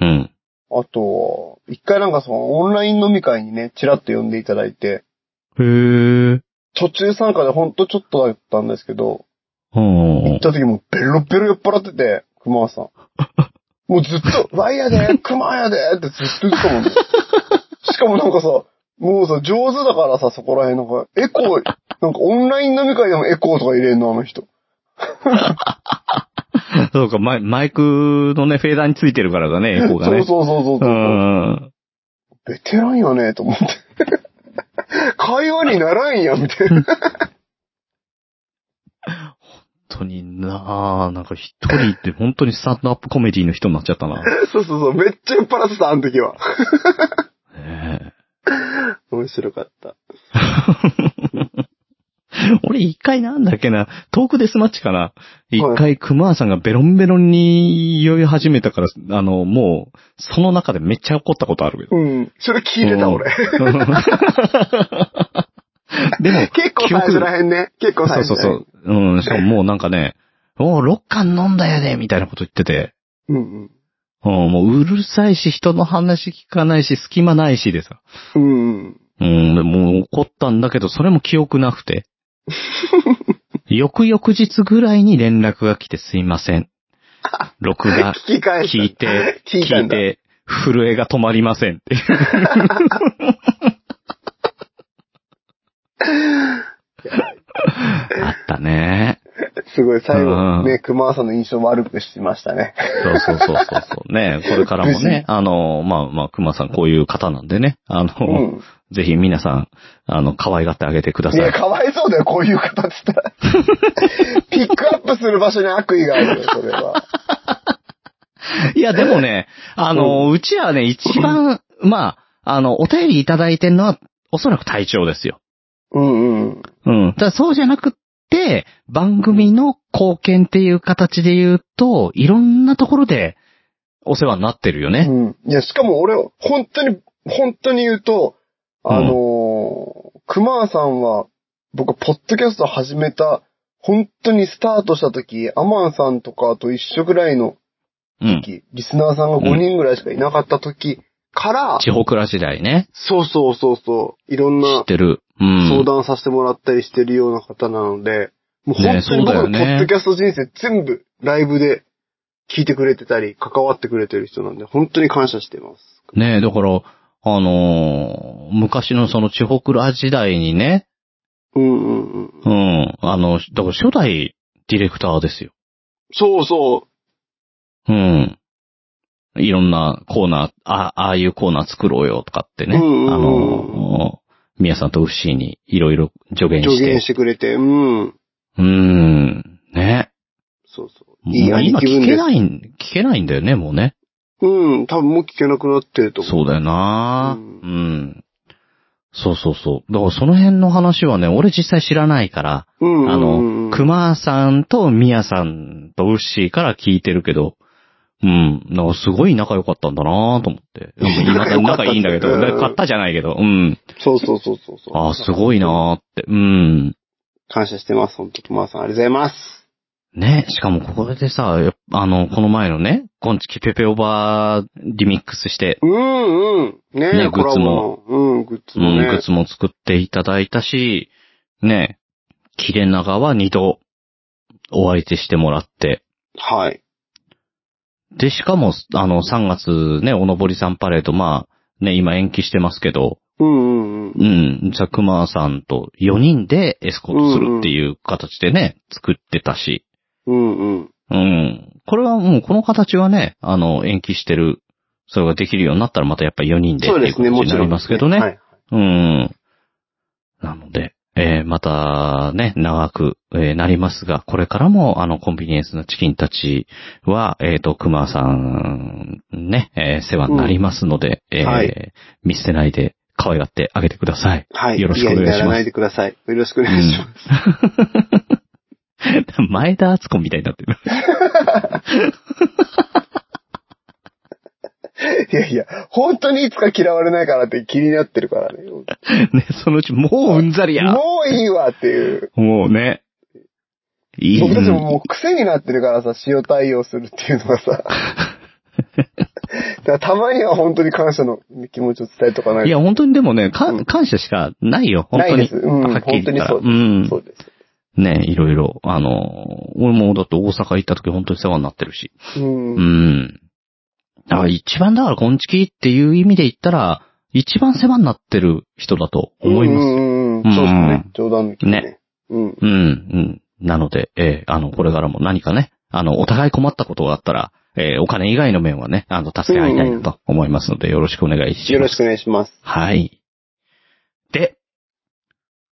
うん。あとは、一回なんかそのオンライン飲み会にね、ちらっと呼んでいただいて、へえ。途中参加でほんとちょっとだったんですけど、う行っん。た時もベロベロ酔っ払ってて、熊さん。もうずっと、ワイヤーで、熊やでってずっと言ってたもんね。しかもなんかさ、もうさ、上手だからさ、そこら辺なんか、エコー、なんかオンライン飲み会でもエコーとか入れんの、あの人。 *laughs* そうか、マイマイクのね、フェーダーについてるからだね、エコーがね。そうそうそううそうそう、ん。ベテランやね、と思って。会話にならんや、みたいな。本当になあなんか一人って本当にスタンドアップコメディの人になっちゃった *laughs* な。そうそうそう、めっちゃ酔っ払ってた、あの時は。ねえ面白かった。俺一回なんだっけな、トークデスマッチかな。一回熊さんがベロンベロンに酔い始めたから、あの、もう、その中でめっちゃ怒ったことあるけど。うん。それ聞いてた、俺。うん。 *laughs* でも、結構最初らへんね。結構そ最う初そうらへん。そう。うん、しかももうなんかね、もう6巻飲んだよね、みたいなこと言ってて。うんうん。うん、もううるさいし、人の話聞かないし、隙間ないしでさ。うんうん。うん、でもう怒ったんだけど、それも記憶なく *laughs* て。翌々日ぐらいに連絡が来てすいません。録画聞き返した。聞いて、 *laughs* 聞いた聞いんだて、震えが止まりませんっ *laughs* て。あったね。すごい、最う後、んね、熊川さんの印象悪くしましたね。そうそうそうそうそう。ねこれからもね、あの、まあまあ、熊さんこういう方なんでね、あの、うん。ぜひ皆さん、あの、可愛がってあげてくだいさや、い。かわいそうだよ、こういう方っつっ *laughs* たら。ピックアップする場所に悪意があるよ、それは。いや、でもね、あの、うちはね、一 *laughs* 番、まあ、あの、お便りいただいてるのは、おそらく隊長ですよ。うんうん。うん。ただそうじゃなくって、番組の貢献っていう形で言うと、いろんなところでお世話になってるよね。うん。いや、しかも俺、本当に、本当に言うと、あのー、熊さんは、僕、ポッドキャスト始めた、本当にスタートした時、アマンさんとかと一緒ぐらいのうん。時、リスナーさんが5人ぐらいしかいなかった時から、地方倉時代ね。そうそうそうそう、いろん知なってる。うん。相談させてもらったりしてるような方なので、もう本ね当にそ僕うだのよポねッドキャスト人生全部ライブで聞いてくれてたり、関わってくれてる人なんで、本当に感謝してます。ねえ、だから、あのー昔のその地方倉時代にね、うんうんうん。うん、あの、だから初代ディレクターですよ。そうそうん。いろんなコーナー、あ、ああいうコーナー作ろうよとかってね。うんうんうんあの、宮さんとウッシーにいろいろ助う。言助して。言してくれて、うん。うん。ね。そうそう。いいもう兄今貴分聞でけす。ないん、聞けないんだよね、もうね。うん、多分もう聞けなくなってると思う。そうだよなううんん。そうそうそう。だからその辺の話はね、俺実際知らないから、うんうんうん。あの、熊さんと宮さんとウッシーから聞いてるけど、うん、なんかすごい仲良かったんだなと思って。でも今だに仲いいんだけ *laughs* ど、仲良か仲良かっったってたじゃないけど、うん。そうそうそうそうそう。あーすごいなって、うん。感謝してます、本当熊さん。ありがとうございます。ね、しかもここでさ、やっぱあの、この前のね、ゴンチキペペオバーリミックスして、うんうん。ねえ、ねコラグッズボもの。うん、グッズうもん、ね。グッズも作っていただいたし、ね、切れ長は二度お相手してもらって、はい。で、しかも、あの、3月ね、おのぼりさんパレード、まあ、ね、今延期してますけど、うんうんうん。うん、ザクマさんと4人でエスコートするっていう形でね、作ってたし、うんうん。うん。これはもう、この形はね、あの、延期してる、それができるようになったらまたやっぱ4人でっそうていでうすこね、ともにちなろりん。ますけどね。はい。うん。なので、えー、またね、長く、えーなりますが、これからもあのコンビニエンスなチキンたちは、えっ、と、熊さん、ね、えー世話になりますので、えーはい見捨てないで可愛がってあげてください。はい。よろしくお願いしますやらないでください。よろしくお願いします。 *laughs* 前田敦子みたいになってる。いやいや、本当にいつか嫌われないからって気になってるからね。ね、 *laughs* そのうちもううんざりや。もういいわっていう。もうね。いい僕たちももう癖になってる *laughs* からさ、塩対応するっていうのがさ。だからたまには本当に感謝の気持ちを伝えとかないいと。や、本当にでもね、かうん感謝しかないよ、本な当いに。です。うん、は本っきり当言っにたら。そううです。んそ。うです。ねいろいろ。あの、俺もだって大阪行った時本当に世話になってるし。うんう。ん。だから一番だから、こんちきっていう意味で言ったら、一番世話になってる人だと思います。うんうんうんそうですねう。冗談抜きでね。うん。うん、うん。なので、えーあの、これからも何かね、あの、お互い困ったことがあったら、えーお金以外の面はね、あの、助け合いたいなと思いますので、よろしくお願いします。よろしくお願いします。はい。で、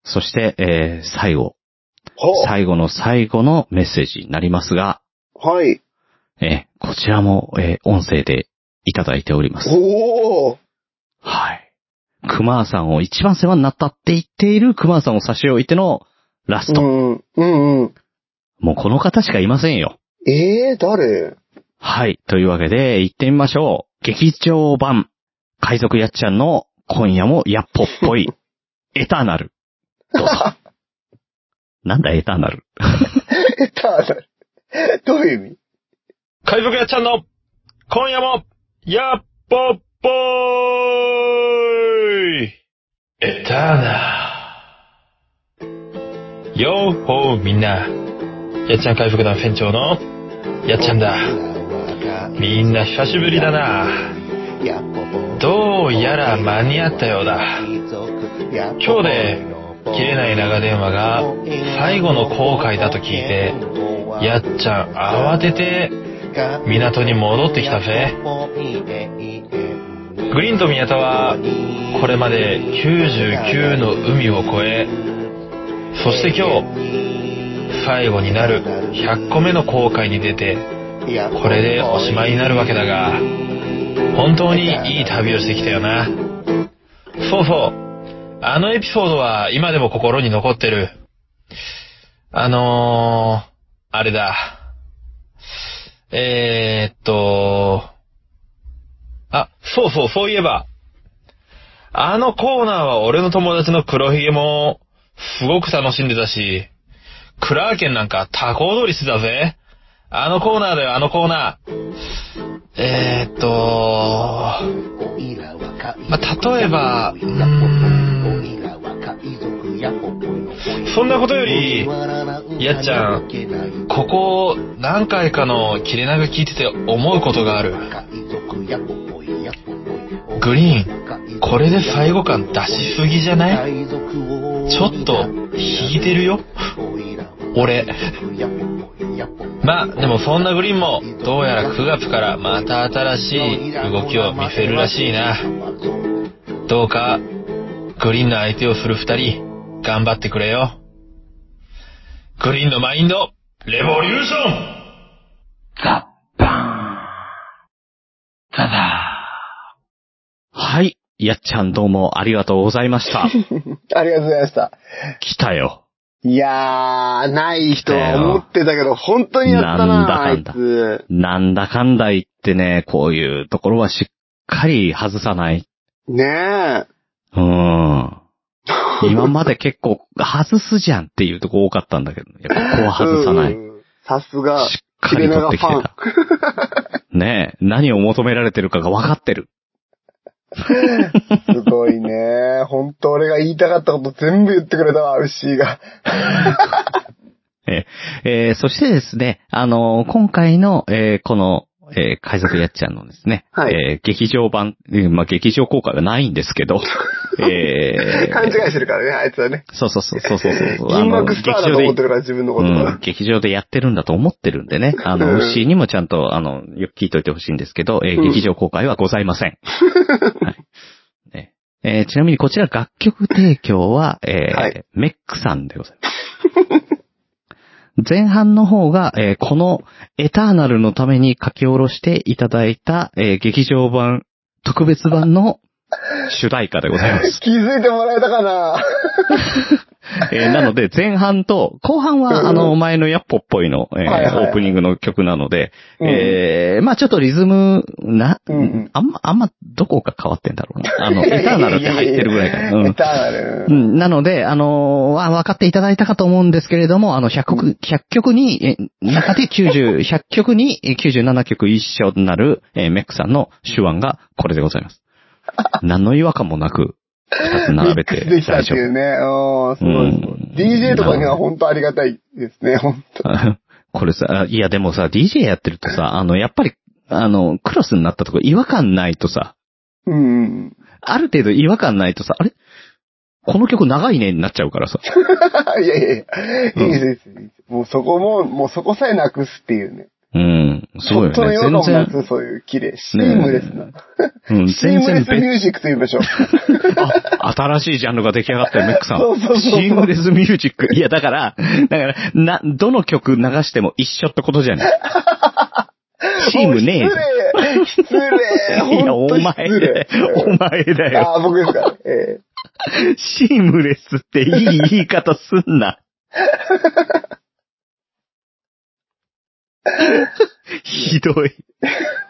そして、えー最後、ほ最後の最後のメッセージになりますが、はい。えーこちらも、えー音声でいただいております。おーはい。熊さんを一番世話になったって言っている熊さんを差し置いてのラスうト。ん。うんうん。もうこの方しかいませんよ。ええー、誰 *laughs* はい。というわけで、行ってみましょう。劇場版、海賊やっちゃんの今夜もやっぽっ *laughs* ぽい、エターナル。どうぞ。なんだエターナル。え、ただ、 *laughs* どういう意味海賊やっちゃんの、今夜も、やっぽっぽーいエターナー。よーほーみんな。やっちゃん海賊団船長の、やっちゃんだ。みんな久しぶりだな。どうやら間に合ったようだ。今日今日でで切れない長電話が最後の後悔だと聞いてややっっちゃん慌てて、港に戻ってきたぜグリーンと宮田は、これまで99の海を越え、そして今日、最後になる100個目の航海に出て、これでおしまいになるわけだが、本当にいい旅をしてきたよな。そうそう。あのエピソードは今でも心に残ってる。あのー、あれだ。えー、っと、あ、そうそう、そういえば。あのコーナーは俺の友達の黒ひげも、すごく楽しんでたし、クラーケンなんかタコ踊りしてたぜ。あのコーナーだよ、あのコーナー。えー、っと、まあ、例えば、うーんそんなことより、やっちゃん、ここ何回かの切れ長聞いてて思うことがある。グリーン、これで最後感出しすぎじゃないちょっと引いてるよ。俺。まあ、でもそんなグリーンも、どうやら9月からまた新しい動きを見せるらしいな。どうか、グリーンの相手をする二人、頑張ってくれよ。グリーンのマインド、レボリューションザッバーン。ザザはい。やっちゃんどうもありがとうござい *laughs* ました。ありがとうございました。来たよ。いやー、ない人は思ってたけど、本当にやっなたんな、だあかんいだつ。なんだかんだ言ってね、こういうところはしっかり外さない。ねう *laughs* ーん。今まで結構外すじゃんっていうとこ多かったんだけど、やっぱここえ。は外さない。うしん。さすが、っかり取ってきてた。 *laughs* ねえ、何を求められてるかが分かってる。すごいね。 *laughs* 本当俺が言いたかったこと全部言ってくれたわ、牛が。えー、そしてですね、あのー今回の、えーこの、えー海賊やっちゃんのですね、はいえー劇場版、うんまあ、劇場公開はないんですけ *laughs* ど、えー勘違いしてるからね、あいつはね。そうそうそうそうそうそう。銀幕スターだと思劇場ってでるから、自分のこうとは。ん、劇場でやってるんだと思ってるん *laughs* でね。あうの、ん牛にもちゃんと、あの、よく聞いといてほしいんですけど、えーうん劇場公開はございま *laughs* せん。はいねえーちなみにこちら楽曲提供は、えーはいメックさんでございます。前半の方が、えーこのエターナルのために書き下ろしていただいた、えー劇場版、特別版 *laughs* の主題歌でございます。気づいてもらえたかな *laughs* えーなので、前半と、後半うんは、あの、前のヤッポっぽいの、えーはいはいオープニングの曲なので、うんえーまあちょっとリズム、な、うんうんあんま、あんま、どこか変わってんだろうな。 *laughs* あの、エターナルって入ってるぐらいかな。うエんターナルう。ん、なので、あのーわ分かっていただいたかと思うんですけれども、あの、100曲、100曲に、え中で90、100曲 *laughs* にえ97曲一緒になる、えーメックさんの手腕がこれでござい *laughs* ます。何の違和感もなく、2つ並べてミックスできた大って丈夫い。うね。うん、すごいすごうんい。DJ とかには本当ありがたいですね、本当。あ *laughs* これさ、いやでもさ、DJ やってるとさ、あの、やっぱり、あの、クロスになったとこ違和感ないとさ、うん。ある程度違和感ないとさ、あれこの曲長いねになっちゃうからさ。 *laughs* いやいやいや、いいです、いいです。もうそこも、もうそこさえなくすっていうね。うん、すちごいょよっとのね。よ全うなもな然、く、そういう綺麗。シームレスな。うん、シー全ムレ然スミ別、ュージックと言いましょう。あ、新しいジャンルが出来上がったよ、 *laughs* メックさんそうそうそう。そうシームレスミュージック。いや、だから、だから、な、どの曲流しても一緒ってことじゃ *laughs* ない。シームねえぞ。失礼失礼いや、本お当前失礼で、お前だよ。ああ、僕ですか。ええシームレスっていい言い方すんな。ひどい。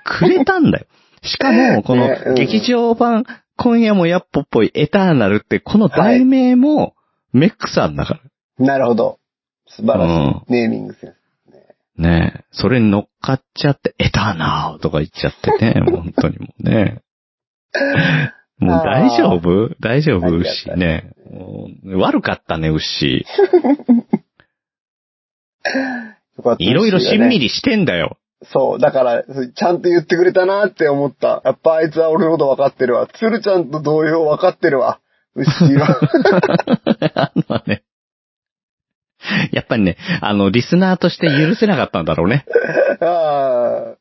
くれたんだよ。しかも、こねうのん劇場版、今夜もやっぽっぽいエターナルって、この題名も、メックさんだかなるほど。素晴ら。らしうん。い。ネーミングセンス。ねえ。それに乗っかっちゃって、エターナーとか言っちゃってね、 *laughs* 本当にもう *laughs* ね。もう大丈夫大丈あ夫りがたい牛ね。もう悪かったね、牛。よかったいろいろしんみり。りしてんだよ。そう。だから、そうちゃんと言ってくれたなって思った。やっぱあいつは俺のこと分かってるわ。鶴ちゃんと同様分かってるわ。牛は。 *laughs* あのね。やっぱりね、あの、リスナーとして許せなかったんだろうね。ああ。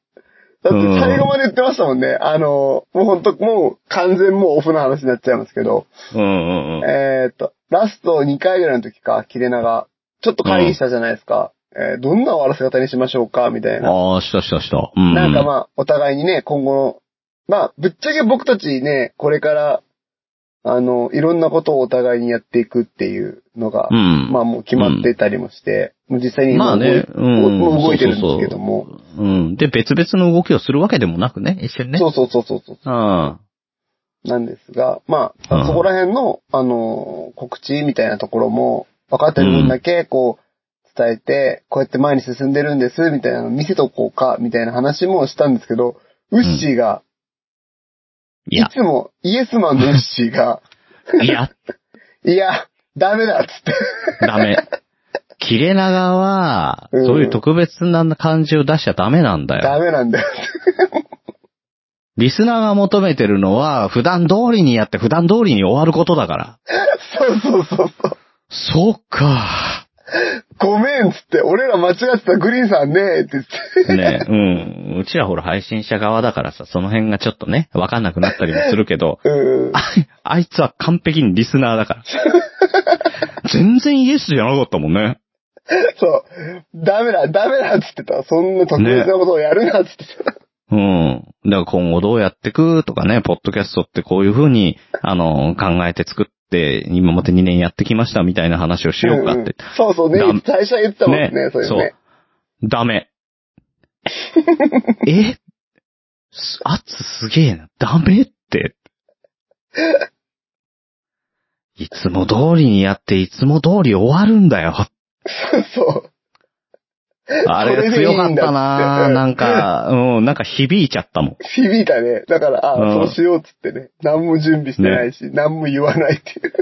だって最後まで言ってましたもんね。あの、もうほんと、もう完全もうオフの話になっちゃいますけど。うんうんうん。えーっと、ラスト2回ぐらいの時か、切れ長。ちょっと会議したじゃないですか。えーどんな終わらせ方にしましょうかみたいな。ああ、したしたした。うん。なんかまあ、お互いにね、今後の、まあ、ぶっちゃけ僕たちね、これから、あの、いろんなことをお互いにやっていくっていうのが、うん。まあもう決まってたりもして、もう実際にまあ今動い,、ね、うん。もう動いてるんそうそですうけそどうも。うん。で、別々の動きをするわけでもなくね、一緒にね。そうそうそうそうそう。うん。なんですが、まうんあ、そこら辺の、あの、告知みたいなところも、分かってる分だけ、こう、伝えて、こうやって前に進んでるんです、みたいなの見せとこうか、みたいな話もしたんですけど、ウッシーが、いい *laughs* や、つもイエスマンのウッシ *laughs* ーが、いや、いや、ダメだっつって。ダメ。切れ長は、うんそういう特別な感じを出しちゃダメなんだよ。ダメなんだよ。リスナーが求めてるのは、普段通りにやって普段通りに終わることだから。そうそうそうそう。そうか。ごめんっつって、俺ら間違ってたグリーンさんねーって言って。ねえ、うん。うちらほら配信者側だからさ、その辺がちょっとね、わかんなくなったりもするけど、うん。ああいつは完璧にリスナーだから。全然イエスじゃなかったもんね。そう。ダメだ、ダメだっつってた。そんな特別なことをやるなっつってた。うん。だから今後どうやってくとかね、ポッドキャストってこういう風に、あの、考えて作って、今まで2年やってきましたみたいな話をしようかって。んんそうそうねダメ。最初は言ってたもんね、そういうのね。そう。ダ *laughs* メ。えす圧すげえな。ダメって。いつも通りにやって、いつも通り終わるんだよ。 *laughs* そう。あれ強かったななんか、うん、なんか響いちゃったもん。響いたね。だから、あ、うんそうしようっつってね。何も準備してないし、何も言わないって *laughs* いう。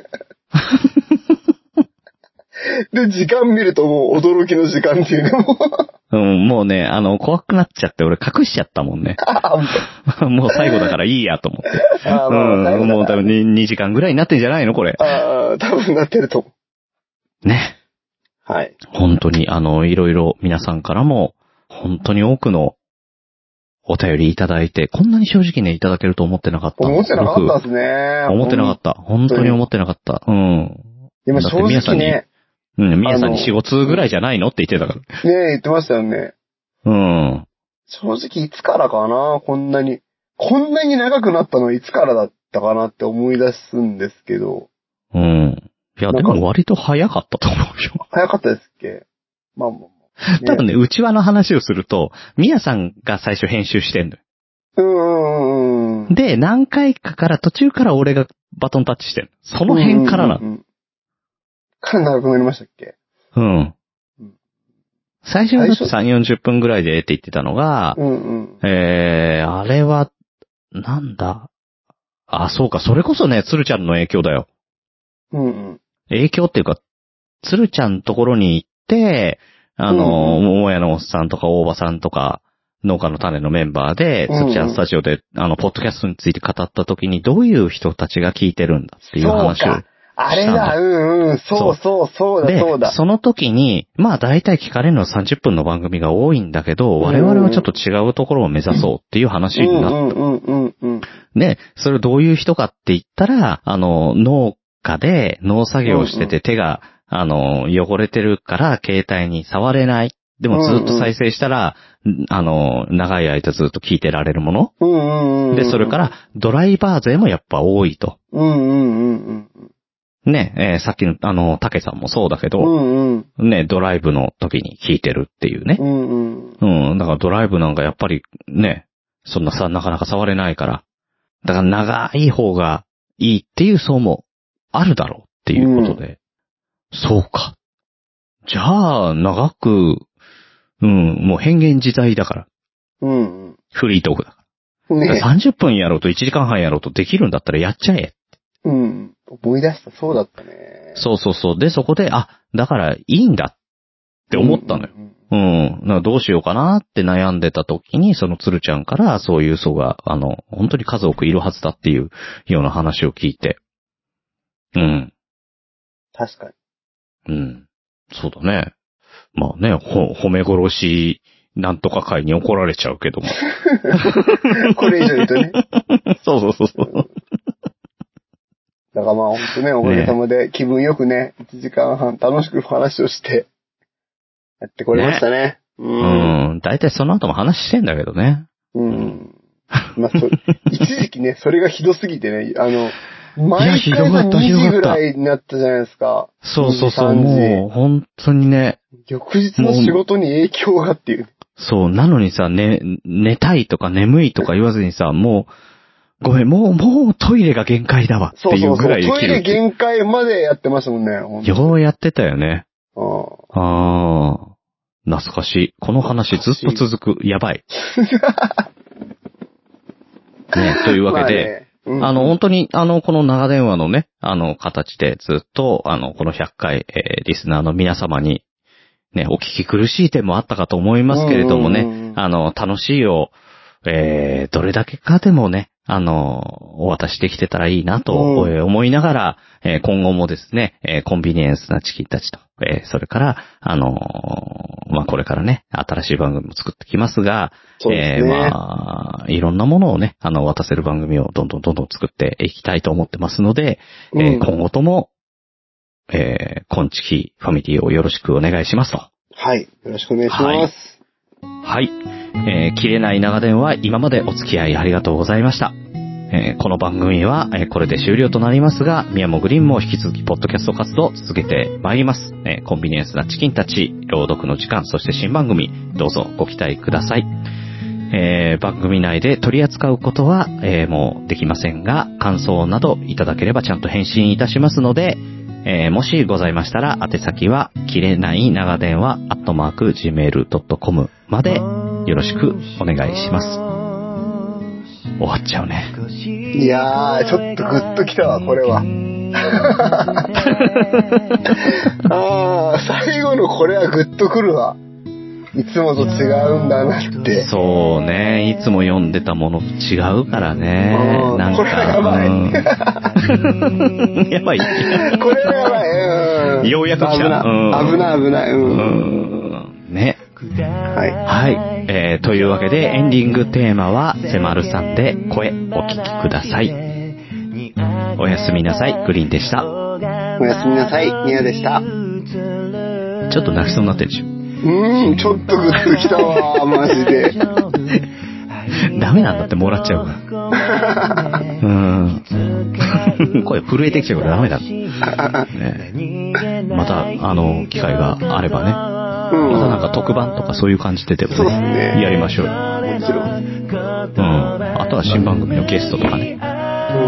で、時間見るともう驚きの時間っていうね、もう。うん、もうね、あの、怖くなっちゃって、俺隠しちゃったもんね。 *laughs* あ、み *laughs* もう最後だからいいやと思って。たい *laughs* なあ、まあ、うん、もう多分。分2時間ぐらいになってんじゃないのこれ。ああ、多分なってると思ね。う。はい。本当に、あの、いろいろ皆さんからも、本当に多くのお便りいただいて、こんなに正直ね、いただけると思ってなかった。思ってなかった僕ですね。思ってなかった。本当に思ってなかった。うん。でもだ正って皆さ直んにね、うん、みやさんにあの4、5通ぐらいじゃないのって言ってたかね言ってましたよね。ら。うん。正直いつからかな、こんなに。こんなに長くなったのいつからだったかなって思い出すんですけど、うん。いや、でも割と早かったと思うよ。早かったですっけまあまあまあ。 *laughs* 多分ね、内輪の話をすると、みやさんが最初編集してんのよ。うんうんうんうん。で、何回かから途中から俺がバトンタッチしてんの。その辺からなのうんうんうん。から長くなりましたっけうんうん。最初はだって最3、40分ぐらいでって言ってたのがう、んうん。えー、あれは、なんだあ、そうか、それこそね、鶴ちゃんの影響だよ。うんうん。影響っていうか、鶴ちゃんのところに行って、あの、うん桃屋のおっさんとか大場さんとか、農家の種のメンバーで、うんうん鶴ちゃんスタジオで、あの、ポッドキャストについて語った時に、どういう人たちが聞いてるんだっていう話そうをか。あれだ、うんうん。そうそう、そうだ、でそう、だ。その時に、まあ大体聞かれるのは30分の番組が多いんだけど、我々はちょっと違うところを目指そうっていう話うんになっうんうんうんうん。ね、それどういう人かって言ったら、あの、農家で農作業をしてうんうて手が、あの、汚れてるから携帯に触れない。でもずっと再生したら、あの、長い間ずっと聞いてられるもの。うんうんうんうん。で、それから、ドライバー勢もやっぱ多いと。うんうんうんうん。ね、えーさっきの、あの、竹さんもそうだけうど、んうん。ね、ドライブの時に弾いてるっていうねう。んうん。うん、だからドライブなんかやっぱりね、そんなさ、なかなか触れないから。だから長い方がいいっていう層もあるだろうっていうことで。そうか。じゃあ、長く、うん、もう変幻自在だから。うんフリートークだかうん。ら。ね30分やろうと1時間半やろうとできるんだったらやっちゃえ。うん。思い出した、そうだったね。そうそうそう。で、そこで、あ、だからいいんだって思ったのよ。うんうん。だからどうしようかなって悩んでた時に、その鶴ちゃんからそういう層が、あの、本当に数多くいるはずだっていうような話を聞いて。うん。確かに。うん。そうだね。まあね、ほ、褒め殺し、なんとか会に怒られちゃうけど *laughs* も。これ以上言う *laughs* とね。そうそうそうそう。だからまあ本当ね、おかげさまで気分よくね、1時間半楽しく話をして、やってこれましたね。ううん。ん。だいたいその後も話してんだけどね。うん。まあ *laughs* そう、一時期ね、それがひどすぎてね、あの、毎ひど回かった2ひどか時ったぐらいになったじゃないですか。そうそうそう。いい感じもう、本当にね。翌日の仕事に影響がっていう。そう、なのにさ、ね、寝たいとか眠いとか言わずにさ、もう、ごめん、もう、もうトイレが限界だわってそういそううそぐう。らいでトイきレる。限界までやってましたもんね、ほんとようやってたよね。うんあー、懐かしい。この話ずっと続く。やばい。ね、というわけで、まあね、あの、本当に、あの、この長電話のね、あの、形でずっと、あの、この100回、えーリスナーの皆様に、ね、お聞き苦しい点もあったかと思いますけれどもうんうんうんね、あの、楽しいを、えーどれだけかでもね、あの、お渡しできてたらいいなと、うんえー思いながら、えー今後もですね、えーコンビニエンスなチキンたちと、えーそれから、あのーまあ、これからね、新しい番組も作ってきますが、そうですねえーまあ、いろんなものをね、あの、渡せる番組をどんどんどんどん作っていきたいと思ってますので、えーうん今後とも、えー、コンチキファミリーをよろしくお願いしますと。はい。よろしくお願いします。はいはい。えー切れない長電話、今までお付き合いありがとうございました。えーこの番組は、えーこれで終了となりますが、宮もグリーンも引き続き、ポッドキャスト活動を続けてまいります。えーコンビニエンスなチキンたち、朗読の時間、そして新番組、どうぞご期待ください。えー番組内で取り扱うことは、えーもうできませんが、感想などいただければちゃんと返信いたしますので、えーもしございましたら、宛先は、切れない長電話、アットマーク、gmail.com まで、よろしくお願いします。終わっちゃうね。いやー、ちょっとグッときたわ、これ *laughs* は。あー、最後のこれはグッとくるわ。いつもと違うんだなって。そうね、いつも読んでたものと違うからねう。んなんこれはやばばい。い *laughs* やばい。これはやばい。うん、ようやく来た危なうんい。危ない、危ない。うう。んんね。はい。はい。えーというわけでエンディングテーマは、せまるさんで声お聞きください。おやすみなさい。グリーンでした。おやすみなさい、ニアでした。うちょっと泣きそうになってるでしょ。ん、ちょっとグッときたわ、マジで。 *laughs* ダメなんだってもらっちゃうから。 *laughs* うん。 *laughs* 声震えてきちゃうからダメだ。ね、また、あの、機会があればね。うんまたなんか特番とかそういう感じででもそうっすねやりましょうよ。うん。もちろん。あとは新番組のゲストとかね。う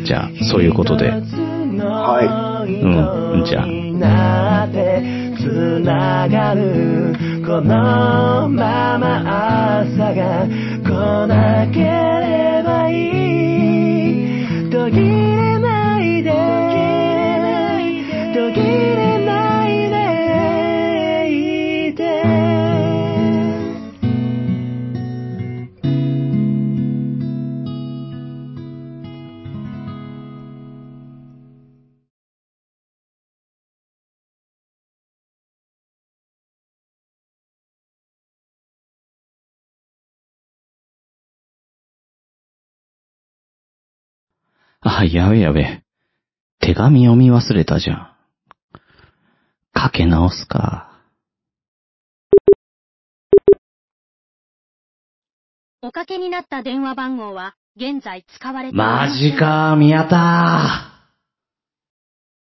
ん、じゃあ、そういうことで。はうん。じゃあ。あ、やべやべ。手紙読み忘れたじゃん。かけ直すか。おかけになった電話番号は現在使われていまマせんジか、宮田。